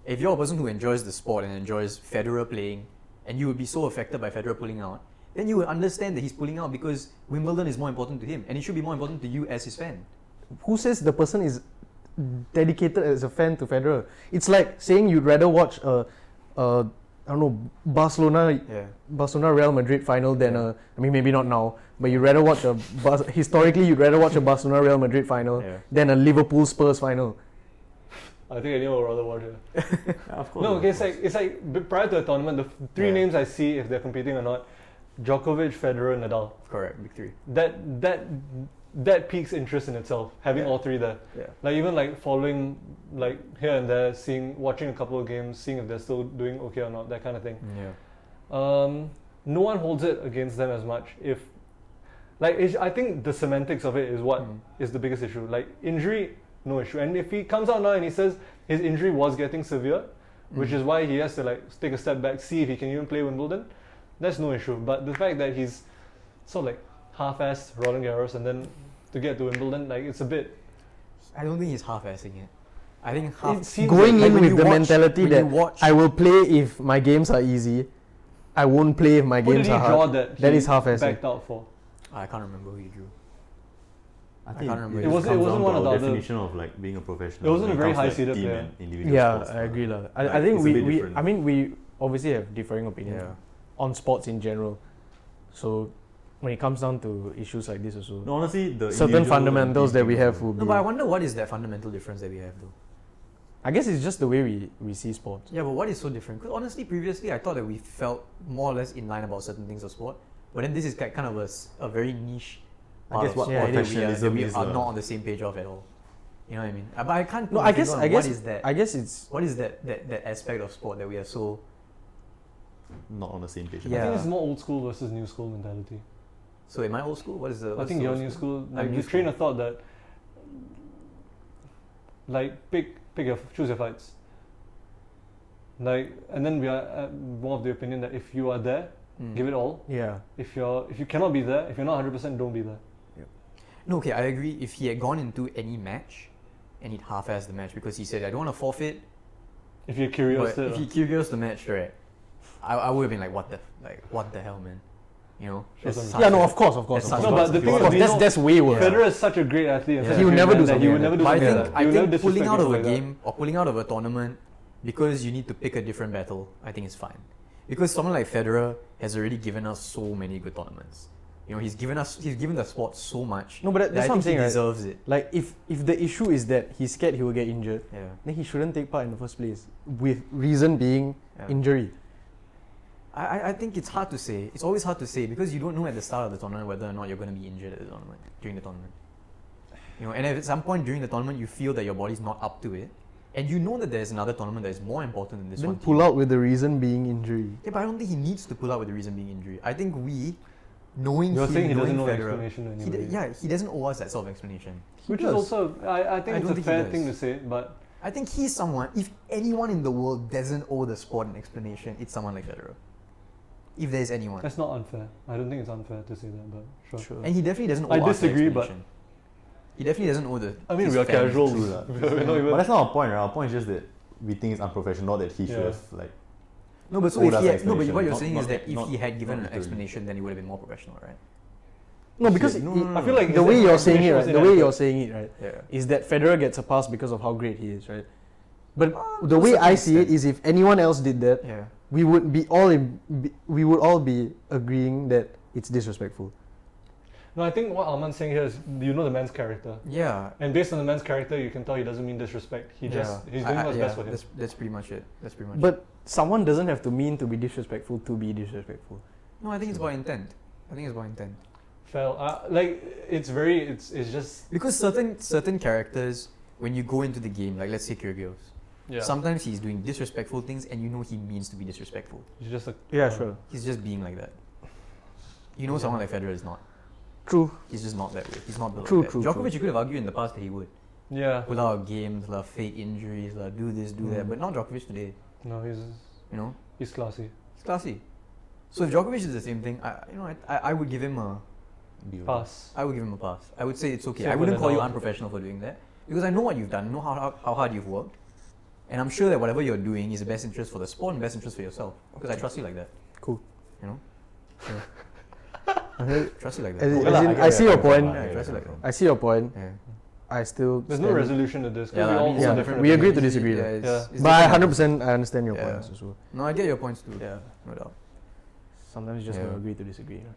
Speaker 1: if you're a person who enjoys the sport and enjoys Federer playing, and you would be so affected by Federer pulling out, then you will understand that he's pulling out because Wimbledon is more important to him, and it should be more important to you as his fan.
Speaker 3: Who says the person is dedicated as a fan to Federer? It's like saying you'd rather watch a, a I don't know Barcelona
Speaker 1: Yeah.
Speaker 3: Barcelona Real Madrid final than a I mean maybe not now, but you'd rather watch a Bar- historically you'd rather watch a Barcelona Real Madrid final
Speaker 1: Yeah.
Speaker 3: than a Liverpool Spurs final.
Speaker 2: I think anyone would rather watch it.
Speaker 4: Yeah, of course.
Speaker 2: No,
Speaker 4: of
Speaker 2: okay, it's
Speaker 4: course.
Speaker 2: like it's like b- prior to the tournament, the f- three
Speaker 1: Yeah.
Speaker 2: names I see if they're competing or not: Djokovic, Federer, Nadal.
Speaker 1: Correct. Big three.
Speaker 2: That that that piques interest in itself. Having
Speaker 1: Yeah.
Speaker 2: all three there.
Speaker 1: Yeah.
Speaker 2: like even like following like here and there seeing watching a couple of games seeing if they're still doing okay or not that kind of thing
Speaker 1: Yeah.
Speaker 2: um, no one holds it against them as much if like it's, i think the semantics of it is what is
Speaker 1: Mm.
Speaker 2: the biggest issue like injury no issue and if he comes out now and he says his injury was getting severe which is why he has to like take a step back see if he can even play wimbledon that's no issue but the fact that he's sort of like half-assed roland garros and then to get to wimbledon like it's a bit
Speaker 1: I don't think he's half-assing it. I think half.
Speaker 2: It seems
Speaker 3: Going in
Speaker 1: when
Speaker 3: with
Speaker 1: you
Speaker 3: the
Speaker 1: watch-
Speaker 3: mentality
Speaker 1: when
Speaker 3: that
Speaker 1: you watch,
Speaker 3: I will play if my games are easy. I won't play if my
Speaker 2: What did
Speaker 3: games
Speaker 2: he
Speaker 3: are
Speaker 2: draw
Speaker 3: hard.
Speaker 2: that
Speaker 3: That
Speaker 2: he
Speaker 3: is half-assed.
Speaker 2: backed out for?
Speaker 1: I can't remember who he drew.
Speaker 4: I
Speaker 1: can't
Speaker 4: think
Speaker 1: remember.
Speaker 4: It,
Speaker 1: It
Speaker 4: just
Speaker 1: wasn't- it
Speaker 4: comes
Speaker 2: wasn't
Speaker 4: down to
Speaker 2: one of
Speaker 4: our
Speaker 2: the other-
Speaker 4: definition of like being a professional.
Speaker 2: It wasn't
Speaker 4: when
Speaker 2: a very
Speaker 4: comes to,
Speaker 2: high-seeded
Speaker 4: like, team
Speaker 2: player.
Speaker 4: and individual
Speaker 3: Yeah,
Speaker 4: sports,
Speaker 3: I
Speaker 4: lah.
Speaker 3: agree lah. I,
Speaker 4: Like,
Speaker 3: I think
Speaker 4: it's a
Speaker 3: we,
Speaker 4: bit
Speaker 3: we
Speaker 4: different.
Speaker 3: I mean we obviously have differing opinions
Speaker 1: Yeah.
Speaker 3: on sports in general. So when it comes down to issues like this also
Speaker 4: No, honestly, the
Speaker 3: certain
Speaker 4: individual
Speaker 3: fundamentals that we
Speaker 4: individual-
Speaker 3: have will be
Speaker 1: No, but I wonder what is that fundamental difference that we have though.
Speaker 3: I guess it's just the way we, we see sports.
Speaker 1: Yeah, but what is so different? Because honestly, previously I thought that we felt more or less in line about certain things of sport, but then this is ki- kind of a, s- a very niche.
Speaker 4: I
Speaker 1: part
Speaker 4: guess
Speaker 1: of
Speaker 4: what
Speaker 1: sport that we, are, that
Speaker 4: professionalism
Speaker 1: we
Speaker 4: is
Speaker 1: are
Speaker 4: lah.
Speaker 1: not on the same page of at all. You know what I mean? Uh, But I can't.
Speaker 3: No,
Speaker 1: put my
Speaker 3: I
Speaker 1: finger
Speaker 3: guess
Speaker 1: on
Speaker 3: I guess
Speaker 1: what is that?
Speaker 3: I guess it's
Speaker 1: what is that, that that aspect of sport that we are so?
Speaker 4: not on the same page.
Speaker 2: I
Speaker 1: Yeah.
Speaker 2: think it's more old school versus new school mentality.
Speaker 1: So am I old school? What is the?
Speaker 2: I
Speaker 1: what's
Speaker 2: think
Speaker 1: the
Speaker 2: your
Speaker 1: old
Speaker 2: new school,
Speaker 1: I'm
Speaker 2: like
Speaker 1: new
Speaker 2: the
Speaker 1: school.
Speaker 2: trainer thought that, like pick pick your choose your fights. Like and then we are uh, more of the opinion that if you are there,
Speaker 1: Mm.
Speaker 2: give it all.
Speaker 3: yeah.
Speaker 2: If you're if you cannot be there, if you're not hundred percent, don't be there.
Speaker 1: No, okay, I agree. If he had gone into any match, and he'd half-assed the match because he said, "I don't want to forfeit."
Speaker 2: If you're curious,
Speaker 1: But
Speaker 2: uh,
Speaker 1: if he curious the match, right? I, I would have been like, what the like, what the hell, man? You know?
Speaker 2: Show
Speaker 1: It's
Speaker 2: some
Speaker 1: such
Speaker 3: yeah,
Speaker 1: a-
Speaker 3: no, of course, of course.
Speaker 1: That's
Speaker 3: Of
Speaker 1: such
Speaker 3: course.
Speaker 1: a-
Speaker 2: no, but the
Speaker 1: Of
Speaker 2: thing
Speaker 3: Of
Speaker 2: is,
Speaker 3: course,
Speaker 2: we
Speaker 3: that's
Speaker 2: know
Speaker 3: that's way worse.
Speaker 2: Federer is such a great athlete. And
Speaker 1: Yeah.
Speaker 2: such
Speaker 1: He
Speaker 2: a
Speaker 1: would
Speaker 2: great
Speaker 3: never
Speaker 2: man
Speaker 3: do
Speaker 2: that He
Speaker 3: something like
Speaker 2: would
Speaker 3: that.
Speaker 2: never do
Speaker 1: But I
Speaker 2: something like
Speaker 1: think
Speaker 2: that.
Speaker 1: I
Speaker 2: He would never
Speaker 1: think pulling out
Speaker 2: disrespect
Speaker 1: of a
Speaker 2: people like that.
Speaker 1: game or pulling out of a tournament because you need to pick a different battle, I think is fine. Because someone like Federer has already given us so many good tournaments. You know, he's given us he's given the sport so much.
Speaker 3: No, but that-
Speaker 1: that
Speaker 3: that's
Speaker 1: I
Speaker 3: what I'm
Speaker 1: think
Speaker 3: saying,
Speaker 1: he
Speaker 3: right?
Speaker 1: deserves it.
Speaker 3: Like if if the issue is that he's scared he will get injured,
Speaker 1: Yeah.
Speaker 3: then he shouldn't take part in the first place. With reason being
Speaker 1: yeah.
Speaker 3: injury.
Speaker 1: I, I- I think it's hard to say. It's always hard to say because you don't know at the start of the tournament whether or not you're going to be injured at the tournament during the tournament. You know, and if at some point during the tournament you feel that your body's not up to it, and you know that there's another tournament that is more important than this
Speaker 3: Then
Speaker 1: one.
Speaker 3: pull out with the reason being injury.
Speaker 1: Yeah, but I don't think he needs to pull out with the reason being injury. I think we, knowing
Speaker 2: You're
Speaker 1: him,
Speaker 2: saying he
Speaker 1: knowing
Speaker 2: doesn't know the
Speaker 1: Federer,
Speaker 2: explanation
Speaker 1: he d-
Speaker 2: anyway.
Speaker 1: yeah, he doesn't owe us that sort of explanation.
Speaker 2: Which
Speaker 3: does.
Speaker 2: is also, I, I think
Speaker 1: I don't
Speaker 2: it's a
Speaker 1: think he
Speaker 2: fair
Speaker 1: does.
Speaker 2: thing to say, but
Speaker 1: I think he's someone. If anyone in the world doesn't owe the sport an explanation, it's someone like Federer. If there's anyone,
Speaker 2: that's not unfair. I don't think it's unfair to say that, but sure.
Speaker 3: Sure.
Speaker 1: and he definitely doesn't owe
Speaker 2: I
Speaker 1: us an
Speaker 2: disagree, but-
Speaker 1: explanation. he definitely doesn't owe the.
Speaker 2: I mean,
Speaker 1: his
Speaker 2: *laughs* we are
Speaker 1: family.
Speaker 2: casual.
Speaker 4: True lah.
Speaker 2: We're not even-
Speaker 4: But that's not our point, right? Our point is just that we think it's unprofessional, not that he should
Speaker 2: Yeah.
Speaker 4: have like
Speaker 1: No, but so
Speaker 4: Owe
Speaker 1: if
Speaker 4: us
Speaker 1: he
Speaker 4: an
Speaker 1: had, no, but
Speaker 4: explanation.
Speaker 1: what you're
Speaker 4: Not-
Speaker 1: saying is
Speaker 4: not-
Speaker 1: that if
Speaker 4: not-
Speaker 1: he had given
Speaker 4: not
Speaker 1: an
Speaker 4: literally.
Speaker 1: explanation, then he would have been more professional, right?
Speaker 3: No, because
Speaker 4: no,
Speaker 3: it-
Speaker 4: no, no,
Speaker 2: I feel like
Speaker 3: the
Speaker 2: his
Speaker 3: way you're saying it,
Speaker 2: explanation
Speaker 3: right?
Speaker 2: was
Speaker 3: The way
Speaker 2: inadequate.
Speaker 3: you're saying it, right?
Speaker 1: Yeah.
Speaker 3: Is that Federer gets a pass because of how great he is, right? But
Speaker 1: Uh, to
Speaker 3: the
Speaker 1: a
Speaker 3: way
Speaker 1: certain
Speaker 3: I see it
Speaker 1: extent.
Speaker 3: is, if anyone else did that,
Speaker 1: Yeah.
Speaker 3: we would be all in, be, we would all be agreeing that it's disrespectful.
Speaker 2: No, I think what Alman's saying here is you know the man's character.
Speaker 1: Yeah.
Speaker 2: And based on the man's character, you can tell he doesn't mean disrespect. He just,
Speaker 1: Yeah.
Speaker 2: he's
Speaker 1: I-
Speaker 2: doing
Speaker 1: I-
Speaker 2: what's
Speaker 1: yeah,
Speaker 2: best for him.
Speaker 1: That's, that's pretty much it. That's pretty much. it.
Speaker 3: But someone doesn't have to mean to be disrespectful to be disrespectful.
Speaker 1: no, I think it's about intent. I think it's about intent.
Speaker 2: Fell. Uh, like, it's very, it's, it's just,
Speaker 1: Because certain certain characters, when you go into the game, like let's say Kyrgios,
Speaker 2: yeah.
Speaker 1: sometimes he's doing disrespectful things, and you know he means to be disrespectful.
Speaker 2: He's just a,
Speaker 3: Yeah,
Speaker 2: uh,
Speaker 3: sure.
Speaker 1: He's just being like that. You know, someone like Federer is not.
Speaker 3: True.
Speaker 1: He's just not that way. He's not built
Speaker 3: True,
Speaker 1: like that.
Speaker 3: true,
Speaker 1: Djokovic,
Speaker 3: true.
Speaker 1: you could have argued in the past that he would
Speaker 2: Yeah.
Speaker 1: pull out games, like fake injuries, like do this, do that.
Speaker 2: Mm.
Speaker 1: But not Djokovic today.
Speaker 2: No, he's,
Speaker 1: You know,
Speaker 2: he's classy.
Speaker 1: it's classy. So if Djokovic is the same thing, I you know I, I, I would give him a
Speaker 4: deal.
Speaker 2: Pass.
Speaker 1: I would give him a pass. I would say it's okay.
Speaker 2: Say
Speaker 1: I
Speaker 2: for
Speaker 1: wouldn't
Speaker 2: the
Speaker 1: call you
Speaker 2: now.
Speaker 1: unprofessional for doing that because I know what you've done, know how, how, how hard you've worked, and I'm sure that whatever you're doing is the best interest for the sport and best interest for yourself because I trust you like that.
Speaker 3: Cool.
Speaker 1: You know,
Speaker 3: I
Speaker 1: trust you like
Speaker 3: As
Speaker 1: that.
Speaker 3: in-
Speaker 1: Yeah,
Speaker 4: lah,
Speaker 3: in-
Speaker 4: get
Speaker 3: I
Speaker 4: where
Speaker 3: see
Speaker 4: you're
Speaker 3: your
Speaker 4: coming from,
Speaker 1: point.
Speaker 4: I
Speaker 1: Yeah,
Speaker 4: get where
Speaker 1: trust
Speaker 4: you're
Speaker 1: it
Speaker 4: coming
Speaker 3: see your point.
Speaker 1: yeah.
Speaker 3: I still.
Speaker 2: There's no
Speaker 3: stand-
Speaker 2: resolution to this. 'cause
Speaker 1: Yeah,
Speaker 2: we
Speaker 1: I
Speaker 2: all
Speaker 1: mean,
Speaker 2: hold
Speaker 3: yeah,
Speaker 2: different
Speaker 3: we agree
Speaker 2: opinions.
Speaker 3: to disagree,
Speaker 1: Yeah,
Speaker 3: though.
Speaker 1: it's- it's
Speaker 3: But I
Speaker 1: different.
Speaker 3: 100% I understand your
Speaker 1: Yeah.
Speaker 3: points as well.
Speaker 1: No, I get your points too. Yeah, no doubt.
Speaker 3: Sometimes you just
Speaker 1: Yeah.
Speaker 3: gotta agree to disagree. And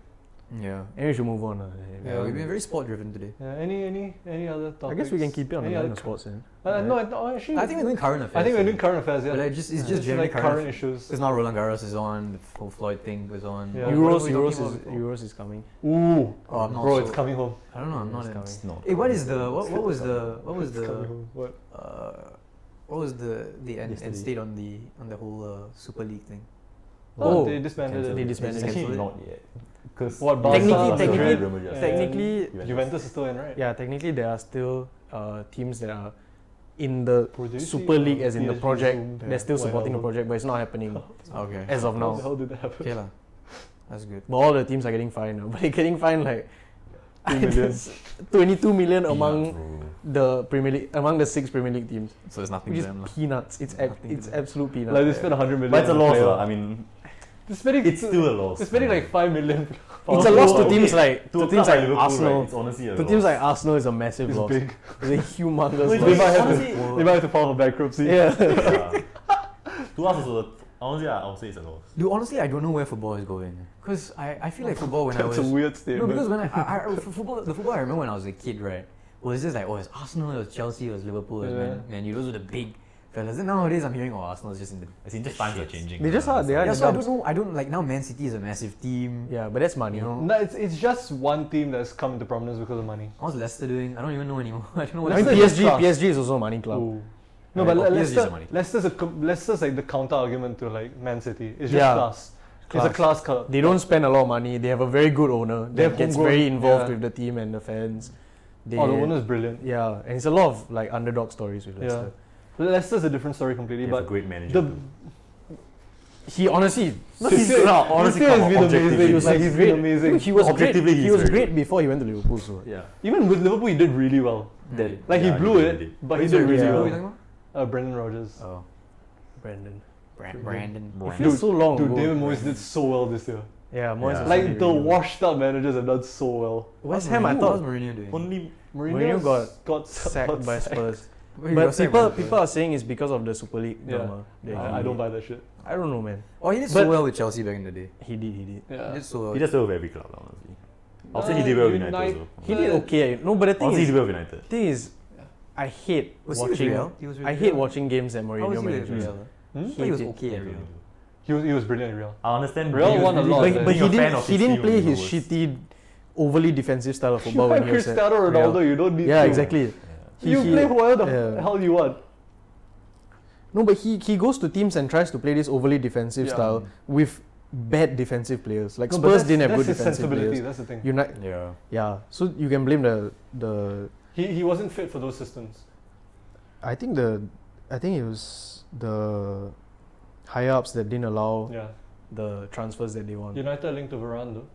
Speaker 1: Yeah.
Speaker 3: Anyway, we should move on. uh,
Speaker 1: Yeah,
Speaker 2: Yeah.
Speaker 1: we've been very sport driven today.
Speaker 2: Yeah, any, any, any other
Speaker 3: I
Speaker 2: topics?
Speaker 3: guess we can keep it on
Speaker 2: any
Speaker 3: the line
Speaker 2: other
Speaker 3: of sports then.
Speaker 2: cu- Uh, No, I- no, actually.
Speaker 1: I think we're doing current affairs.
Speaker 2: I think we're doing
Speaker 1: today.
Speaker 2: current affairs, yeah.
Speaker 1: But like, just, it's
Speaker 2: Yeah.
Speaker 1: just generally
Speaker 2: like
Speaker 1: current.
Speaker 2: current issues.
Speaker 1: Because now Roland Garros is on, the whole Floyd thing was on.
Speaker 2: Yeah.
Speaker 1: What were
Speaker 3: Euros,
Speaker 1: we
Speaker 3: Euros
Speaker 1: talking
Speaker 3: is
Speaker 1: about before?
Speaker 3: Euros is coming.
Speaker 2: Ooh.
Speaker 1: Oh, I'm not
Speaker 2: Bro,
Speaker 1: so-
Speaker 2: it's coming home.
Speaker 1: I don't know. I'm not.
Speaker 3: It's
Speaker 1: in-
Speaker 3: coming.
Speaker 4: It's not
Speaker 1: Hey, Eh, what is the
Speaker 4: coming.
Speaker 1: what, what was the what was
Speaker 2: It's coming
Speaker 1: the
Speaker 2: home. What?
Speaker 1: uh, what was the the end, end
Speaker 4: Yesterday.
Speaker 1: state on the on the whole uh, Super League thing?
Speaker 2: Oh,
Speaker 3: Oh,
Speaker 2: they disbanded
Speaker 3: They
Speaker 2: it.
Speaker 3: disbanded
Speaker 1: it.
Speaker 4: Actually, not yet. Because
Speaker 2: What, Barca,
Speaker 3: Technically-
Speaker 2: Barca,
Speaker 3: technically-
Speaker 2: Real Madrid,
Speaker 4: Yeah.
Speaker 2: yeah.
Speaker 3: Technically,
Speaker 4: Juventus.
Speaker 2: Juventus is still in, right?
Speaker 3: yeah, technically there are still uh, teams that are in the
Speaker 2: Produce
Speaker 3: Super
Speaker 2: it,
Speaker 3: League, as in the
Speaker 2: PSG,
Speaker 3: project.
Speaker 2: Zoom,
Speaker 3: They're still supporting the
Speaker 2: whatever.
Speaker 3: project, but it's not happening
Speaker 1: Okay.
Speaker 3: as of
Speaker 2: How the
Speaker 3: now.
Speaker 2: hell did that happen?
Speaker 1: Okay lah. That's good.
Speaker 3: But all the teams are getting fined now. *laughs* But they're getting fined like *laughs*
Speaker 2: Two million.
Speaker 3: 22 million
Speaker 4: Peanut,
Speaker 3: among
Speaker 4: bro.
Speaker 3: the Premier League, among the six Premier League teams.
Speaker 1: So there's nothing
Speaker 3: Which is peanuts. It's ab-
Speaker 1: Nothing to
Speaker 3: it's
Speaker 1: them.
Speaker 3: absolute peanuts.
Speaker 2: Like they spent 100 million.
Speaker 4: But it's a
Speaker 2: on
Speaker 4: loss,
Speaker 2: player.
Speaker 4: lah. I mean,
Speaker 2: They're spending,
Speaker 4: it's still a loss.
Speaker 2: they're spending like 5 million.
Speaker 3: it's a
Speaker 4: Oh,
Speaker 3: loss to
Speaker 4: okay.
Speaker 3: teams like
Speaker 4: To
Speaker 3: to
Speaker 4: a
Speaker 3: teams
Speaker 4: club
Speaker 3: like
Speaker 4: Liverpool, right,
Speaker 3: Arsenal.
Speaker 4: It's honestly a
Speaker 3: To
Speaker 4: loss.
Speaker 3: teams like Arsenal is a massive
Speaker 2: It's
Speaker 3: loss.
Speaker 2: big.
Speaker 3: It's a humongous
Speaker 4: Wait,
Speaker 2: They
Speaker 3: loss.
Speaker 2: might have
Speaker 4: honestly-
Speaker 2: to. They might have to file for bankruptcy.
Speaker 3: *laughs* Yeah.
Speaker 4: Yeah. to us also, honestly, I would say it's a loss.
Speaker 1: Dude, honestly, I don't know where football is going. Cause I, I feel like football
Speaker 4: *laughs*
Speaker 1: when I was
Speaker 2: That's a weird
Speaker 1: no
Speaker 2: statement.
Speaker 1: because when I, I, I f- football the football I remember when I was a kid right was just like oh it's Arsenal it was Chelsea it was Liverpool it was Man, Man U those were the big fellas. And nowadays I'm hearing oh Arsenal's just in the
Speaker 4: I think just times are changing.
Speaker 3: They just
Speaker 4: lah.
Speaker 3: are- they are
Speaker 1: yeah
Speaker 3: just
Speaker 1: so I
Speaker 3: dumb.
Speaker 1: don't know I don't like now Man City is a massive team.
Speaker 3: Yeah, but that's money.
Speaker 1: You know,
Speaker 2: No, it's, it's just one team that's come into prominence because of money.
Speaker 1: What's Leicester doing? I don't even know anymore. *laughs* I don't know what
Speaker 3: I mean,
Speaker 2: Leicester is
Speaker 3: PSG,
Speaker 2: class.
Speaker 3: PSG is also a money club.
Speaker 2: Ooh. No,
Speaker 1: Right,
Speaker 2: but
Speaker 1: oh,
Speaker 2: Le-
Speaker 1: PSG is the
Speaker 2: Leicester,
Speaker 1: money.
Speaker 2: Leicester's, a, com- Leicester's like the counter argument to like Man City. It's just
Speaker 3: Yeah.
Speaker 2: class. It's
Speaker 3: Class.
Speaker 2: a class club.
Speaker 3: They don't spend a lot of money. They have a very good owner
Speaker 2: They
Speaker 3: that
Speaker 2: have
Speaker 3: gets
Speaker 2: homegrown-
Speaker 3: very involved
Speaker 2: yeah.
Speaker 3: with the team and the fans. They,
Speaker 2: Oh, the owner's brilliant.
Speaker 3: yeah, and it's a lot of like underdog stories with
Speaker 2: Yeah.
Speaker 3: Leicester.
Speaker 2: Leicester's a different story
Speaker 4: They
Speaker 2: completely,
Speaker 4: have a
Speaker 2: but
Speaker 4: great manager.
Speaker 2: the
Speaker 4: too.
Speaker 3: He honestly,
Speaker 2: No,
Speaker 3: he's,
Speaker 2: he's great.
Speaker 3: no,
Speaker 2: Leicester
Speaker 4: honestly, come
Speaker 2: has
Speaker 4: on,
Speaker 2: been
Speaker 4: objectively,
Speaker 2: amazing.
Speaker 4: he's
Speaker 2: Like, he's been
Speaker 3: Dude,
Speaker 2: amazing.
Speaker 3: He was great.
Speaker 4: Objectively,
Speaker 3: He
Speaker 4: he's
Speaker 3: was
Speaker 4: very
Speaker 3: great
Speaker 4: good.
Speaker 3: before he went to Liverpool. So
Speaker 4: Yeah.
Speaker 2: Even with Liverpool, he did really well.
Speaker 1: Did-
Speaker 2: Like
Speaker 4: Yeah,
Speaker 2: he blew
Speaker 4: did,
Speaker 2: it,
Speaker 4: did.
Speaker 2: but he
Speaker 1: Who's
Speaker 2: did
Speaker 1: the- who
Speaker 2: really
Speaker 1: are
Speaker 3: Yeah.
Speaker 1: we
Speaker 2: well.
Speaker 1: talking about?
Speaker 2: Uh, Brendan Rodgers.
Speaker 1: Oh,
Speaker 3: Brandon,
Speaker 1: Brand- Brandon.
Speaker 3: it feels
Speaker 2: Dude,
Speaker 3: so long
Speaker 2: Dude,
Speaker 3: ago.
Speaker 2: David Moyes did so well this year.
Speaker 3: yeah, Moyes
Speaker 4: Yeah.
Speaker 3: was
Speaker 2: Like
Speaker 3: really
Speaker 2: the
Speaker 3: good.
Speaker 2: washed-up managers have done so well.
Speaker 3: West Ham, I
Speaker 1: What was
Speaker 3: thought
Speaker 1: Mourinho doing?
Speaker 4: Only
Speaker 3: Mourinho got
Speaker 2: got
Speaker 3: sacked by Spurs,
Speaker 1: Wait,
Speaker 3: but
Speaker 1: was that
Speaker 3: people
Speaker 1: Mourinho?
Speaker 3: people are saying it's because of the Super League
Speaker 2: Yeah.
Speaker 3: drama. that
Speaker 2: I, Uh, I
Speaker 3: he-
Speaker 2: don't buy that shit.
Speaker 3: I don't know, man.
Speaker 1: Oh, he did so
Speaker 3: but-
Speaker 1: well with Chelsea back in the day.
Speaker 3: He did, he did.
Speaker 1: He
Speaker 2: Yeah.
Speaker 1: did so well.
Speaker 4: he just did with every club, lah, honestly. I'll say he did well with United. also.
Speaker 3: He did
Speaker 2: Uh,
Speaker 3: okay. No, but the thing
Speaker 4: Honestly, he
Speaker 3: is,
Speaker 4: did well with United.
Speaker 3: the thing is, I hate
Speaker 1: was he with
Speaker 3: watching.
Speaker 1: Real? He was with
Speaker 3: I
Speaker 1: Real?
Speaker 3: hate watching games that
Speaker 1: How was
Speaker 3: Mourinho
Speaker 1: he with
Speaker 3: manages.
Speaker 1: Real?
Speaker 2: Hmm?
Speaker 1: I thought he was
Speaker 3: Hated.
Speaker 1: okay at Real.
Speaker 2: He He was, he was brilliant in Real.
Speaker 4: I understand.
Speaker 2: Real
Speaker 4: being-
Speaker 2: won a lot,
Speaker 4: being-
Speaker 2: man.
Speaker 3: eh? But, but
Speaker 4: being
Speaker 3: he
Speaker 4: a fan
Speaker 3: didn't.
Speaker 4: of
Speaker 3: He didn't
Speaker 4: team
Speaker 3: play
Speaker 4: would be
Speaker 3: his
Speaker 4: worse.
Speaker 3: shitty, overly defensive style
Speaker 2: *laughs*
Speaker 3: of
Speaker 2: You
Speaker 3: football
Speaker 2: have
Speaker 3: when he was at
Speaker 2: Cristiano Ronaldo,
Speaker 3: Real.
Speaker 2: you don't need
Speaker 3: Yeah,
Speaker 2: to.
Speaker 3: exactly. He-
Speaker 2: You
Speaker 3: he-
Speaker 2: play whoever the
Speaker 3: yeah.
Speaker 2: hell you want.
Speaker 3: No, but he, he goes to teams and tries to play this overly defensive
Speaker 2: Yeah.
Speaker 3: style with bad defensive players. Like
Speaker 2: No, but
Speaker 3: Spurs
Speaker 2: that's-
Speaker 3: didn't have
Speaker 2: that's
Speaker 3: good
Speaker 2: his
Speaker 3: defensive
Speaker 2: sensibility,
Speaker 3: players.
Speaker 2: That's the thing.
Speaker 3: Uni-
Speaker 4: Yeah. yeah.
Speaker 3: yeah, so you can blame the the.
Speaker 2: He, he wasn't fit for those systems.
Speaker 3: I think the, I think it was the, higher ups that didn't allow
Speaker 2: Yeah.
Speaker 3: the transfers that they want.
Speaker 2: United linked to Varane though.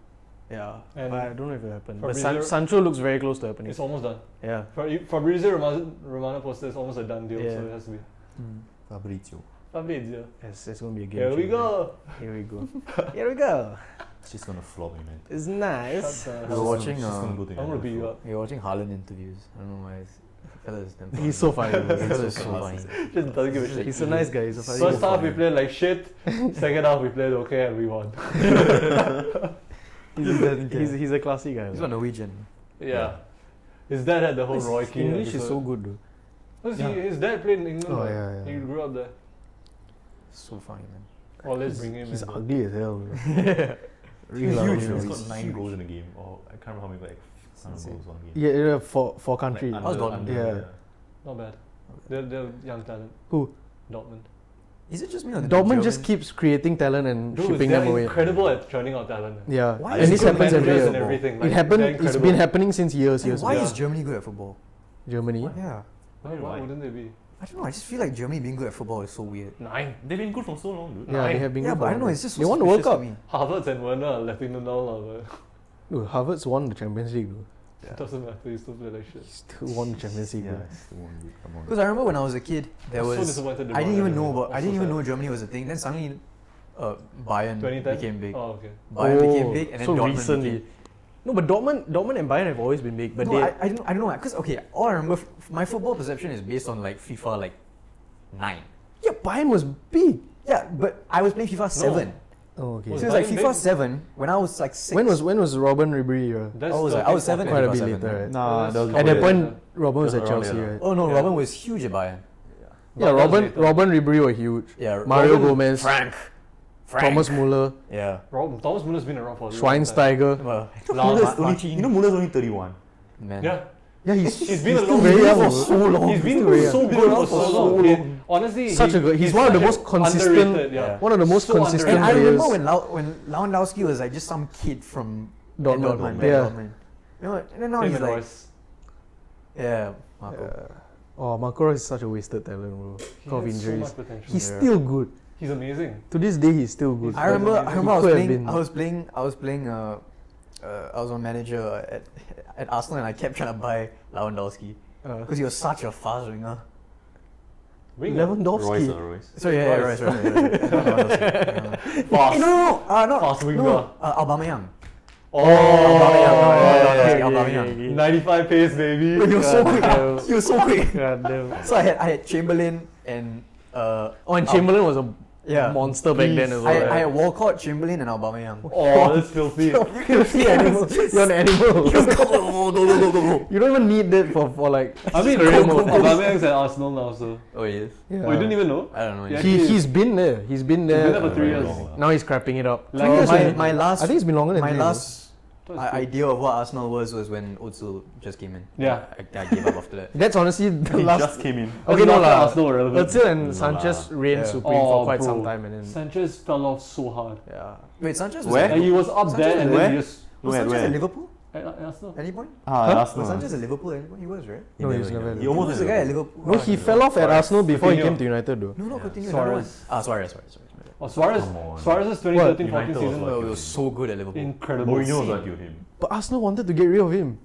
Speaker 3: Yeah,
Speaker 2: And
Speaker 3: but I don't know if it happened. But
Speaker 2: Fabrizio-
Speaker 3: San- Sancho looks very close to happening.
Speaker 2: It's almost done.
Speaker 3: Yeah.
Speaker 2: Fa- Fabrizio Romano, Romano posted is almost a done deal,
Speaker 3: Yeah.
Speaker 2: so it has to be.
Speaker 4: Fabrizio.
Speaker 2: Fabrizio.
Speaker 3: It's, it's gonna be a game.
Speaker 2: Hmm. Here we
Speaker 3: changer.
Speaker 2: go.
Speaker 3: Here we
Speaker 2: *laughs*
Speaker 3: go. Here we go.
Speaker 4: It's just gonna flop, man.
Speaker 3: It's nice.
Speaker 1: We're
Speaker 2: Shut the hell
Speaker 4: It's
Speaker 2: up.
Speaker 1: watching,
Speaker 4: Gonna, it's
Speaker 1: uh,
Speaker 4: gonna go to
Speaker 2: I'm gonna
Speaker 4: another
Speaker 2: beat you
Speaker 4: floor.
Speaker 2: up.
Speaker 1: You're watching Haaland interviews. I don't know why. It's, fella is damn
Speaker 3: He's so
Speaker 1: *laughs*
Speaker 3: funny.
Speaker 1: funny.
Speaker 3: He's
Speaker 1: Fella
Speaker 3: so
Speaker 1: is so funny.
Speaker 2: Just doesn't give a shit.
Speaker 3: He's a nice guy. He's a funny.
Speaker 2: First
Speaker 3: guy.
Speaker 2: half we played like shit.
Speaker 3: *laughs*
Speaker 2: Second half we played okay and we won.
Speaker 3: *laughs* He's,
Speaker 2: *laughs*
Speaker 3: a, he's, he's a classy guy.
Speaker 1: He's
Speaker 3: though.
Speaker 1: not Norwegian.
Speaker 2: Yeah. His dad had the whole
Speaker 3: His
Speaker 2: Roy Keane.
Speaker 3: English is so
Speaker 2: episode.
Speaker 3: good. Though.
Speaker 2: Because
Speaker 3: Yeah.
Speaker 2: he, his dad played in England.
Speaker 3: Oh,
Speaker 2: right?
Speaker 3: yeah, yeah.
Speaker 2: He grew up there.
Speaker 1: So funny, man.
Speaker 2: Well, let's
Speaker 3: He's-
Speaker 2: bring him
Speaker 3: He's
Speaker 2: in.
Speaker 3: ugly as hell. bro. *laughs*
Speaker 4: He's
Speaker 3: Really
Speaker 4: huge.
Speaker 3: ugly,
Speaker 4: man.
Speaker 3: bro.
Speaker 4: He's
Speaker 3: He's
Speaker 4: got nine
Speaker 3: huge.
Speaker 4: goals in a game, or I can't remember how many like some
Speaker 1: Insane.
Speaker 4: goals one game.
Speaker 3: Yeah, yeah, for for
Speaker 4: Like,
Speaker 3: country.
Speaker 4: under-
Speaker 1: Dortmund.
Speaker 4: under-
Speaker 3: Yeah.
Speaker 2: Not bad. They're, they're young talent.
Speaker 3: Who?
Speaker 2: Dortmund.
Speaker 1: Is it just me or the
Speaker 3: Dortmund just
Speaker 1: German-
Speaker 3: keeps creating talent and
Speaker 2: Dude,
Speaker 3: shipping
Speaker 2: they're
Speaker 3: them away.
Speaker 2: incredible at churning out talent.
Speaker 3: Yeah,
Speaker 1: Why
Speaker 4: is
Speaker 3: and this
Speaker 4: good
Speaker 3: happens every
Speaker 2: managers
Speaker 3: year.
Speaker 2: and everything, like,
Speaker 3: it
Speaker 2: they're
Speaker 3: happened. It's been
Speaker 2: incredible.
Speaker 3: happening since years,
Speaker 1: And
Speaker 3: years.
Speaker 1: Why
Speaker 3: ago.
Speaker 1: is
Speaker 2: Yeah.
Speaker 1: Germany good at football?
Speaker 3: Germany?
Speaker 1: Yeah.
Speaker 2: Why,
Speaker 4: Why?
Speaker 2: why wouldn't they be?
Speaker 1: I don't know. I just feel like Germany being good at football is so weird.
Speaker 2: Nine.
Speaker 4: They've been good for so long, dude.
Speaker 3: Yeah, they have been.
Speaker 1: yeah,
Speaker 3: good
Speaker 1: but
Speaker 3: for
Speaker 1: I don't know.
Speaker 3: long.
Speaker 1: It's just so
Speaker 3: they won the World
Speaker 1: suspicious
Speaker 3: Cup.
Speaker 1: to me.
Speaker 2: Harvard's and Werner are letting them down, lah, but
Speaker 3: Dude, Harvard's won the Champions League. Though.
Speaker 2: it doesn't matter. You still play like shit.
Speaker 3: He still won the Champions League.
Speaker 4: Yeah,
Speaker 3: bro.
Speaker 4: it's the one, dude. Come on.
Speaker 1: Because I remember when I was a kid, there
Speaker 2: I'm so
Speaker 1: was
Speaker 2: disappointed they
Speaker 1: I didn't
Speaker 2: won
Speaker 1: even
Speaker 2: anyway.
Speaker 1: know about I
Speaker 2: I'm so
Speaker 1: didn't even
Speaker 2: sad.
Speaker 1: know Germany was a thing. Then suddenly, uh, Bayern
Speaker 2: 2010?
Speaker 1: became big.
Speaker 2: Oh, okay.
Speaker 1: Bayern became
Speaker 3: Oh,
Speaker 1: big, and then
Speaker 3: so
Speaker 1: Dortmund
Speaker 3: recently.
Speaker 1: became-
Speaker 3: No, but Dortmund, Dortmund and Bayern have always been big, but
Speaker 1: no,
Speaker 3: they
Speaker 1: I, I don't I don't know because okay, all I remember f- my football perception is based on like FIFA like nine.
Speaker 3: yeah, Bayern was big.
Speaker 1: Yeah, but I was playing FIFA seven.
Speaker 3: Oh, okay.
Speaker 2: Was
Speaker 1: So it's like
Speaker 2: Bayern
Speaker 1: FIFA
Speaker 2: big?
Speaker 1: seven when I was like six.
Speaker 3: When was when was Robin Ribéry era?
Speaker 1: I
Speaker 2: That's
Speaker 1: was
Speaker 2: the
Speaker 1: like I was
Speaker 2: big
Speaker 1: seven. at
Speaker 3: Quite a
Speaker 1: FIFA
Speaker 3: bit
Speaker 1: 7,
Speaker 3: later,
Speaker 1: right?
Speaker 3: right?
Speaker 4: Nah, that was
Speaker 3: At that
Speaker 4: Yeah.
Speaker 3: point, Robin was
Speaker 4: Just
Speaker 3: at
Speaker 4: around
Speaker 3: Chelsea,
Speaker 4: there,
Speaker 3: right?
Speaker 1: Oh no,
Speaker 2: Yeah.
Speaker 1: Robin was huge at Bayern.
Speaker 3: Yeah,
Speaker 2: Robin was
Speaker 3: Robin,
Speaker 2: later.
Speaker 3: Robin Ribéry were huge.
Speaker 1: Yeah,
Speaker 3: Mario
Speaker 1: Robin-
Speaker 3: Gomez,
Speaker 1: Frank, Frank.
Speaker 3: Thomas Muller,
Speaker 1: Yeah.
Speaker 2: Rob, Thomas Muller's been around for a long time.
Speaker 3: Schweinsteiger.
Speaker 1: *laughs* Well,
Speaker 2: Lars
Speaker 4: Muller's only,
Speaker 2: Martin.
Speaker 4: you know, Muller's only 31.
Speaker 1: man.
Speaker 2: Yeah.
Speaker 3: Yeah, he's
Speaker 2: He's been
Speaker 3: still
Speaker 2: around
Speaker 3: very
Speaker 2: for
Speaker 3: young.
Speaker 2: so long. He's been
Speaker 3: Still very
Speaker 2: so
Speaker 3: young.
Speaker 2: good for so long. He- honestly,
Speaker 3: Such
Speaker 2: he-
Speaker 3: a good- he's one of the
Speaker 2: such a
Speaker 3: most consistent-
Speaker 2: underrated, Yeah.
Speaker 4: Yeah.
Speaker 3: One of the most
Speaker 2: So
Speaker 3: consistent
Speaker 1: And I
Speaker 3: players.
Speaker 1: remember when Lau- when Lewandowski was like just some kid from
Speaker 3: Dortmund,
Speaker 1: Dortmund,
Speaker 3: yeah.
Speaker 1: Dortmund. You know, and then now
Speaker 2: Him
Speaker 1: he's
Speaker 2: and
Speaker 1: like,
Speaker 2: Royce.
Speaker 1: yeah, Marco.
Speaker 3: Oh, Marco Reus is such a wasted talent, bro.
Speaker 2: He
Speaker 3: Because of
Speaker 2: has so
Speaker 3: injuries.
Speaker 2: much potential.
Speaker 3: he's
Speaker 1: Yeah.
Speaker 3: still good.
Speaker 2: He's amazing.
Speaker 3: To this day, he's still good.
Speaker 1: I remember, I remember, I was
Speaker 3: Could
Speaker 1: playing,
Speaker 3: have been.
Speaker 1: I was playing, I was playing, uh, uh, I was on manager at at Arsenal, and I kept trying to buy Lewandowski
Speaker 3: Uh,
Speaker 1: because he was such a fast winger.
Speaker 2: Winger.
Speaker 4: Royce,
Speaker 3: *laughs*
Speaker 2: uh,
Speaker 3: Lewandowski.
Speaker 4: or Royce.
Speaker 1: So yeah, yeah, right,
Speaker 2: Royce.
Speaker 1: right, right, right.
Speaker 3: *laughs*
Speaker 1: Not Lewandowski.
Speaker 2: Fast.
Speaker 1: Hey, no, no, no, uh, not
Speaker 2: Fast winger.
Speaker 1: no, uh, Aubameyang.
Speaker 2: Oh,
Speaker 1: Aubameyang, not Lewandowski, Aubameyang.
Speaker 3: yeah.
Speaker 2: 95 pace, baby.
Speaker 1: He was so quick.
Speaker 3: yeah.
Speaker 1: He was so quick. *laughs*
Speaker 3: *laughs* God damn.
Speaker 1: So I had I had Chamberlain and uh
Speaker 3: Oh, and
Speaker 1: Al-
Speaker 3: Chamberlain was a
Speaker 1: yeah.
Speaker 3: monster back then as
Speaker 1: I,
Speaker 3: well. *laughs*
Speaker 1: I had Walcott, Chamberlain, and Aubameyang.
Speaker 2: Oh, that's
Speaker 3: *laughs*
Speaker 2: filthy.
Speaker 3: You're
Speaker 1: *laughs*
Speaker 3: an animal. You're an
Speaker 1: go,
Speaker 3: animal.
Speaker 1: go, go, go,
Speaker 3: *laughs*
Speaker 1: *laughs* go.
Speaker 3: you don't even need that for, for like.
Speaker 2: I mean,
Speaker 3: career
Speaker 2: Aub-
Speaker 3: mode.
Speaker 2: Aubameyang's at Arsenal now, so.
Speaker 1: Oh yes.
Speaker 3: Yeah.
Speaker 2: Oh, you didn't even know?
Speaker 1: I don't know.
Speaker 2: Yeah.
Speaker 3: he, he's been there. He's been
Speaker 2: He's
Speaker 3: there.
Speaker 2: been there for three
Speaker 4: Uh,
Speaker 2: years.
Speaker 4: long,
Speaker 3: now he's crapping it up.
Speaker 2: Like,
Speaker 3: Two years
Speaker 2: my-
Speaker 3: only.
Speaker 1: my last-
Speaker 3: I think it's been longer than
Speaker 1: My
Speaker 3: three years.
Speaker 1: last i-
Speaker 2: *laughs*
Speaker 1: idea of what Arsenal was was when Otsu just came in.
Speaker 2: Yeah.
Speaker 1: I, I gave up after that.
Speaker 3: That's honusly the
Speaker 4: He
Speaker 3: last.
Speaker 4: just came in.
Speaker 3: okay, no
Speaker 2: After
Speaker 3: lah.
Speaker 2: Arsenal were relevant.
Speaker 3: Özil and
Speaker 4: No
Speaker 3: Sanchez reigned
Speaker 1: Yeah.
Speaker 3: supreme
Speaker 2: Oh,
Speaker 3: for quite
Speaker 2: bro.
Speaker 3: some time, and then
Speaker 2: Sanchez fell off so hard.
Speaker 3: yeah.
Speaker 1: *laughs* Wait, Sanchez was
Speaker 4: Where?
Speaker 1: at
Speaker 2: And he was up
Speaker 1: Sanchez
Speaker 2: there and
Speaker 4: where?
Speaker 2: then he just.
Speaker 1: Was
Speaker 4: Where,
Speaker 1: Sanchez
Speaker 4: where?
Speaker 1: at Liverpool
Speaker 2: At, at Arsenal?
Speaker 1: at any point?
Speaker 4: Ah,
Speaker 1: Was
Speaker 4: last one.
Speaker 1: Sanchez at Liverpool at any point? He was right.
Speaker 4: He
Speaker 3: No,
Speaker 4: never-
Speaker 3: he's never-
Speaker 4: He almost
Speaker 1: was the guy at Liverpool.
Speaker 3: No, he fell off at
Speaker 4: Suarez.
Speaker 3: Arsenal before he
Speaker 2: Coutinho.
Speaker 3: came to United, though.
Speaker 1: No, no,
Speaker 4: Yeah.
Speaker 1: continue. another one.
Speaker 2: Suarez.
Speaker 1: Ah, sorry, sorry, sorry.
Speaker 2: Oh, Suarez.
Speaker 4: Come on.
Speaker 2: Suarez's 2013
Speaker 4: What?
Speaker 2: 14
Speaker 4: United
Speaker 2: season was
Speaker 4: was
Speaker 1: No, he was so good at Liverpool.
Speaker 2: incredible.
Speaker 4: Mourinho was arguing him.
Speaker 3: But Arsenal wanted to get rid of him.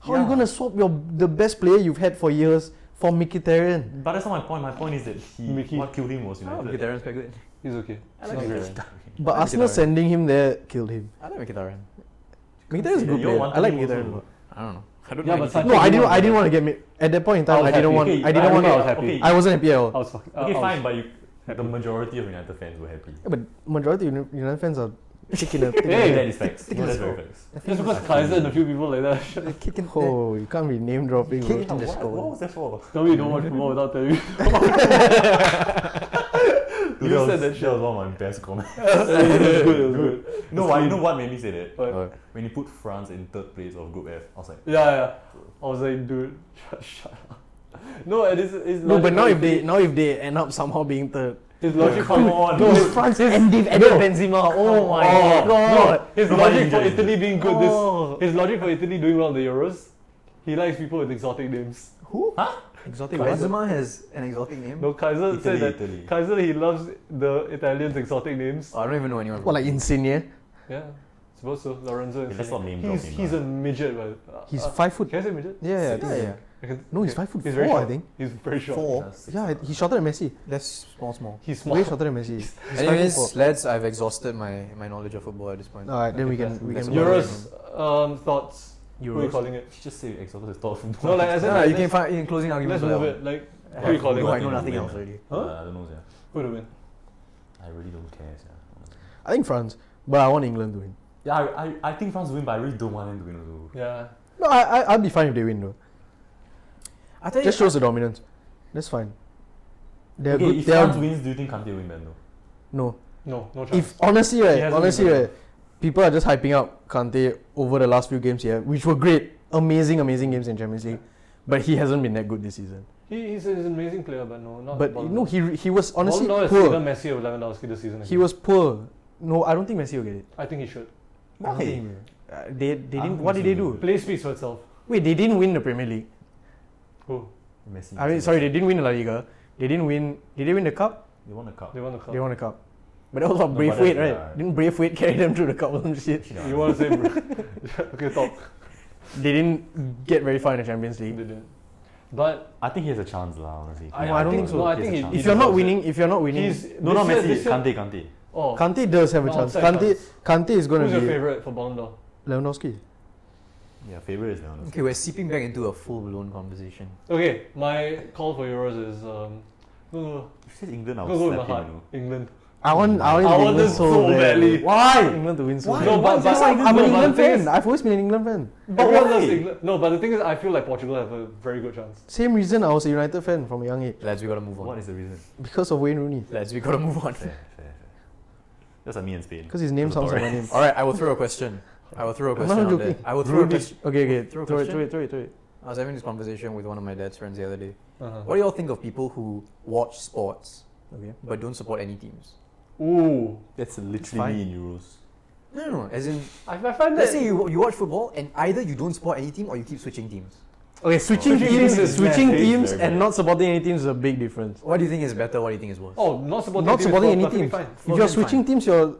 Speaker 3: How are you
Speaker 1: Yeah.
Speaker 3: gonna swap your the best player you've had for years for Mkhitaryan?
Speaker 4: But that's not my point. My point is that he,
Speaker 2: Mickey.
Speaker 4: what killed him was
Speaker 1: I like
Speaker 4: United.
Speaker 1: Mkhitaryan's quite good.
Speaker 2: He's okay.
Speaker 1: I like
Speaker 2: He's okay.
Speaker 1: Mkhitaryan.
Speaker 3: But
Speaker 1: I like
Speaker 3: Arsenal
Speaker 1: Mkhitaryan.
Speaker 3: sending him there killed him.
Speaker 1: I like Mkhitaryan.
Speaker 3: Mkhitaryan's a good
Speaker 4: You're
Speaker 3: player.
Speaker 4: one
Speaker 3: I like
Speaker 4: thing also.
Speaker 3: Mkhitaryan.
Speaker 1: I don't know. I don't
Speaker 2: Yeah,
Speaker 1: know.
Speaker 2: but
Speaker 1: anything.
Speaker 2: Sanchez-
Speaker 3: No, I didn't. I didn't want to get me at that point in time.
Speaker 2: was
Speaker 3: I didn't
Speaker 2: happy. *laughs*
Speaker 3: want.
Speaker 4: Okay,
Speaker 3: I didn't want.
Speaker 2: remember I
Speaker 3: to
Speaker 2: was happy.
Speaker 4: Okay,
Speaker 3: I wasn't happy at all.
Speaker 2: I was fucking.
Speaker 4: okay,
Speaker 2: I was- *laughs*
Speaker 4: fine, but you, the majority of United fans were happy.
Speaker 3: Yeah, but majority of Uni- United fans are kicking a
Speaker 4: *laughs*
Speaker 2: Hey.
Speaker 3: thing.
Speaker 4: That is facts. No, that's very facts.
Speaker 2: Just because Kaiser and a few people like that. *laughs*
Speaker 1: Kicking the-
Speaker 3: Oh, you can't be name dropping. bro.
Speaker 1: Kicking the
Speaker 4: What, what
Speaker 1: score.
Speaker 4: was that for?
Speaker 2: Tell me you don't watch football without telling me.
Speaker 4: you
Speaker 2: that
Speaker 4: said
Speaker 2: was-
Speaker 4: that shit was one of my best comments.
Speaker 2: It was good, it was good.
Speaker 4: No, why, you know what made me say that?
Speaker 2: What?
Speaker 1: Alright.
Speaker 4: When you put France in third place of Group F, I was like,
Speaker 2: Yeah, yeah. I was like, dude, *laughs* shut, shut up. No, it is. It's
Speaker 3: No, but
Speaker 2: logical
Speaker 3: now if
Speaker 2: you- *laughs*
Speaker 3: they now if they end up somehow being third,
Speaker 2: His logic for
Speaker 3: *laughs*
Speaker 4: come on,
Speaker 2: no,
Speaker 4: dude.
Speaker 2: his,
Speaker 3: France and they've added Benzema. Oh my
Speaker 4: Oh,
Speaker 3: god!
Speaker 2: no, his
Speaker 4: Nobody
Speaker 2: logic for
Speaker 4: enjoys it.
Speaker 2: Italy being good
Speaker 3: Oh.
Speaker 2: this his logic for Italy doing well in the Euros. He likes people with exotic names.
Speaker 1: Who?
Speaker 3: Exotic Benzema.
Speaker 1: Benzema has an exotic name.
Speaker 2: No, Kaiser
Speaker 4: Italy,
Speaker 2: said that
Speaker 4: Italy.
Speaker 2: Kaiser he loves the Italians exotic names.
Speaker 1: Oh, I don't even know anyone.
Speaker 3: What like Insigne?
Speaker 2: yeah, supposed to Lorenzo.
Speaker 4: Yeah, let's not name
Speaker 2: he's
Speaker 4: drop him,
Speaker 2: he's a midget, man. Uh,
Speaker 3: He's
Speaker 2: uh,
Speaker 3: five foot.
Speaker 2: Can I say midget?
Speaker 3: Yeah, yeah, I
Speaker 1: yeah,
Speaker 3: think
Speaker 1: yeah,
Speaker 3: he's-
Speaker 1: yeah.
Speaker 2: I can-
Speaker 3: No, he's
Speaker 2: okay.
Speaker 3: five foot
Speaker 2: He's very
Speaker 3: four, I
Speaker 2: short.
Speaker 3: think.
Speaker 2: He's very short.
Speaker 3: Four.
Speaker 4: Six
Speaker 3: Yeah,
Speaker 4: or
Speaker 3: he shorter than Messi.
Speaker 1: That's small, small.
Speaker 2: He's small.
Speaker 3: Way shorter than Messi.
Speaker 1: Anyways, lads, I've exhausted my, my knowledge of football at this point.
Speaker 3: Alright, then we can we
Speaker 1: That's
Speaker 3: can.
Speaker 1: about it.
Speaker 2: Euros um, thoughts. Who are you calling it?
Speaker 4: Just say exotic is thought from *laughs*
Speaker 2: No, like I said,
Speaker 1: No, you
Speaker 2: let's-
Speaker 1: can find in closing arguments.
Speaker 2: Let's
Speaker 1: for
Speaker 2: move
Speaker 1: that
Speaker 2: it. Like
Speaker 1: one.
Speaker 2: who are you calling
Speaker 1: No,
Speaker 2: it?
Speaker 1: I know nothing else already.
Speaker 4: Uh,
Speaker 2: Huh?
Speaker 4: I don't know, yeah.
Speaker 2: who to win?
Speaker 4: I really don't care, yeah.
Speaker 3: I think France, but I want England to win.
Speaker 4: Yeah, I, I, I think France win, but I really don't want them to win. Also.
Speaker 2: Yeah.
Speaker 3: No, I, I I'll be fine if they win though.
Speaker 1: I tell you,
Speaker 3: Just shows the dominance. That's fine. They're
Speaker 4: okay,
Speaker 3: good.
Speaker 4: if
Speaker 3: They're
Speaker 4: France wins, do you think Kante win, man? Though?
Speaker 3: no.
Speaker 2: No, no chance.
Speaker 3: If honestly,
Speaker 2: He
Speaker 3: right,
Speaker 2: hasn't
Speaker 3: honestly,
Speaker 2: even-
Speaker 3: right, people are just hyping up Kante over the last few games here, which were great, amazing, amazing games in Champions League, but he hasn't been that good this season.
Speaker 2: he, he's, he's an amazing player, but no, not.
Speaker 3: But
Speaker 2: Ballon
Speaker 3: no,
Speaker 2: d'Or.
Speaker 3: he he was honestly
Speaker 2: Ballon d'Or is either
Speaker 3: poor.
Speaker 2: Messi or Lewandowski this season.
Speaker 3: He
Speaker 2: again.
Speaker 3: was poor. No, I don't think Messi will get it.
Speaker 2: I think he should.
Speaker 3: I don't
Speaker 4: Why?
Speaker 3: think he will. Uh, they they
Speaker 4: I
Speaker 3: didn't.
Speaker 4: don't
Speaker 3: What
Speaker 4: think
Speaker 3: did they
Speaker 4: he will.
Speaker 3: do?
Speaker 2: Play speaks for itself.
Speaker 3: Wait, they didn't win the Premier League.
Speaker 2: Who?
Speaker 4: Messi.
Speaker 3: I mean, sorry, they didn't win La Liga. They didn't win. Did they win the cup?
Speaker 4: They won the cup.
Speaker 2: They won the cup.
Speaker 3: They won the cup. But that was what
Speaker 4: No, but
Speaker 3: Braithwaite,
Speaker 4: that-
Speaker 3: right?
Speaker 4: yeah.
Speaker 3: Didn't Braithwaite *laughs* carry them through the cup or some shit?
Speaker 4: Actually, no,
Speaker 2: You
Speaker 4: I
Speaker 2: want to say? *laughs* okay, talk.
Speaker 3: They didn't get very far in the Champions
Speaker 2: They
Speaker 3: League.
Speaker 2: didn't. But
Speaker 4: I think he has a chance, lah. Honestly,
Speaker 2: I,
Speaker 3: No,
Speaker 2: I,
Speaker 3: I don't
Speaker 2: think
Speaker 3: think
Speaker 2: No,
Speaker 3: so.
Speaker 2: I
Speaker 4: He
Speaker 2: think
Speaker 4: has
Speaker 2: he,
Speaker 4: a
Speaker 3: If
Speaker 4: chance.
Speaker 3: you're not
Speaker 2: deserves it.
Speaker 3: winning, if you're not winning,
Speaker 2: he's
Speaker 4: no, not
Speaker 2: this year-
Speaker 4: Messi.
Speaker 2: this year-
Speaker 4: Kante, Kante.
Speaker 2: Oh,
Speaker 3: Kante does have a
Speaker 2: Oh,
Speaker 3: chance.
Speaker 2: outside
Speaker 3: Kante,
Speaker 2: chance.
Speaker 3: Kante is going
Speaker 2: who's
Speaker 3: to be
Speaker 2: your favorite for Ballon d'Or?
Speaker 3: Lewandowski.
Speaker 4: Yeah, favorite is Leon.
Speaker 1: okay, we're seeping back into a full blown conversation.
Speaker 2: Okay, my call for Euros is um, no, no,
Speaker 4: If he says England,
Speaker 2: no,
Speaker 4: I'll
Speaker 2: go with my
Speaker 4: slap him.
Speaker 2: heart.
Speaker 4: You know.
Speaker 2: England.
Speaker 3: I want, I want,
Speaker 2: I
Speaker 3: England
Speaker 2: want this so badly.
Speaker 3: Why? England to win so
Speaker 2: Why?
Speaker 3: badly.
Speaker 2: No, but-
Speaker 3: Because
Speaker 2: but-
Speaker 3: I'm, I'm
Speaker 2: no,
Speaker 3: an
Speaker 2: but
Speaker 3: England
Speaker 2: the thing
Speaker 3: fan.
Speaker 2: is-
Speaker 3: I've always been an England fan.
Speaker 2: Everyone
Speaker 4: why?
Speaker 2: loves England. No, but the thing is, I feel like Portugal have a very good chance.
Speaker 3: Same reason I was a United fan from a young age
Speaker 1: Lads, we gotta move on.
Speaker 4: What is the reason?
Speaker 3: because of Wayne Rooney.
Speaker 1: Lads, we gotta move on.
Speaker 4: Fair, fair, fair. That's like me and Spain.
Speaker 3: Because his name sounds like my
Speaker 1: *laughs*
Speaker 3: name.
Speaker 1: All right, I will throw a question. I will throw a
Speaker 3: I'm not
Speaker 1: question. out
Speaker 3: joking.
Speaker 1: there. I will throw a
Speaker 3: Rooney.
Speaker 1: question.
Speaker 3: Okay, okay.
Speaker 1: Throw
Speaker 3: Throw,
Speaker 1: a
Speaker 3: it,
Speaker 1: question?
Speaker 3: throw it, throw it, throw it.
Speaker 1: I was having this conversation with one of my dad's friends the other day.
Speaker 2: Uh-huh.
Speaker 1: What do y'all think of people who watch sports
Speaker 3: Okay.
Speaker 1: but don't support any teams?
Speaker 2: Ooh,
Speaker 4: That's literally
Speaker 3: Fine.
Speaker 4: me in Euros.
Speaker 1: No, no, no. As in,
Speaker 2: I, I find
Speaker 1: let's
Speaker 2: that
Speaker 1: say you, you watch football and either you don't support any team or you keep switching teams.
Speaker 3: Okay, switching
Speaker 2: Switching
Speaker 3: teams,
Speaker 2: teams is
Speaker 3: switching
Speaker 2: bad.
Speaker 3: teams,
Speaker 4: Very
Speaker 3: and
Speaker 4: bad.
Speaker 3: not supporting any teams is a big difference.
Speaker 1: What do you think is better? What do you think is worse?
Speaker 2: oh, not supporting
Speaker 3: Not
Speaker 2: team is
Speaker 3: supporting any
Speaker 2: perfectly
Speaker 3: teams.
Speaker 2: fine.
Speaker 3: If
Speaker 1: Well,
Speaker 3: you're
Speaker 1: then
Speaker 3: switching
Speaker 1: fine.
Speaker 3: teams, you're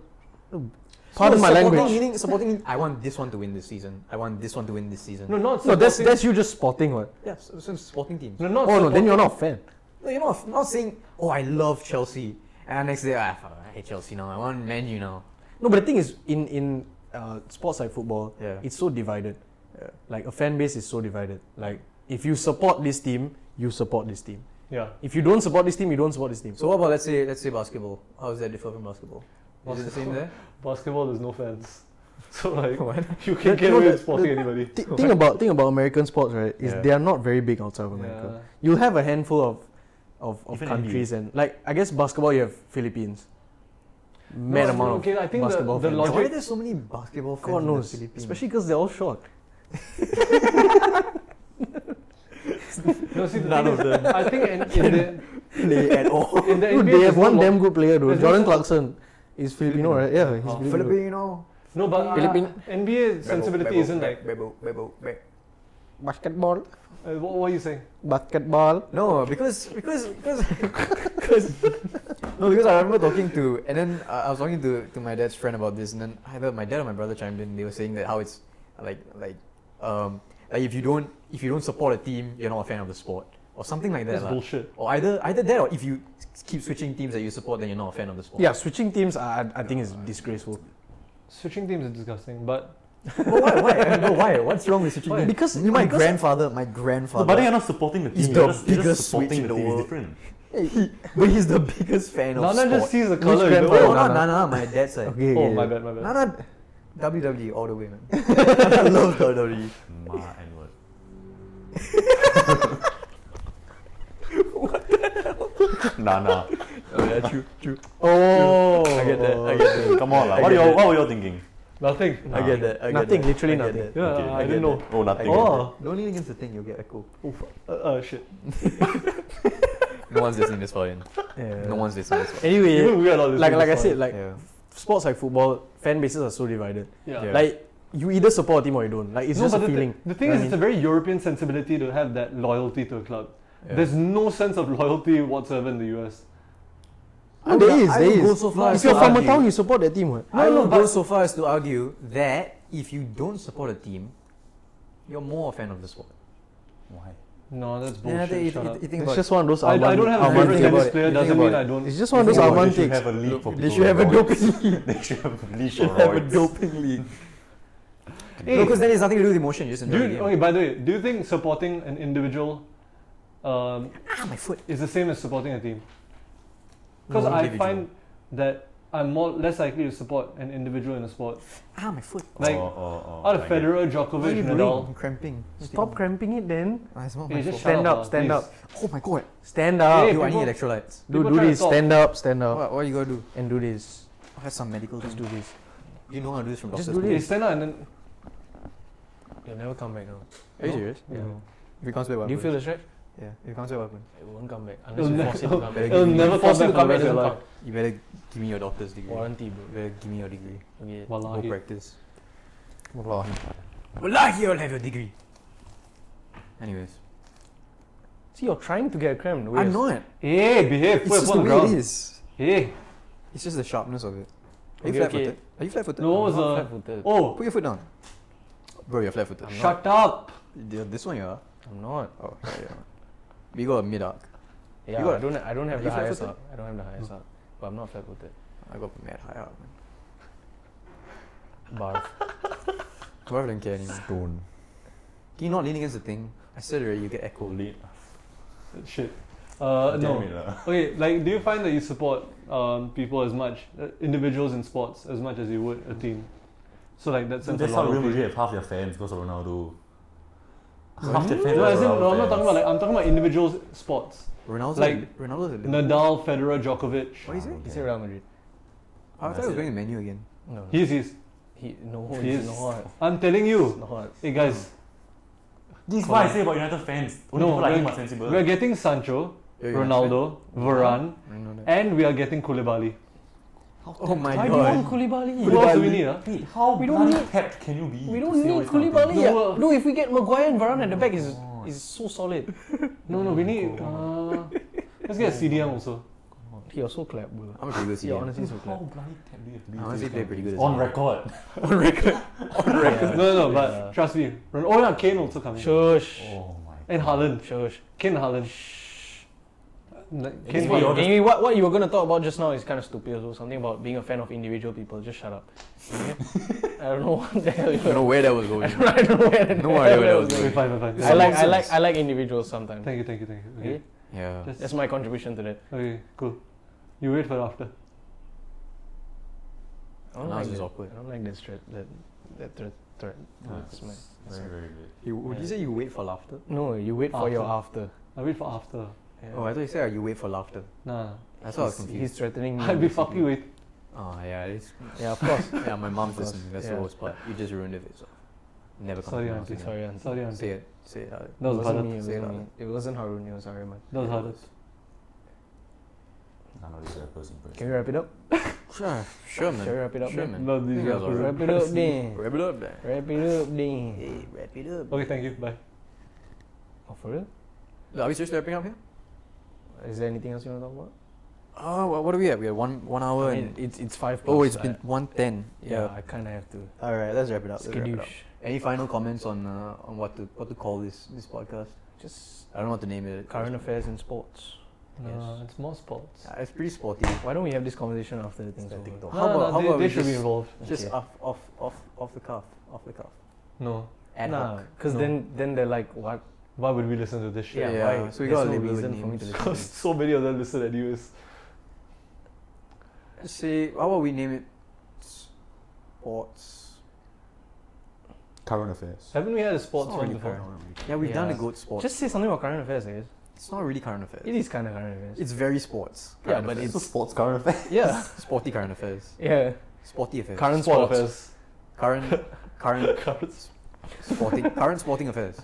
Speaker 3: pardon
Speaker 1: No,
Speaker 3: my
Speaker 1: supporting
Speaker 3: language.
Speaker 1: Meaning, supporting. I want this one to win this season. I want this one to win this season.
Speaker 2: No, not
Speaker 3: No, that's
Speaker 2: supporting-
Speaker 3: that's you just spotting what.
Speaker 1: Yeah, so, so supporting teams.
Speaker 2: no, not
Speaker 3: Oh no, then
Speaker 2: supporting-
Speaker 3: you're not a fan.
Speaker 1: No, you're not, not saying, oh, I love Chelsea. And next day, ah, fuck, I hate Chelsea now. I want Man U now.
Speaker 3: No, but the thing is, in in uh, sports like football,
Speaker 1: Yeah.
Speaker 3: it's so divided. Uh, Like a fan base is so divided. Like if you support this team, you support this team.
Speaker 2: Yeah.
Speaker 3: If you don't support this team, you don't support this team.
Speaker 1: So what about let's say let's say basketball? How does that differ from basketball? Is it the same
Speaker 2: Basketball.
Speaker 1: there?
Speaker 2: Basketball, there's no fans. *laughs* So,
Speaker 3: *laughs*
Speaker 2: like,
Speaker 1: *laughs* What?
Speaker 2: you can
Speaker 3: That-
Speaker 2: get
Speaker 3: no,
Speaker 2: away
Speaker 3: that-
Speaker 2: with sporting anybody.
Speaker 3: Th-
Speaker 1: *laughs*
Speaker 3: think about think about American sports, right? Is
Speaker 4: Yeah.
Speaker 3: they are not very big outside of America.
Speaker 2: Yeah.
Speaker 3: You'll have a handful of of, of
Speaker 4: Even
Speaker 3: countries and like I guess basketball you have Philippines. Mad
Speaker 2: No,
Speaker 3: amount of
Speaker 2: okay, I think the-
Speaker 3: basketball
Speaker 2: the
Speaker 3: fans.
Speaker 1: Why
Speaker 2: logic-
Speaker 1: are there so many basketball fans
Speaker 3: God
Speaker 1: in the
Speaker 3: knows,
Speaker 1: Philippines?
Speaker 3: especially because they're all short.
Speaker 2: No, see, the
Speaker 4: None
Speaker 2: thing
Speaker 4: of
Speaker 2: is,
Speaker 4: them.
Speaker 2: I think
Speaker 3: *laughs*
Speaker 2: in, in the
Speaker 1: play at all.
Speaker 2: in the
Speaker 3: Dude,
Speaker 2: NBA,
Speaker 3: they have
Speaker 2: there's
Speaker 3: one
Speaker 2: no
Speaker 3: damn good player, dude.
Speaker 2: there's
Speaker 3: Jordan
Speaker 2: no-
Speaker 3: Clarkson is Filipino, right? Yeah, he's
Speaker 2: Oh.
Speaker 3: Filipino.
Speaker 1: Filipino
Speaker 2: No, but uh,
Speaker 3: Philippine-
Speaker 2: NBA sensibility isn't like.
Speaker 1: Bebo, bebo, bebo.
Speaker 3: Basketball,
Speaker 2: Uh, what, what are you saying?
Speaker 3: basketball.
Speaker 1: No, because because because because *laughs* no, because I remember talking to and then uh, I was talking to, to my dad's friend about this, and then either my dad or my brother chimed in. They were saying that how it's like like um like if you don't if you don't support a team, you're not a fan of the sport or something like that.
Speaker 2: That's
Speaker 1: lah.
Speaker 2: bullshit.
Speaker 1: Or either either that or if you s- keep switching teams that you support, then you're not a fan of the sport.
Speaker 3: Yeah, switching teams, I, I- I think is disgraceful.
Speaker 2: Switching teams is disgusting, but
Speaker 1: but why? Why? I mean, but why? What's wrong with switching
Speaker 2: Why?
Speaker 1: teams?
Speaker 3: *laughs* Because-
Speaker 1: my
Speaker 3: because-
Speaker 1: grandfather, my
Speaker 4: No, but
Speaker 1: grandfather.
Speaker 4: then you're not supporting the team.
Speaker 1: He's
Speaker 4: you're
Speaker 1: the
Speaker 4: just, you're
Speaker 1: biggest
Speaker 4: just supporting
Speaker 1: switch in
Speaker 4: the
Speaker 1: the
Speaker 4: team.
Speaker 1: world.
Speaker 4: It's different.
Speaker 1: He- but he's the biggest fan of
Speaker 2: Nana
Speaker 1: sport.
Speaker 2: just sees the
Speaker 3: Which Oh,
Speaker 2: color. in the
Speaker 1: no,
Speaker 3: grandfather?
Speaker 2: world.
Speaker 1: not
Speaker 3: Nana.
Speaker 1: Nana, my dad's side.
Speaker 3: Okay,
Speaker 2: Oh,
Speaker 3: okay.
Speaker 2: my bad, my bad.
Speaker 1: Nana, WWE E all the way, *laughs* man. I love E. WWE.
Speaker 4: Ma and
Speaker 3: *laughs*
Speaker 4: what? *laughs* what the hell? Nah, nah.
Speaker 1: Oh yeah, true, true.
Speaker 3: Oh,
Speaker 1: I get that. I get that.
Speaker 4: Come on,
Speaker 1: I
Speaker 4: lah. What,
Speaker 1: get
Speaker 4: y'all,
Speaker 1: that.
Speaker 4: what were you thinking?
Speaker 2: Nothing.
Speaker 1: I get that. I get
Speaker 3: Ah, Nothing,
Speaker 1: that.
Speaker 3: literally
Speaker 1: I get
Speaker 3: nothing.
Speaker 1: that.
Speaker 2: Yeah,
Speaker 4: Okay,
Speaker 2: I,
Speaker 4: I
Speaker 1: get
Speaker 2: didn't know.
Speaker 4: Oh, nothing.
Speaker 1: get that.
Speaker 2: Oh,
Speaker 1: Don't lean against the thing, you'll get echo.
Speaker 2: uh, uh, shit.
Speaker 1: No one's listening this far in.
Speaker 3: Yeah.
Speaker 1: No one's listening this far.
Speaker 3: Anyway,
Speaker 2: Even we are not
Speaker 3: like
Speaker 2: listening
Speaker 3: like I
Speaker 2: this
Speaker 3: said, like
Speaker 1: Yeah.
Speaker 3: sports like football, fan bases are so divided.
Speaker 2: far.
Speaker 1: Yeah.
Speaker 3: Like you either support a team or you don't. Like it's
Speaker 2: No,
Speaker 3: just a
Speaker 2: but the thi-
Speaker 3: feeling.
Speaker 2: the thing
Speaker 3: You
Speaker 2: is,
Speaker 3: know
Speaker 2: it's
Speaker 3: what
Speaker 2: a very European sensibility to have that loyalty to a club.
Speaker 1: Yeah.
Speaker 2: There's no sense of loyalty whatsoever in the US.
Speaker 3: I mean? there is,
Speaker 1: I
Speaker 3: there
Speaker 1: would
Speaker 3: is.
Speaker 1: go so far
Speaker 3: if
Speaker 1: as
Speaker 3: you're
Speaker 1: to
Speaker 3: from a
Speaker 1: argue-
Speaker 3: town, you support that team. What?
Speaker 1: I
Speaker 2: No, no,
Speaker 1: will go
Speaker 2: but-
Speaker 1: so far as to argue that if you don't support a team, you're more a fan of the sport.
Speaker 4: Why?
Speaker 2: No, that's
Speaker 1: Yeah,
Speaker 2: bullshit.
Speaker 1: they-
Speaker 2: shut
Speaker 1: it-
Speaker 2: up.
Speaker 1: it- it- think
Speaker 3: It's
Speaker 1: about
Speaker 3: just one of those.
Speaker 2: I, I
Speaker 3: Armani-
Speaker 2: don't have a
Speaker 1: Armand,
Speaker 2: favorite
Speaker 1: think
Speaker 3: Armani-
Speaker 1: about
Speaker 2: tennis
Speaker 1: it.
Speaker 2: player.
Speaker 1: Think
Speaker 2: Doesn't
Speaker 1: about
Speaker 2: mean
Speaker 1: it.
Speaker 2: I don't.
Speaker 3: It's just one of those
Speaker 1: Think about
Speaker 4: They
Speaker 3: Armand
Speaker 4: should
Speaker 3: takes.
Speaker 4: have a league for people.
Speaker 1: They should have a
Speaker 4: like
Speaker 2: *laughs*
Speaker 1: doping
Speaker 4: roids.
Speaker 1: league.
Speaker 4: They should have a league for
Speaker 1: should have a
Speaker 4: roids.
Speaker 1: doping league.
Speaker 2: Hey,
Speaker 1: because then it's nothing to do with emotion. You just enjoy
Speaker 2: do
Speaker 1: the
Speaker 2: you,
Speaker 1: game.
Speaker 2: okay, by the way, do you think supporting an individual um,
Speaker 1: ah, my foot.
Speaker 2: is the same as supporting a team? Because
Speaker 1: No,
Speaker 2: I
Speaker 1: individual.
Speaker 2: find that I'm more less likely to support an individual in a sport.
Speaker 1: Ah, my foot.
Speaker 2: Like,
Speaker 4: Oh, oh, oh,
Speaker 2: Out of
Speaker 4: I get it.
Speaker 2: Federer, Djokovic, Nadal.
Speaker 1: I'm cramping.
Speaker 3: Stop cramping it, then.
Speaker 1: Ah, it's not
Speaker 2: Hey,
Speaker 1: my foot.
Speaker 2: just shut
Speaker 3: Stand
Speaker 2: up,
Speaker 3: up,
Speaker 2: ah,
Speaker 3: stand
Speaker 2: please.
Speaker 3: up,
Speaker 1: Oh my god.
Speaker 3: stand up.
Speaker 2: Hey,
Speaker 1: Dude, I
Speaker 2: people-
Speaker 1: need electrolytes.
Speaker 3: Do
Speaker 2: people
Speaker 3: do
Speaker 2: try to
Speaker 3: this.
Speaker 2: talk.
Speaker 3: Stand up, stand up,
Speaker 1: What, what you gotta do?
Speaker 3: and do this.
Speaker 1: I have some medical.
Speaker 3: Just do this.
Speaker 1: You know how to do this from
Speaker 3: Just
Speaker 1: doctor's
Speaker 3: do
Speaker 2: They
Speaker 1: notes.
Speaker 3: this.
Speaker 2: stand up and then.
Speaker 3: You'll never come back now.
Speaker 1: Are you
Speaker 2: No.
Speaker 1: serious?
Speaker 2: Yeah.
Speaker 1: If it comes back, what
Speaker 3: Do you
Speaker 1: happens?
Speaker 3: feel the stretch?
Speaker 1: Yeah. If it comes back, what happens?
Speaker 3: It won't come back unless
Speaker 2: It'll
Speaker 3: you
Speaker 2: ne-
Speaker 3: force it to come
Speaker 2: *laughs*
Speaker 3: back.
Speaker 1: it'll
Speaker 3: You
Speaker 2: never
Speaker 3: force
Speaker 2: come
Speaker 3: it to
Speaker 2: back
Speaker 3: come
Speaker 2: for
Speaker 3: back.
Speaker 2: the rest
Speaker 3: Doesn't
Speaker 2: of your life.
Speaker 3: come.
Speaker 1: You better give me your doctor's degree.
Speaker 3: Warranty, bro.
Speaker 1: You better give me your degree.
Speaker 3: Okay.
Speaker 1: Go
Speaker 2: Wallahi.
Speaker 1: practice. Wallahi. Wallahi, you'll have your degree. Anyways.
Speaker 3: See, you're trying to get a crammed.
Speaker 1: I'm not.
Speaker 2: Hey, behave.
Speaker 1: It's
Speaker 2: put
Speaker 1: just
Speaker 2: upon
Speaker 1: the
Speaker 2: the
Speaker 1: way
Speaker 2: ground.
Speaker 1: it is.
Speaker 2: Hey.
Speaker 1: It's just the sharpness of it. Are you
Speaker 3: Okay,
Speaker 1: flat
Speaker 3: okay.
Speaker 1: footed? Are you flat footed?
Speaker 2: No, what was the-
Speaker 3: flat-footed.
Speaker 2: Oh,
Speaker 1: Put your foot down. Bro, you're flat footed.
Speaker 2: shut up.
Speaker 1: This one you are.
Speaker 3: I'm not.
Speaker 1: Oh, yeah, yeah. We got a mid arc.
Speaker 3: Yeah,
Speaker 1: got-
Speaker 3: I don't. I don't
Speaker 1: are
Speaker 3: have
Speaker 1: you
Speaker 3: the highest
Speaker 1: flat-footed?
Speaker 3: up. I don't have the highest up, but I'm not flat-footed.
Speaker 1: I got mad high arc, man.
Speaker 3: Barf.
Speaker 1: Why would I care anymore?
Speaker 4: Stone.
Speaker 1: Can you not lean against the thing? I said already, you get echo.
Speaker 4: Lead.
Speaker 2: Shit. Uh,
Speaker 4: Damn
Speaker 2: no.
Speaker 4: it, lah.
Speaker 2: Okay, like, do you find that you support um, people as much, uh, individuals in sports, as much as you would a team? So, like, that sense
Speaker 4: That's
Speaker 2: of
Speaker 4: how Real
Speaker 2: loyalty.
Speaker 4: Madrid have half their fans because of Ronaldo. Half their fans
Speaker 2: No,
Speaker 4: are
Speaker 2: as in, no, I'm
Speaker 4: Ronaldo
Speaker 2: not talking
Speaker 4: fans.
Speaker 2: about, like, I'm talking about individuals sports.
Speaker 1: Ronaldo's
Speaker 2: Like,
Speaker 1: like, Ronaldo's a little.
Speaker 2: Nadal, Federer, Djokovic.
Speaker 1: What is it?
Speaker 3: Is it Real Madrid?
Speaker 1: I thought he was going to menu again.
Speaker 3: No. no.
Speaker 2: He's, he's.
Speaker 3: He no.
Speaker 2: He
Speaker 3: He's
Speaker 2: is.
Speaker 3: not.
Speaker 2: I'm telling you.
Speaker 3: Not.
Speaker 2: Hey, guys,
Speaker 4: This is what I say about United fans. Only
Speaker 2: No,
Speaker 4: people like him
Speaker 2: we're-
Speaker 4: are
Speaker 3: Hmm.
Speaker 4: sensible.
Speaker 2: we're getting Sancho,
Speaker 1: Yeah, you're
Speaker 2: Ronaldo, Varane,
Speaker 1: I didn't know that.
Speaker 2: and we are getting Koulibaly.
Speaker 1: Oh my
Speaker 3: Why do you want
Speaker 1: god.
Speaker 3: Koulibaly?
Speaker 2: Who else do we need, huh?
Speaker 4: Wait, how
Speaker 3: We
Speaker 4: we
Speaker 3: don't
Speaker 4: don't
Speaker 3: need-
Speaker 4: tapped can you be?
Speaker 3: We
Speaker 4: to
Speaker 3: don't
Speaker 4: say all
Speaker 3: need
Speaker 4: these kind of
Speaker 3: Koulibaly.
Speaker 4: things?
Speaker 2: No,
Speaker 3: No,
Speaker 2: uh,
Speaker 3: no, if we get Maguire and Varane at the back, is is so solid.
Speaker 2: No, no, we need. Uh, let's get CDM also.
Speaker 3: You're so clap, bro.
Speaker 1: I'm a pretty good
Speaker 3: Yeah,
Speaker 1: CDM.
Speaker 3: honestly, so
Speaker 4: How *laughs*
Speaker 3: clap.
Speaker 4: bloody tapped do you have to be?
Speaker 1: I
Speaker 4: to say
Speaker 1: honestly
Speaker 4: these
Speaker 1: play
Speaker 4: kind
Speaker 1: pretty
Speaker 4: of
Speaker 1: good
Speaker 4: things?
Speaker 1: as
Speaker 4: On
Speaker 1: well.
Speaker 4: record.
Speaker 1: On record. On record.
Speaker 2: No, no, no, but
Speaker 3: Yeah.
Speaker 2: trust me. Ron- Oh, yeah, Kane also coming.
Speaker 3: Shush.
Speaker 4: Oh my.
Speaker 2: And Haaland.
Speaker 3: Shush.
Speaker 2: Kane Haaland. No, Kane
Speaker 4: why you're
Speaker 2: Haaland.
Speaker 4: just-
Speaker 3: Anyway, what, what you were going to talk about just now is kind of stupid also. Something about being a fan of individual people. Just shut up. Okay? I don't know what the hell
Speaker 1: I
Speaker 3: you
Speaker 1: don't
Speaker 3: were.
Speaker 1: know where that was going.
Speaker 3: *laughs*
Speaker 1: *laughs*
Speaker 3: I don't, *laughs* I don't know where the
Speaker 1: No
Speaker 3: hell
Speaker 1: idea where that was
Speaker 2: Okay,
Speaker 1: going.
Speaker 2: fine, fine, fine.
Speaker 1: This
Speaker 3: I
Speaker 1: is
Speaker 3: like, I
Speaker 1: nonsense.
Speaker 3: like, I like individuals sometimes.
Speaker 2: Thank you, thank you, thank you. Okay,
Speaker 3: Okay?
Speaker 1: Yeah.
Speaker 2: Just-
Speaker 3: That's my contribution to that.
Speaker 2: okay cool. You wait for after.
Speaker 3: I don't
Speaker 1: Now
Speaker 3: like
Speaker 1: it's
Speaker 3: that.
Speaker 1: just awkward.
Speaker 3: I don't like that threat. That, that threat. threat. That's my, that's
Speaker 4: Very
Speaker 3: my.
Speaker 4: very good.
Speaker 1: You, would you say you wait for laughter?
Speaker 3: No, you wait for your after.
Speaker 2: I wait for after.
Speaker 3: Yeah.
Speaker 1: Oh, I thought you said you wait for laughter.
Speaker 2: Nah.
Speaker 1: That's what I was confused.
Speaker 3: He's-
Speaker 1: *laughs* Mm,
Speaker 3: He's
Speaker 2: *laughs*
Speaker 3: threatening me.
Speaker 2: I'd be
Speaker 3: basically.
Speaker 2: fucking wait.
Speaker 1: Oh yeah, it's,
Speaker 3: Yeah,
Speaker 1: *laughs*
Speaker 3: of course. *laughs*
Speaker 1: yeah. My mom's
Speaker 3: Of course,
Speaker 1: listening. That's
Speaker 3: yeah.
Speaker 1: the worst part. You just ruined it. for yourself. Never come.
Speaker 2: Sorry,
Speaker 1: to my
Speaker 2: auntie,
Speaker 1: house
Speaker 3: Sorry, Anand.
Speaker 2: Sorry,
Speaker 1: again. Say
Speaker 2: auntie.
Speaker 1: it. Say it. out.
Speaker 2: That
Speaker 3: It
Speaker 2: was
Speaker 3: wasn't
Speaker 2: Bharat.
Speaker 3: me, it
Speaker 1: Say it
Speaker 3: wasn't
Speaker 1: out.
Speaker 3: me. It wasn't Harun, it was Ariman.
Speaker 2: That was Bharat.
Speaker 4: None of these rappers impressed.
Speaker 3: Can we wrap it up?
Speaker 1: Sure, sure, man.
Speaker 3: Shall we wrap it up,
Speaker 1: Sure,
Speaker 3: man?
Speaker 1: man.
Speaker 2: Love these
Speaker 1: Think that was
Speaker 2: rappers.
Speaker 1: alright.
Speaker 3: Wrap it up,
Speaker 2: *laughs*
Speaker 1: *laughs*
Speaker 3: then.
Speaker 1: Wrap it up, man.
Speaker 3: Wrap it up, then.
Speaker 1: Hey, wrap it up.
Speaker 2: Okay, thank you. Bye.
Speaker 3: Oh, for real?
Speaker 1: Are we seriously wrapping up here?
Speaker 3: Is there anything else you want to talk about?
Speaker 1: Oh, wha- what are we at? We had one one hour
Speaker 3: I mean,
Speaker 1: Oh, and
Speaker 3: it's, it's five
Speaker 1: oh,
Speaker 3: plus,
Speaker 1: it's been
Speaker 3: I-
Speaker 1: one ten.
Speaker 3: yeah,
Speaker 1: Yeah.
Speaker 3: I kind of have to.
Speaker 1: All right, let's wrap it up. let's wrap it up.
Speaker 3: Skadoosh.
Speaker 1: Any final comments on uh, on what to what to call this this podcast?
Speaker 3: Just
Speaker 1: I don't know what to name it.
Speaker 3: current affairs and sports.
Speaker 2: No,
Speaker 3: Yes.
Speaker 2: Uh, it's more sports.
Speaker 1: Yeah, it's pretty sporty.
Speaker 3: Why don't we have this conversation after the thing's
Speaker 4: It's like
Speaker 3: over?
Speaker 4: TikTok.
Speaker 2: No,
Speaker 1: How about-
Speaker 2: no,
Speaker 1: how
Speaker 2: they,
Speaker 1: about
Speaker 2: they
Speaker 1: we
Speaker 2: should be
Speaker 1: just-
Speaker 2: involved.
Speaker 1: Just
Speaker 3: Okay.
Speaker 1: off off off off the cuff, off the cuff.
Speaker 2: No.
Speaker 1: Ad
Speaker 3: Nah,
Speaker 1: hoc.
Speaker 3: because
Speaker 2: No.
Speaker 3: then, then they're like, what?
Speaker 2: Why would we listen to this shit?
Speaker 3: Yeah,
Speaker 1: Yeah,
Speaker 2: *laughs*
Speaker 3: why?
Speaker 1: so we
Speaker 3: There's
Speaker 1: gotta
Speaker 3: no
Speaker 1: label the
Speaker 3: reason for me to
Speaker 1: names.
Speaker 3: listen.
Speaker 2: Because
Speaker 3: *laughs*
Speaker 2: so many of them listen at US.
Speaker 1: Say how about we name it sports?
Speaker 4: Current affairs.
Speaker 2: Haven't we had a sports
Speaker 1: It's not
Speaker 2: one
Speaker 1: really
Speaker 2: before?
Speaker 1: current. Yeah, we've done a
Speaker 3: Yeah.
Speaker 1: goat sports.
Speaker 3: Just say something about current affairs, I guess.
Speaker 1: It's not really current affairs.
Speaker 3: It is kind of current affairs.
Speaker 1: It's very sports.
Speaker 3: Yeah,
Speaker 1: current
Speaker 3: but
Speaker 1: affairs.
Speaker 4: It's a sports current affair.
Speaker 3: *laughs* yeah,
Speaker 1: *laughs* sporty current affairs.
Speaker 3: yeah.
Speaker 1: Sporty affairs.
Speaker 3: Current
Speaker 2: Sport
Speaker 3: sports.
Speaker 2: affairs.
Speaker 1: current *laughs* current
Speaker 2: Currents.
Speaker 1: sporting current sporting affairs.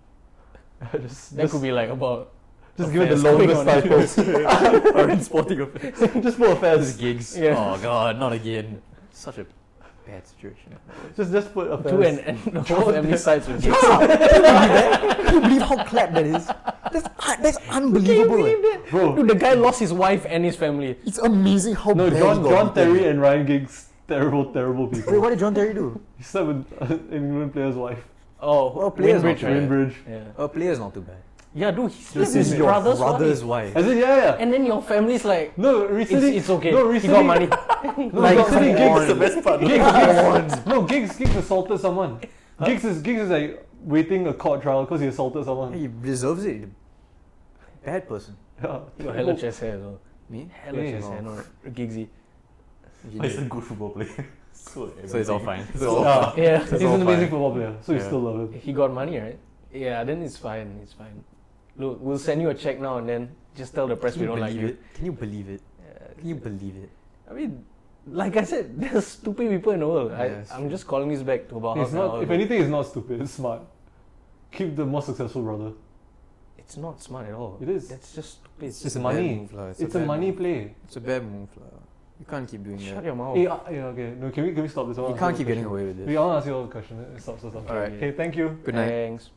Speaker 2: *laughs* just
Speaker 3: That could be like about
Speaker 2: just give it the
Speaker 3: affairs going
Speaker 2: longest
Speaker 3: on. *laughs*
Speaker 2: title.
Speaker 1: current sporting affairs.
Speaker 2: just put affairs.
Speaker 1: gigs.
Speaker 3: Yeah.
Speaker 1: Oh god, not again. Such a bad situation.
Speaker 2: Just just put affairs.
Speaker 3: two and, and *laughs* the whole
Speaker 2: Joe-
Speaker 3: family sides with you.
Speaker 1: Can you *laughs* believe how clap that is? That's that's
Speaker 3: Can you
Speaker 1: unbelievable.
Speaker 3: believe that?
Speaker 2: *laughs* Bro,
Speaker 3: Dude, the guy lost his wife and his family.
Speaker 1: It's amazing how
Speaker 2: no,
Speaker 1: bad
Speaker 2: John
Speaker 1: he got
Speaker 2: John
Speaker 1: beaten.
Speaker 2: Terry and Ryan Giggs, terrible, terrible people.
Speaker 1: Wait, what did John Terry do?
Speaker 2: He slept *laughs* with an England player's wife.
Speaker 3: Oh,
Speaker 1: Well, players
Speaker 3: Winbridge,
Speaker 1: not
Speaker 3: right?
Speaker 1: bad.
Speaker 2: Cambridge.
Speaker 3: Yeah.
Speaker 1: A player's Uh, not too bad.
Speaker 3: Yeah, dude, he slept
Speaker 1: This
Speaker 3: with
Speaker 1: is
Speaker 3: his
Speaker 1: your
Speaker 3: brother's,
Speaker 1: brother's
Speaker 3: wife.
Speaker 1: wife.
Speaker 2: I said, yeah, yeah.
Speaker 3: And then your family's like,
Speaker 2: no,
Speaker 3: it's,
Speaker 2: recently.
Speaker 3: it's okay.
Speaker 2: No,
Speaker 3: he
Speaker 2: recently.
Speaker 3: got *laughs* money. *laughs*
Speaker 2: No,
Speaker 3: Like,
Speaker 2: recently
Speaker 3: come
Speaker 2: Giggs,
Speaker 4: the best part.
Speaker 2: Giggs, Giggs, no, Giggs, Giggs assaulted someone. Giggs is Giggs is like waiting a court trial because he assaulted someone.
Speaker 1: He deserves it. Bad person.
Speaker 2: *laughs* Yeah.
Speaker 3: He got hella chest hair as well.
Speaker 1: Me?
Speaker 3: Hella
Speaker 2: Yeah,
Speaker 3: chest hair, no, Giggsy.
Speaker 4: He's a good football player. *laughs* so,
Speaker 1: So uh, it's all fine.
Speaker 4: It's all
Speaker 1: *laughs*
Speaker 4: fine.
Speaker 3: *laughs* Yeah,
Speaker 2: He's
Speaker 1: all
Speaker 2: an amazing
Speaker 1: fine.
Speaker 2: football player, so you
Speaker 1: Yeah.
Speaker 2: still love him.
Speaker 3: he got money, right? Yeah, then it's fine. It's fine. Look, we'll send you a check now and then. Just tell the press
Speaker 1: Can
Speaker 3: we
Speaker 1: you
Speaker 3: don't like
Speaker 1: believe
Speaker 3: you.
Speaker 1: it? Can you believe it? Can you
Speaker 3: Yeah.
Speaker 1: believe it?
Speaker 3: I mean, like I said, *laughs* there's stupid people in the world.
Speaker 1: Yes.
Speaker 3: I, I'm just calling this back to about half
Speaker 2: He's
Speaker 3: an hour
Speaker 2: not. If
Speaker 3: ago.
Speaker 2: anything, he's not stupid. It's smart. Keep the more successful brother.
Speaker 3: It's not smart at all.
Speaker 2: It is.
Speaker 3: That's just stupid.
Speaker 2: It's just money.
Speaker 1: Bad move, lah.
Speaker 2: It's, a,
Speaker 1: bad
Speaker 2: money
Speaker 1: move.
Speaker 2: play.
Speaker 1: It's a bad move, lah. You can't keep doing
Speaker 3: Shut
Speaker 1: that.
Speaker 3: your mouth.
Speaker 2: Eh, uh, yeah, okay. No, can we can we stop this? I
Speaker 1: You
Speaker 2: wanna ask
Speaker 1: can't
Speaker 2: a
Speaker 1: keep getting
Speaker 2: question.
Speaker 1: away with
Speaker 2: We
Speaker 1: this.
Speaker 2: all ask you all a question. It stops us.
Speaker 1: Alright.
Speaker 2: Okay, thank you.
Speaker 1: Good night.
Speaker 3: Thanks.